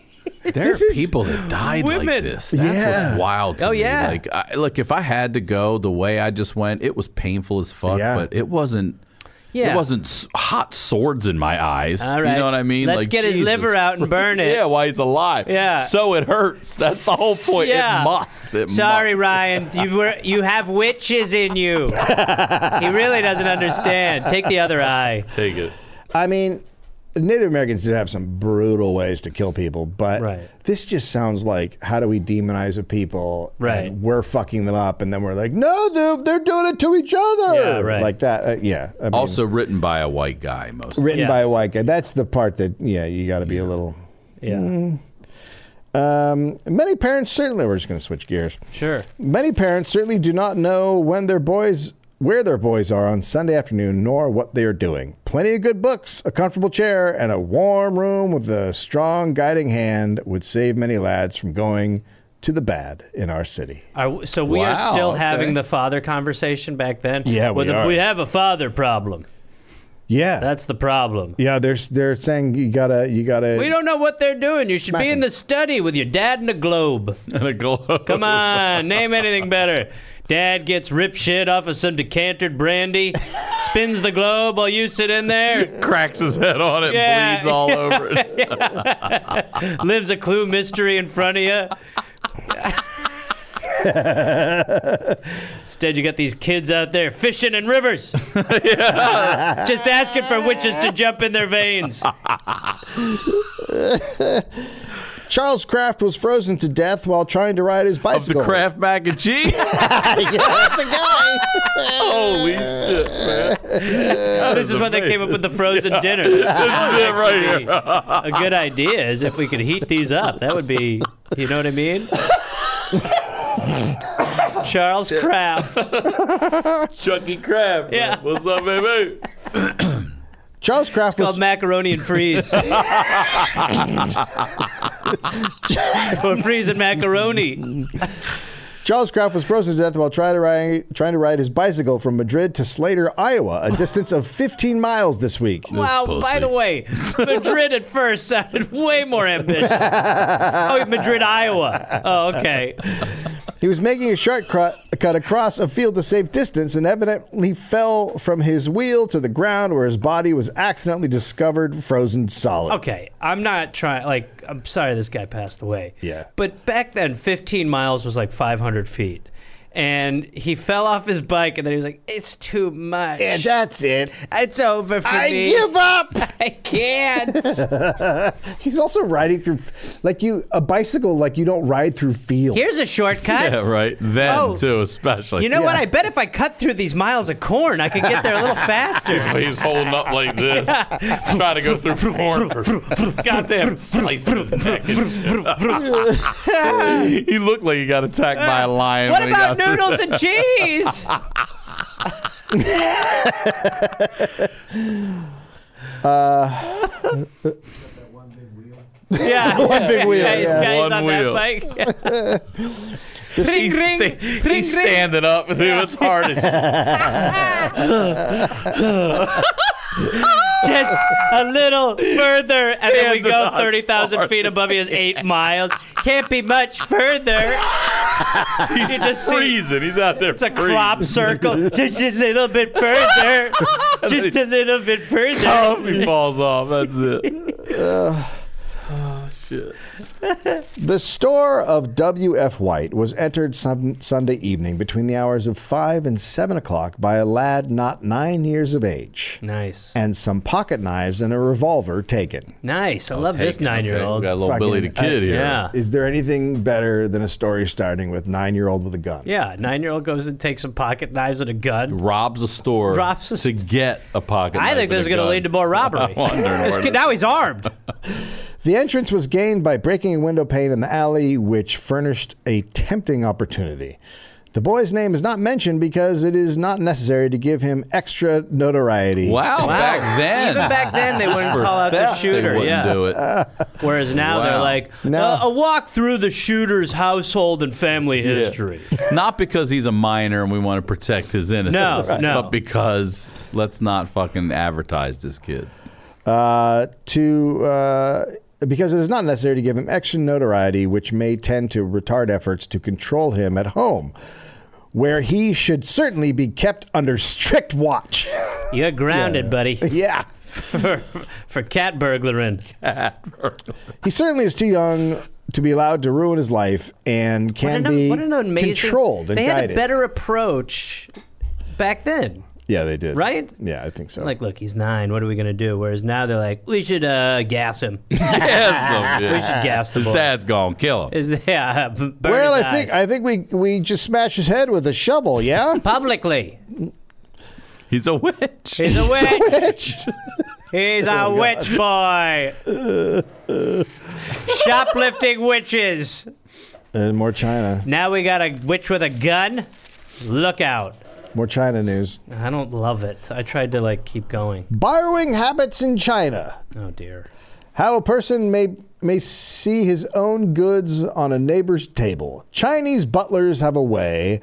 [SPEAKER 3] There
[SPEAKER 4] This
[SPEAKER 3] are
[SPEAKER 4] is-
[SPEAKER 3] people that died like
[SPEAKER 2] Women.
[SPEAKER 3] this. That's
[SPEAKER 4] Yeah.
[SPEAKER 3] what's wild to
[SPEAKER 2] Oh,
[SPEAKER 3] me.
[SPEAKER 2] yeah.
[SPEAKER 3] Like, I, look, if I had to go the way I just went, it was painful as fuck,
[SPEAKER 4] Yeah.
[SPEAKER 3] but it wasn't.
[SPEAKER 2] Yeah.
[SPEAKER 3] It wasn't s- hot swords in my eyes.
[SPEAKER 2] All right.
[SPEAKER 3] You know what I mean?
[SPEAKER 2] Let's
[SPEAKER 3] Like,
[SPEAKER 2] get his
[SPEAKER 3] Jesus.
[SPEAKER 2] liver out and burn it.
[SPEAKER 3] Yeah, while he's alive.
[SPEAKER 2] Yeah.
[SPEAKER 3] So it hurts. That's the whole point.
[SPEAKER 2] Yeah.
[SPEAKER 3] It must. It
[SPEAKER 2] Sorry,
[SPEAKER 3] must.
[SPEAKER 2] Ryan. You were you have witches in you. he really doesn't understand. Take the other eye.
[SPEAKER 3] Take it.
[SPEAKER 4] I mean, Native Americans did have some brutal ways to kill people, but
[SPEAKER 2] Right.
[SPEAKER 4] this just sounds like how do we demonize a people? and
[SPEAKER 2] Right.
[SPEAKER 4] we're fucking them up, and then we're like, no, dude, they're doing it to each other.
[SPEAKER 2] Yeah, right.
[SPEAKER 4] Like that. Uh, yeah. I mean,
[SPEAKER 3] Also written by a white guy, mostly.
[SPEAKER 4] written
[SPEAKER 2] Yeah.
[SPEAKER 4] by a white guy. That's the part that, yeah, you got to be a little.
[SPEAKER 2] Yeah.
[SPEAKER 4] Mm. Um, many parents certainly, we're just going to switch gears.
[SPEAKER 2] Sure.
[SPEAKER 4] Many parents certainly do not know when their boys where their boys are on Sunday afternoon nor what they are doing. Plenty of good books, a comfortable chair, and a warm room with a strong guiding hand would save many lads from going to the bad in our city.
[SPEAKER 2] Are, so we are
[SPEAKER 3] Wow,
[SPEAKER 2] still
[SPEAKER 3] okay.
[SPEAKER 2] having the father conversation back then.
[SPEAKER 4] Yeah, we
[SPEAKER 2] Well, the-
[SPEAKER 4] are.
[SPEAKER 2] We have a father problem.
[SPEAKER 4] Yeah.
[SPEAKER 2] That's the problem.
[SPEAKER 4] yeah, they're they're saying you gotta you gotta.
[SPEAKER 2] We don't know what they're doing. You should
[SPEAKER 4] Smack
[SPEAKER 2] be in
[SPEAKER 4] him.
[SPEAKER 2] the study with your dad and a globe.
[SPEAKER 3] And a globe.
[SPEAKER 2] Come on, name anything better. Dad gets rip shit off of some decantered brandy, spins the globe while you sit in there,
[SPEAKER 3] Cracks his head on it,
[SPEAKER 2] Yeah.
[SPEAKER 3] bleeds all over it.
[SPEAKER 2] lives a clue mystery in front of you. Instead, you got these kids out there fishing in rivers, just asking for witches to jump in their veins.
[SPEAKER 4] Charles Kraft was frozen to death while trying to ride his
[SPEAKER 3] Of the
[SPEAKER 4] bicycle.
[SPEAKER 3] Kraft mac and cheese.
[SPEAKER 4] the guy.
[SPEAKER 3] Holy shit, man. Oh,
[SPEAKER 2] this is when they came up with the frozen dinner. this is
[SPEAKER 3] it right here.
[SPEAKER 2] a good idea is if we could heat these up. That would be, you know what I mean? Charles Kraft.
[SPEAKER 3] Chucky E. Kraft.
[SPEAKER 2] Yeah.
[SPEAKER 3] man. What's up, baby?
[SPEAKER 4] Charles Kraft
[SPEAKER 2] Called
[SPEAKER 4] was
[SPEAKER 2] macaroni and freeze. or freezing macaroni.
[SPEAKER 4] Charles Kraft was frozen to death while trying to ride trying to ride his bicycle from Madrid to Slater, Iowa, a distance of 15 miles this week.
[SPEAKER 2] Wow,
[SPEAKER 3] pussy.
[SPEAKER 2] by the way, Madrid at first sounded way more ambitious. Oh, Madrid, Iowa. Oh, okay.
[SPEAKER 4] He was making a shortcut cut across a field to save distance and evidently fell from his wheel to the ground where his body was accidentally discovered frozen solid.
[SPEAKER 2] Okay, I'm not trying. Like, I'm sorry this guy passed away.
[SPEAKER 4] Yeah.
[SPEAKER 2] But back then, 15 miles was like 500 feet, and he fell off his bike, and then he was like, "It's too much.
[SPEAKER 4] And that's it.
[SPEAKER 2] it's over for
[SPEAKER 4] I
[SPEAKER 2] me.
[SPEAKER 4] give up.
[SPEAKER 2] I can't."
[SPEAKER 4] He's also riding through like you a bicycle like you don't ride through fields.
[SPEAKER 2] Here's a shortcut.
[SPEAKER 3] Yeah, right. Then,
[SPEAKER 2] Oh.
[SPEAKER 3] too, especially.
[SPEAKER 2] You know what?
[SPEAKER 4] Yeah.
[SPEAKER 2] I bet if I cut through these miles of corn, I could get there a little faster.
[SPEAKER 3] He's holding up like this, trying to go through corn. Goddamn, slice his neck. and shit. he looked like he got attacked by a lion.
[SPEAKER 2] Uh, What
[SPEAKER 3] when
[SPEAKER 2] about
[SPEAKER 3] he got through
[SPEAKER 2] noodles and cheese? Yeah, one
[SPEAKER 4] big wheel,
[SPEAKER 2] Yeah, he's,
[SPEAKER 4] yeah.
[SPEAKER 2] yeah, he's
[SPEAKER 3] One
[SPEAKER 2] on that
[SPEAKER 3] wheel.
[SPEAKER 2] bike.
[SPEAKER 3] that.
[SPEAKER 2] Ring,
[SPEAKER 3] He's,
[SPEAKER 2] ring,
[SPEAKER 3] sta-
[SPEAKER 2] ring, ring.
[SPEAKER 3] he's standing up. Dude, it's hard as shit.
[SPEAKER 2] Just a little further, and then we
[SPEAKER 3] Stand
[SPEAKER 2] go
[SPEAKER 3] on
[SPEAKER 2] 30,000 feet above you is eight miles. Can't be much further.
[SPEAKER 3] He's
[SPEAKER 2] You just see-
[SPEAKER 3] freezing. he's out there
[SPEAKER 2] It's a crop circle. Just a little bit further. Just a little bit further.
[SPEAKER 3] Oh, he falls off. That's it.
[SPEAKER 4] Uh,
[SPEAKER 3] Oh,
[SPEAKER 4] The store of W.F. White was entered sun- Sunday evening between the hours of 5 and 7 o'clock by a lad not nine years of age,
[SPEAKER 2] Nice.
[SPEAKER 4] and some pocket knives and a revolver taken.
[SPEAKER 2] Nice. I love this nine year old.
[SPEAKER 3] We got a little Billy the
[SPEAKER 4] Fucking- I- uh,
[SPEAKER 3] Kid here.
[SPEAKER 2] Yeah.
[SPEAKER 4] Is there anything better than a story starting with nine year old with a gun?
[SPEAKER 2] Yeah. Nine year old goes and takes some pocket knives and a gun.
[SPEAKER 3] Robs a store
[SPEAKER 2] Robs a
[SPEAKER 3] to
[SPEAKER 2] st-
[SPEAKER 3] get a pocket.
[SPEAKER 2] I
[SPEAKER 3] knife
[SPEAKER 2] think
[SPEAKER 3] and
[SPEAKER 2] this is
[SPEAKER 3] a
[SPEAKER 2] going to
[SPEAKER 3] gun.
[SPEAKER 2] lead to more robbery.
[SPEAKER 3] I'm wondering
[SPEAKER 2] This
[SPEAKER 3] where
[SPEAKER 2] kid,
[SPEAKER 3] this-
[SPEAKER 2] now he's armed.
[SPEAKER 4] The entrance was gained by breaking a window pane in the alley, which furnished a tempting opportunity. The boy's name is not mentioned because it is not necessary to give him extra notoriety.
[SPEAKER 3] Wow, back then.
[SPEAKER 2] Even back then, they wouldn't
[SPEAKER 3] For
[SPEAKER 2] call out the
[SPEAKER 3] theft, They
[SPEAKER 2] shooter.
[SPEAKER 3] wouldn't
[SPEAKER 2] Yeah.
[SPEAKER 3] do it.
[SPEAKER 2] Whereas now
[SPEAKER 3] Wow.
[SPEAKER 2] they're like,
[SPEAKER 4] No.
[SPEAKER 2] "Uh, a walk through the shooter's household and family history.
[SPEAKER 3] Not because he's a minor and we want to protect his innocence.
[SPEAKER 2] No, no.
[SPEAKER 3] But because let's not fucking advertise this kid.
[SPEAKER 4] uh, to uh, because it is not necessary to give him extra notoriety, which may tend to retard efforts to control him at home, where he should certainly be kept under strict watch.
[SPEAKER 2] You're grounded, buddy,
[SPEAKER 4] yeah.
[SPEAKER 2] for, for cat burglaring.
[SPEAKER 4] He certainly is too young to be allowed to ruin his life and can be controlled and
[SPEAKER 2] They
[SPEAKER 4] guided.
[SPEAKER 2] had a better approach back then.
[SPEAKER 4] yeah, they did.
[SPEAKER 2] Right?
[SPEAKER 4] Yeah, I think so.
[SPEAKER 2] Like, look, he's nine. What are we gonna do? Whereas now they're like, we should uh, gas him. we should
[SPEAKER 3] yes, we
[SPEAKER 2] gas the
[SPEAKER 3] His
[SPEAKER 2] boy.
[SPEAKER 3] dad's gone. Kill him.
[SPEAKER 2] Is yeah. burn
[SPEAKER 4] well,
[SPEAKER 2] his
[SPEAKER 4] I think
[SPEAKER 2] eyes.
[SPEAKER 4] I think we we just smash his head with a shovel. Yeah.
[SPEAKER 2] publicly.
[SPEAKER 3] He's a witch.
[SPEAKER 2] He's a witch.
[SPEAKER 4] Bitch.
[SPEAKER 2] He's a
[SPEAKER 4] Oh
[SPEAKER 2] witch boy. Shoplifting witches.
[SPEAKER 4] and more China,
[SPEAKER 2] Now we got a witch with a gun. Look out.
[SPEAKER 4] more China news.
[SPEAKER 2] I don't love it. I tried to like keep going.
[SPEAKER 4] Borrowing habits in China.
[SPEAKER 2] Oh dear.
[SPEAKER 4] How a person may may see his own goods on a neighbor's table. Chinese butlers have a way.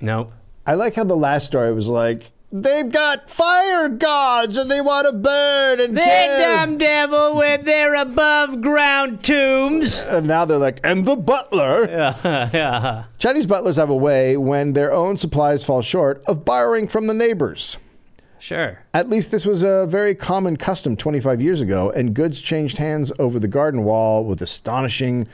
[SPEAKER 2] Nope.
[SPEAKER 4] I like how the last story was like They've got fire gods and they want to burn and
[SPEAKER 2] They
[SPEAKER 4] kill.
[SPEAKER 2] dumb devil with their above ground tombs.
[SPEAKER 4] And now they're like, and the butler.
[SPEAKER 2] yeah.
[SPEAKER 4] Chinese butlers have a way when their own supplies fall short of borrowing from the neighbors.
[SPEAKER 2] Sure.
[SPEAKER 4] At least this was a very common custom 25 years ago, and goods changed hands over the garden wall with astonishing.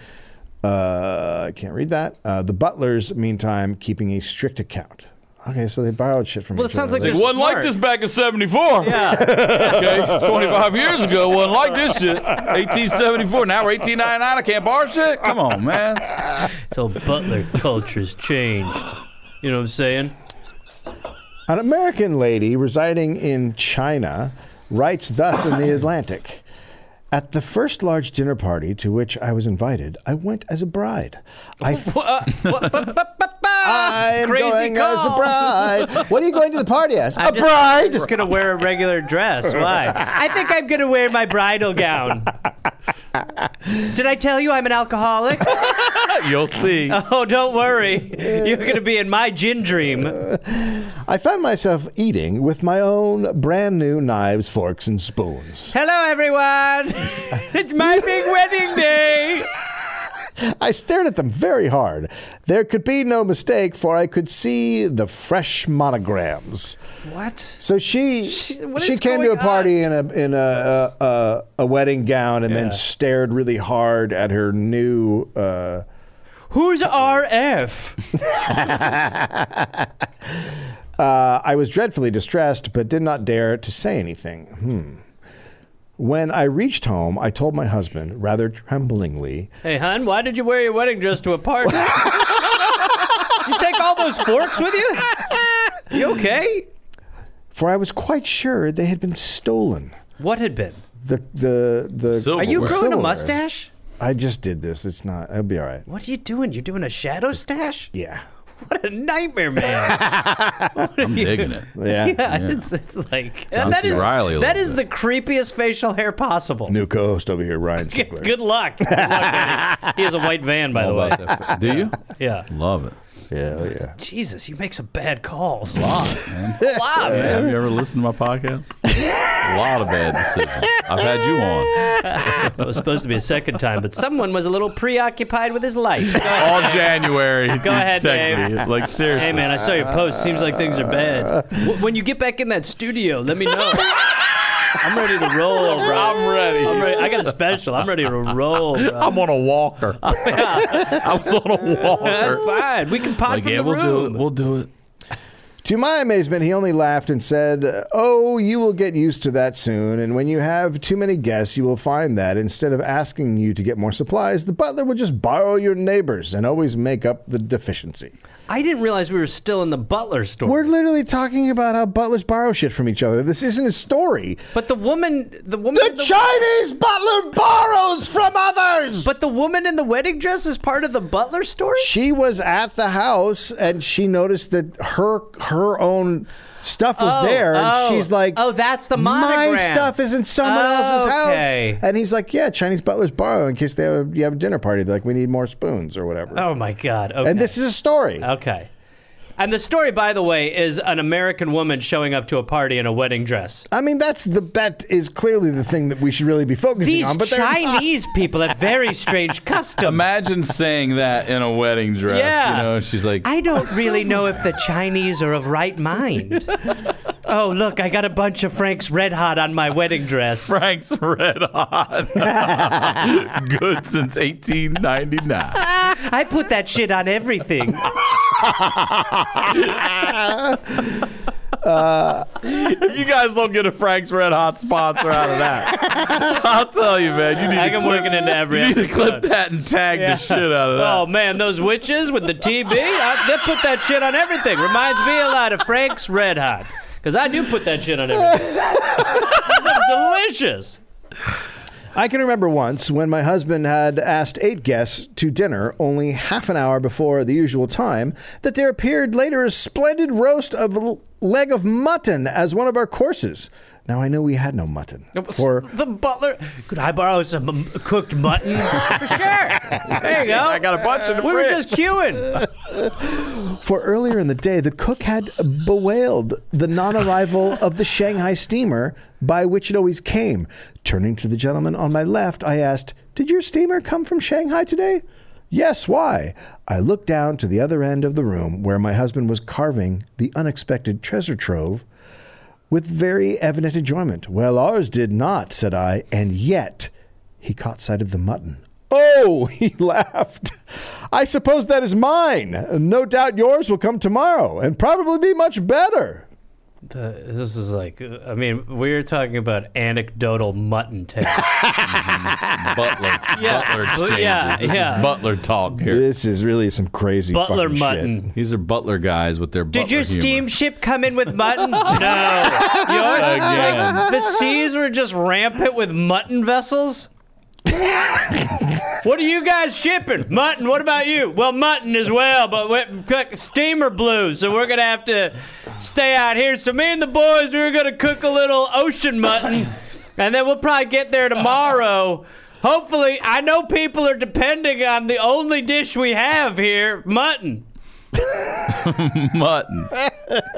[SPEAKER 4] Uh, I can't read that. Uh, the butlers, meantime, keeping a strict account. Okay, so they borrowed shit from
[SPEAKER 2] Well,
[SPEAKER 4] each
[SPEAKER 2] it sounds
[SPEAKER 4] other.
[SPEAKER 2] like
[SPEAKER 4] They-
[SPEAKER 2] they're-
[SPEAKER 3] Wasn't like
[SPEAKER 2] Smart.
[SPEAKER 3] this back in '74.
[SPEAKER 2] Yeah.
[SPEAKER 3] Okay, 25 years ago, wasn't like this shit. 1874. Now we're 1899. I can't borrow shit. Come on, man.
[SPEAKER 2] so butler culture's changed. You know what I'm saying?
[SPEAKER 4] An American lady residing in China writes thus in The Atlantic At the first large dinner party to which I was invited, I went as a bride. I I am
[SPEAKER 2] Crazy
[SPEAKER 4] going as a
[SPEAKER 2] call.
[SPEAKER 4] bride. What are you going to the party as? A
[SPEAKER 2] just-
[SPEAKER 4] bride.
[SPEAKER 2] Just gonna wear a regular dress. Why? I think I'm gonna wear my bridal gown. Did I tell you I'm an alcoholic?
[SPEAKER 3] You'll see.
[SPEAKER 2] Oh, don't worry. You're gonna be in my gin dream.
[SPEAKER 4] I found myself eating with my own brand new knives, forks, and spoons.
[SPEAKER 2] Hello, everyone. it's my big wedding day.
[SPEAKER 4] I stared at them very hard. There could be no mistake, for I could see the fresh monograms.
[SPEAKER 2] What?
[SPEAKER 4] So she she,
[SPEAKER 2] She- what is
[SPEAKER 4] came to a
[SPEAKER 2] going
[SPEAKER 4] party in a in a a, a, a wedding gown and then stared really hard at her new. Uh,
[SPEAKER 2] Who's RF?
[SPEAKER 4] Uh, I was dreadfully distressed, but did not dare to say anything. Hmm. When I reached home, I told my husband, rather tremblingly,
[SPEAKER 2] Hey, hon, why did you wear your wedding dress to a party? you take all those forks with you? You okay?
[SPEAKER 4] for I was quite sure they had been stolen.
[SPEAKER 2] What had been?
[SPEAKER 4] The the the.
[SPEAKER 3] Silver.
[SPEAKER 2] Are you
[SPEAKER 3] Silverware.
[SPEAKER 2] growing a
[SPEAKER 4] Silverware.
[SPEAKER 2] mustache?
[SPEAKER 4] I just did this. It's not. It'll be all right.
[SPEAKER 2] What are you doing? You're doing a shadow stash?
[SPEAKER 4] Yeah.
[SPEAKER 2] What a nightmare, man.
[SPEAKER 3] I'm digging it.
[SPEAKER 4] Yeah.
[SPEAKER 2] It's, it's like
[SPEAKER 3] John
[SPEAKER 2] that
[SPEAKER 3] C.
[SPEAKER 2] is
[SPEAKER 3] Reilly a
[SPEAKER 2] that
[SPEAKER 3] little
[SPEAKER 2] is the creepiest facial hair possible.
[SPEAKER 4] New co-host over here, Ryan
[SPEAKER 2] Good,
[SPEAKER 4] Sickler.
[SPEAKER 2] good luck. Good luck, buddy. he has a white van, by the way.
[SPEAKER 3] Do you?
[SPEAKER 2] Yeah.
[SPEAKER 3] Love it.
[SPEAKER 4] Yeah. oh Yeah.
[SPEAKER 2] Jesus, you make some bad calls.
[SPEAKER 3] A lot, man.
[SPEAKER 2] Wow, man.
[SPEAKER 3] Have you ever listened to my podcast? a lot of bad decisions. I've had you on
[SPEAKER 2] That was supposed to be a second time, but someone was a little preoccupied with his life.
[SPEAKER 3] all January. Go
[SPEAKER 2] ahead, Dave.
[SPEAKER 3] Me. Like seriously.
[SPEAKER 2] Hey man, I saw your post. Seems like things are bad. W- When you get back in that studio, let me know. I'm ready to roll, bro.
[SPEAKER 3] I'm ready.
[SPEAKER 2] I'm ready. I got a special. I'm ready to roll, bro.
[SPEAKER 3] I'm on a walker.
[SPEAKER 2] Oh,
[SPEAKER 3] I was on a
[SPEAKER 2] That's
[SPEAKER 3] walker.
[SPEAKER 2] fine. We can pod
[SPEAKER 3] Like,
[SPEAKER 2] from
[SPEAKER 3] yeah,
[SPEAKER 2] the
[SPEAKER 3] we'll do it.
[SPEAKER 2] room.
[SPEAKER 3] We'll do it.
[SPEAKER 4] To my amazement, he only laughed and said, Oh, you will get used to that soon. And when you have too many guests, you will find that instead of asking you to get more supplies, the butler will just borrow your neighbors and always make up the deficiency.
[SPEAKER 2] I didn't realize we were still in the butler store.
[SPEAKER 4] We're literally talking about how butlers borrow shit from each other. This isn't a story.
[SPEAKER 2] but the woman, the woman,
[SPEAKER 4] The
[SPEAKER 2] in
[SPEAKER 4] Chinese butler borrows from others.
[SPEAKER 2] but the woman in the wedding dress is part of the butler story.
[SPEAKER 4] she was at the house and she noticed that her her own stuff was
[SPEAKER 2] Oh,
[SPEAKER 4] there and
[SPEAKER 2] oh,
[SPEAKER 4] she's like
[SPEAKER 2] oh, that's the
[SPEAKER 4] my
[SPEAKER 2] monogram."
[SPEAKER 4] stuff is in someone else's
[SPEAKER 2] Okay.
[SPEAKER 4] house and he's like yeah chinese butlers borrow in case they have, you have a dinner party they're like we need more spoons or whatever
[SPEAKER 2] Oh my god. Okay.
[SPEAKER 4] and this is a story
[SPEAKER 2] okay. And the story, by the way, is an American woman showing up to a party in a wedding dress.
[SPEAKER 4] i mean that's the that is clearly the thing that we should really be focusing
[SPEAKER 2] These
[SPEAKER 4] on but they're not.
[SPEAKER 2] Chinese people have very strange customs.
[SPEAKER 3] Imagine saying that in a wedding dress.
[SPEAKER 2] Yeah.
[SPEAKER 3] You know, and she's like,
[SPEAKER 2] I don't really know if the Chinese are of right mind. oh, look, I got a bunch of Frank's Red Hot on my wedding dress.
[SPEAKER 3] Frank's Red Hot. Good since 1899.
[SPEAKER 2] I put that shit on everything.
[SPEAKER 3] If you guys don't get a Frank's Red Hot sponsor out of that, I'll tell you, man. You need
[SPEAKER 2] I
[SPEAKER 3] to
[SPEAKER 2] can
[SPEAKER 3] clip,
[SPEAKER 2] work it into every
[SPEAKER 3] You need to
[SPEAKER 2] episode.
[SPEAKER 3] clip that and tag
[SPEAKER 2] Yeah.
[SPEAKER 3] the shit out of that.
[SPEAKER 2] Oh man, those witches with the TB, I, they put that shit on everything. Reminds me a lot of Frank's Red Hot. Because I do put that shit on everything. It's delicious.
[SPEAKER 4] I can remember once when my husband had asked eight guests to dinner only half an hour before the usual time that there appeared later a splendid roast of l- leg of mutton as one of our courses. Now I know we had no mutton. For
[SPEAKER 2] the butler. Could I borrow some um, cooked mutton? For sure. There you go. I got a bunch of. Uh, We were just queuing.
[SPEAKER 4] for earlier in the day, the cook had bewailed the non-arrival of the Shanghai steamer by which it always came. Turning to the gentleman on my left, I asked, "Did your steamer come from Shanghai today?" Yes, why? I looked down to the other end of the room where my husband was carving the unexpected treasure trove with very evident enjoyment. Well, ours did not, said I, and yet he caught sight of the mutton. Oh, he laughed. I suppose that is mine. No doubt yours will come tomorrow and probably be much better.
[SPEAKER 2] The- this is like, uh, I mean, we were talking about anecdotal mutton taste.
[SPEAKER 3] Butler, Butler exchanges.
[SPEAKER 2] yeah,
[SPEAKER 3] this
[SPEAKER 2] yeah.
[SPEAKER 3] is Butler talk here.
[SPEAKER 4] This is really some crazy
[SPEAKER 2] Butler
[SPEAKER 4] fucking shit.
[SPEAKER 2] mutton.
[SPEAKER 3] These are Butler guys with their Butler
[SPEAKER 2] Did your
[SPEAKER 3] humor.
[SPEAKER 2] steamship come in with mutton? no. You always-
[SPEAKER 3] Again.
[SPEAKER 2] like, the seas were just rampant with mutton vessels. what are you guys shipping? Mutton. What about you? Well, mutton as well, but we- cook- steamer blew, so we're gonna have to stay out here. So me and the boys, we were gonna cook a little ocean mutton, and then we'll probably get there tomorrow. Hopefully, I know people are depending on the only dish we have here, mutton.
[SPEAKER 3] mutton.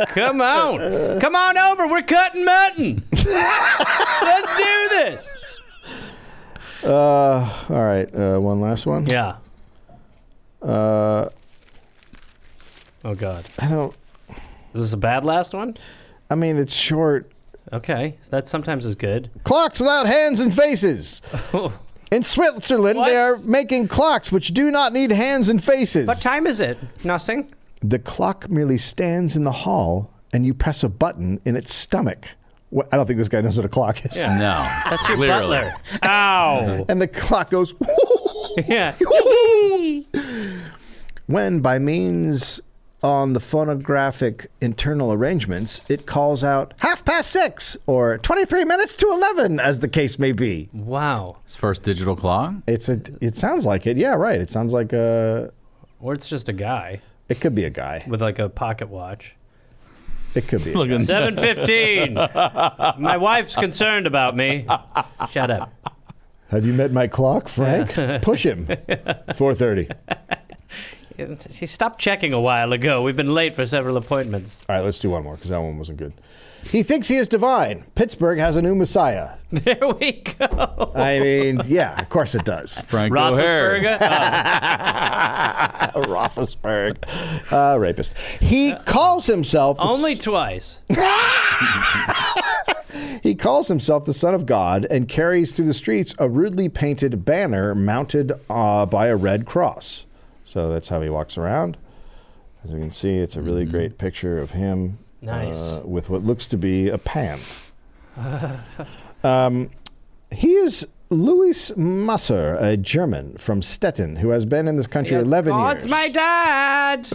[SPEAKER 2] Come on. Come on over. We're cutting mutton. Let's do this.
[SPEAKER 4] Uh, all right, uh, one last one.
[SPEAKER 2] Yeah.
[SPEAKER 4] Uh,
[SPEAKER 2] Oh, God.
[SPEAKER 4] I don't.
[SPEAKER 2] Is this a bad last one?
[SPEAKER 4] I mean, it's short.
[SPEAKER 2] Okay. That sometimes is good.
[SPEAKER 4] Clocks without hands and faces. In Switzerland,
[SPEAKER 2] What?
[SPEAKER 4] they are making clocks which do not need hands and faces.
[SPEAKER 2] What time is it? Nothing.
[SPEAKER 4] The clock merely stands in the hall, and you press a button in its stomach. What, I don't think this guy knows what a clock is.
[SPEAKER 3] No.
[SPEAKER 2] That's your
[SPEAKER 3] Clearly.
[SPEAKER 2] butler. Ow.
[SPEAKER 4] And the clock goes.
[SPEAKER 2] yeah.
[SPEAKER 4] when by means on the phonographic internal arrangements it calls out half past six or 23 minutes to 11 as the case may be
[SPEAKER 2] Wow.
[SPEAKER 3] It's first digital clock.
[SPEAKER 4] it's a it sounds like it yeah right it sounds like a
[SPEAKER 2] Or it's just a guy
[SPEAKER 4] it could be a guy
[SPEAKER 2] with like a pocket watch.
[SPEAKER 4] it could be a
[SPEAKER 3] Look
[SPEAKER 4] guy.
[SPEAKER 3] at that.
[SPEAKER 2] 7.15. My wife's concerned about me. Shut up.
[SPEAKER 4] have you met my clock frank push him 4.30 all
[SPEAKER 2] She stopped checking a while ago. We've been late for several appointments.
[SPEAKER 4] right let's do one more because that one wasn't good he thinks he is divine pittsburgh has a new messiah
[SPEAKER 2] There we go.
[SPEAKER 4] i mean yeah of course it does
[SPEAKER 3] Frank O'Hare.
[SPEAKER 2] Roethlisberger. Oh,
[SPEAKER 4] Roethlisberg, uh, rapist. He calls himself the
[SPEAKER 2] only
[SPEAKER 4] s-
[SPEAKER 2] twice.
[SPEAKER 4] he calls himself the Son of God and carries through the streets a rudely painted banner mounted uh, by a red cross. So that's how he walks around. As you can see, it's a really great picture of him
[SPEAKER 2] Nice.
[SPEAKER 4] uh, with what looks to be a pan. um, he is Louis Masser, a German from Stettin who has been in this country 11
[SPEAKER 2] oh,
[SPEAKER 4] years.
[SPEAKER 2] it's my dad.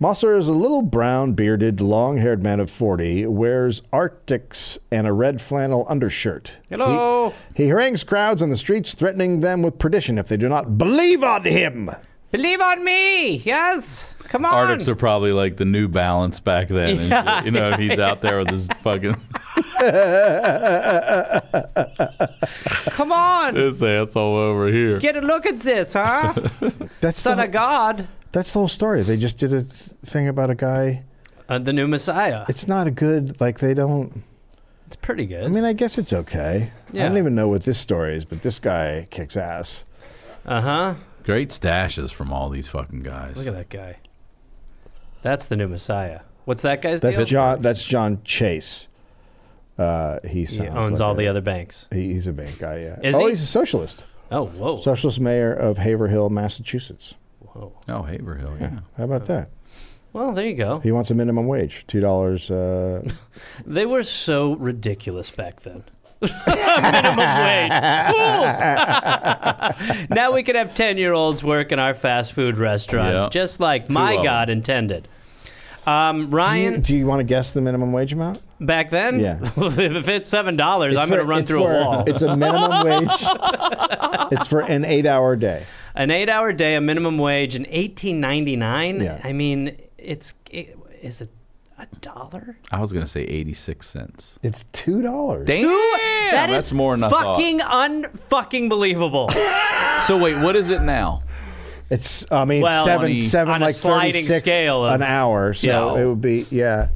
[SPEAKER 4] Mosser is a little brown bearded, long haired man of 40, wears Arctics and a red flannel undershirt.
[SPEAKER 2] Hello.
[SPEAKER 4] He, he harangues crowds on the streets, threatening them with perdition if they do not believe on him.
[SPEAKER 2] Believe on me. Yes. Come on.
[SPEAKER 3] Arctics are probably like the New Balance back then. and shit. you know, and he's out there with his fucking
[SPEAKER 2] Come
[SPEAKER 4] Uh,
[SPEAKER 2] on.
[SPEAKER 3] his ass all over here.
[SPEAKER 2] Get a look at this, huh?
[SPEAKER 4] That's
[SPEAKER 2] Son
[SPEAKER 4] the,
[SPEAKER 2] of God.
[SPEAKER 4] That's the whole story. They just did a th- thing about a guy.
[SPEAKER 2] Uh, the new Messiah.
[SPEAKER 4] It's not a good, like, they don't.
[SPEAKER 2] It's pretty good.
[SPEAKER 4] I mean, I guess it's okay. I don't
[SPEAKER 2] Yeah.
[SPEAKER 4] even know what this story is, but this guy kicks ass.
[SPEAKER 2] uh huh.
[SPEAKER 3] Great stashes from all these fucking guys.
[SPEAKER 2] Look at that guy. That's the new Messiah. What's that guy's
[SPEAKER 4] That's
[SPEAKER 2] deal?
[SPEAKER 4] John. That's John Chase. Uh, he,
[SPEAKER 2] he
[SPEAKER 4] sounds
[SPEAKER 2] owns
[SPEAKER 4] like
[SPEAKER 2] all
[SPEAKER 4] a-
[SPEAKER 2] the other banks.
[SPEAKER 4] He, he's a bank guy, yeah.
[SPEAKER 2] Is
[SPEAKER 4] oh,
[SPEAKER 2] he?
[SPEAKER 4] he's a socialist.
[SPEAKER 2] Oh, whoa.
[SPEAKER 4] Socialist mayor of Haverhill, Massachusetts.
[SPEAKER 2] whoa.
[SPEAKER 3] Oh, Haverhill, yeah.
[SPEAKER 2] Oh.
[SPEAKER 4] How about that?
[SPEAKER 2] Well, there you go.
[SPEAKER 4] He wants a minimum wage, two dollars. Uh,
[SPEAKER 2] They were so ridiculous back then. Minimum wage. Fools! now we could have 10 year olds work in our fast food restaurants,
[SPEAKER 3] Yeah.
[SPEAKER 2] just like
[SPEAKER 3] Two
[SPEAKER 2] my
[SPEAKER 3] of 'em.
[SPEAKER 2] God intended. Um,
[SPEAKER 4] do you,
[SPEAKER 2] Ryan,
[SPEAKER 4] do you want to guess the minimum wage amount?
[SPEAKER 2] back then,
[SPEAKER 4] Yeah.
[SPEAKER 2] if it's $7, dollars I'm
[SPEAKER 4] It's
[SPEAKER 2] going to
[SPEAKER 4] for-
[SPEAKER 2] run
[SPEAKER 4] it's
[SPEAKER 2] through
[SPEAKER 4] for-
[SPEAKER 2] a wall.
[SPEAKER 4] It's a minimum wage. it's for an eight-hour day.
[SPEAKER 2] An eight hour day, a minimum wage in 1899.
[SPEAKER 4] Yeah.
[SPEAKER 2] I mean, it's. It, is it. A dollar?
[SPEAKER 3] I was gonna say eighty six cents.
[SPEAKER 4] It's two dollars.
[SPEAKER 3] Damn,
[SPEAKER 2] That is
[SPEAKER 3] that's more than I thought.
[SPEAKER 2] fucking unfucking believable.
[SPEAKER 3] So wait, what is it now?
[SPEAKER 4] It's I mean
[SPEAKER 2] Well,
[SPEAKER 4] seven
[SPEAKER 3] on a-
[SPEAKER 4] seven
[SPEAKER 2] on a
[SPEAKER 4] like
[SPEAKER 2] sliding
[SPEAKER 4] thirty six
[SPEAKER 2] scale of-
[SPEAKER 4] an hour. So
[SPEAKER 2] Yeah.
[SPEAKER 4] it would be yeah.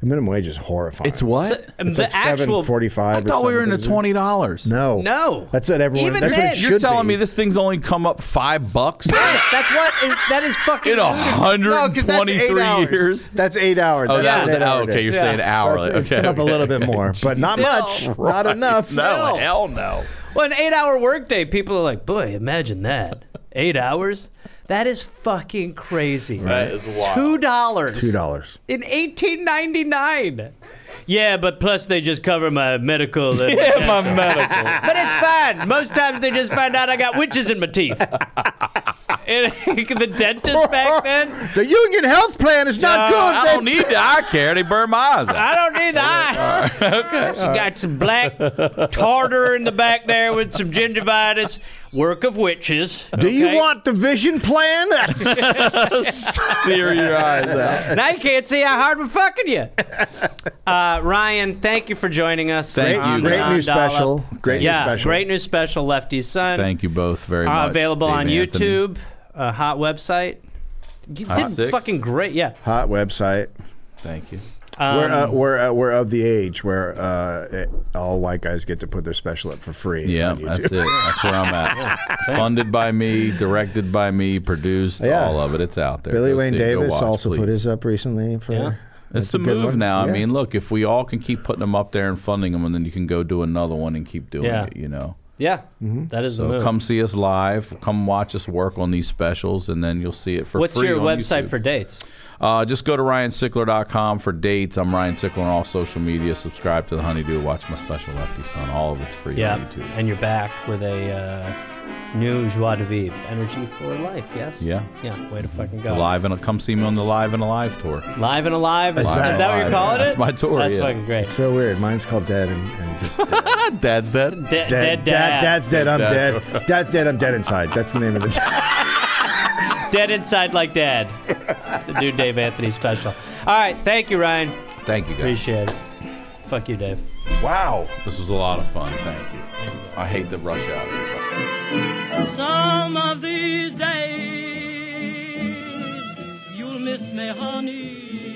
[SPEAKER 4] The minimum wage is horrifying.
[SPEAKER 3] what?
[SPEAKER 4] It's
[SPEAKER 2] the
[SPEAKER 4] like
[SPEAKER 2] actual
[SPEAKER 4] seven forty
[SPEAKER 3] I
[SPEAKER 4] five.
[SPEAKER 3] thought we were into twenty dollars.
[SPEAKER 4] No,
[SPEAKER 2] No.
[SPEAKER 4] That's what everyone.
[SPEAKER 2] Even
[SPEAKER 4] that's
[SPEAKER 2] then,
[SPEAKER 4] what it
[SPEAKER 3] You're
[SPEAKER 4] should
[SPEAKER 3] telling
[SPEAKER 4] be.
[SPEAKER 3] me this thing's only come up five bucks Oh,
[SPEAKER 2] That's what is, that is fucking.
[SPEAKER 3] in a hundred
[SPEAKER 4] No,
[SPEAKER 3] and
[SPEAKER 4] 'cause that's
[SPEAKER 3] twenty
[SPEAKER 4] eight
[SPEAKER 3] three
[SPEAKER 4] hours.
[SPEAKER 3] years?
[SPEAKER 4] That's eight hours.
[SPEAKER 3] Oh, that was
[SPEAKER 4] an
[SPEAKER 3] an hour. Okay, you're
[SPEAKER 2] Yeah.
[SPEAKER 3] saying hourly.
[SPEAKER 4] it's, it's
[SPEAKER 3] okay,
[SPEAKER 4] come up a
[SPEAKER 3] okay.
[SPEAKER 4] little bit more, but not much,
[SPEAKER 2] Still.
[SPEAKER 4] not enough.
[SPEAKER 3] No,
[SPEAKER 2] No.
[SPEAKER 3] hell no.
[SPEAKER 2] Well, an eight-hour workday, people are like, "Boy, imagine that! Eight hours? That is fucking crazy."
[SPEAKER 3] That is wild.
[SPEAKER 2] Two dollars.
[SPEAKER 4] two dollars.
[SPEAKER 2] in 1899. Yeah, but plus they just cover my medical. and-
[SPEAKER 3] my medical.
[SPEAKER 2] But it's fine. Most times they just find out I got witches in my teeth. and the dentist back then,
[SPEAKER 4] The union health plan is not
[SPEAKER 2] No,
[SPEAKER 4] good.
[SPEAKER 3] I
[SPEAKER 4] They-
[SPEAKER 3] don't need the eye care. They burn my eyes out.
[SPEAKER 2] I don't need eye. Okay. She got some black tartar in the back there with some gingivitis. Work of witches.
[SPEAKER 4] Do you
[SPEAKER 2] okay?
[SPEAKER 4] want the vision plan?
[SPEAKER 3] Sear your eyes out.
[SPEAKER 2] Now you can't see how hard we're fucking you. Uh, Ryan, thank you for joining us.
[SPEAKER 3] Thank
[SPEAKER 4] great
[SPEAKER 3] you,
[SPEAKER 2] on
[SPEAKER 3] guys.
[SPEAKER 4] great
[SPEAKER 2] Beyond
[SPEAKER 4] new
[SPEAKER 2] Dollop.
[SPEAKER 4] special. Great
[SPEAKER 2] yeah,
[SPEAKER 4] new special.
[SPEAKER 2] great new special, Lefty Son.
[SPEAKER 3] Thank you both very
[SPEAKER 2] Uh,
[SPEAKER 3] much.
[SPEAKER 2] available
[SPEAKER 3] Dave
[SPEAKER 2] on
[SPEAKER 3] Anthony.
[SPEAKER 2] YouTube, a hot website. You
[SPEAKER 3] Hot
[SPEAKER 2] did
[SPEAKER 3] six.
[SPEAKER 2] fucking great, yeah.
[SPEAKER 4] Hot website.
[SPEAKER 3] Thank you.
[SPEAKER 2] Um,
[SPEAKER 4] we're uh, we're uh, we're of the age where uh, it, all white guys get to put their special up for free.
[SPEAKER 3] Yeah,
[SPEAKER 4] on YouTube.
[SPEAKER 3] that's it. That's where I'm at. Funded by me, directed by me, produced,
[SPEAKER 4] Yeah.
[SPEAKER 3] all of it. It's out there.
[SPEAKER 4] Billy
[SPEAKER 3] Go
[SPEAKER 4] Wayne
[SPEAKER 3] see it, go
[SPEAKER 4] Davis
[SPEAKER 3] watch,
[SPEAKER 4] also put
[SPEAKER 3] please.
[SPEAKER 4] his up recently for.
[SPEAKER 2] Yeah.
[SPEAKER 4] that's
[SPEAKER 3] It's the
[SPEAKER 4] a good
[SPEAKER 3] move
[SPEAKER 4] one.
[SPEAKER 3] now.
[SPEAKER 4] Yeah.
[SPEAKER 3] I mean, look, if we all can keep putting them up there and funding them, and then you can go do another one and keep doing
[SPEAKER 2] Yeah.
[SPEAKER 3] it, you know.
[SPEAKER 2] yeah,
[SPEAKER 4] Mm-hmm.
[SPEAKER 2] that is the
[SPEAKER 3] So
[SPEAKER 2] move.
[SPEAKER 3] come see us live. Come watch us work on these specials, and then you'll see it for
[SPEAKER 2] What's
[SPEAKER 3] free.
[SPEAKER 2] your
[SPEAKER 3] on
[SPEAKER 2] website
[SPEAKER 3] YouTube.
[SPEAKER 2] for dates?
[SPEAKER 3] Uh, just go to ryansickler.com for dates. I'm Ryan Sickler on all social media. Subscribe to the Honeydew. Watch my special Lefty Son. All of it's free on
[SPEAKER 2] Yeah,
[SPEAKER 3] YouTube.
[SPEAKER 2] and you're back with a uh, new joie de vivre, energy for life. Yes.
[SPEAKER 3] Yeah. Mm-hmm.
[SPEAKER 2] Yeah. Way to fucking go.
[SPEAKER 3] Live and come see me on the Live and Alive tour.
[SPEAKER 2] Live and alive.
[SPEAKER 4] Live
[SPEAKER 2] is
[SPEAKER 4] and
[SPEAKER 2] that what you're
[SPEAKER 4] Alive,
[SPEAKER 2] calling
[SPEAKER 3] yeah.
[SPEAKER 2] it?
[SPEAKER 3] That's my tour,
[SPEAKER 2] That's
[SPEAKER 3] yeah.
[SPEAKER 2] fucking great.
[SPEAKER 4] It's so weird. Mine's called Dead and, and just dead. dead,
[SPEAKER 3] Dad's dead.
[SPEAKER 2] Dead, dead,
[SPEAKER 4] Dad-
[SPEAKER 2] dad,
[SPEAKER 4] Dad's dead. I'm
[SPEAKER 3] Dad.
[SPEAKER 4] dead. Dad's dead. I'm dead inside. That's the name of the.
[SPEAKER 2] dead inside like dad. the new Dave Anthony special. All right, thank you, Ryan.
[SPEAKER 3] Thank you guys.
[SPEAKER 2] Appreciate it. Fuck you, Dave.
[SPEAKER 3] Wow, this was a lot of fun. Thank you. I hate the rush out of here.
[SPEAKER 6] Some of these days you'll miss me, honey.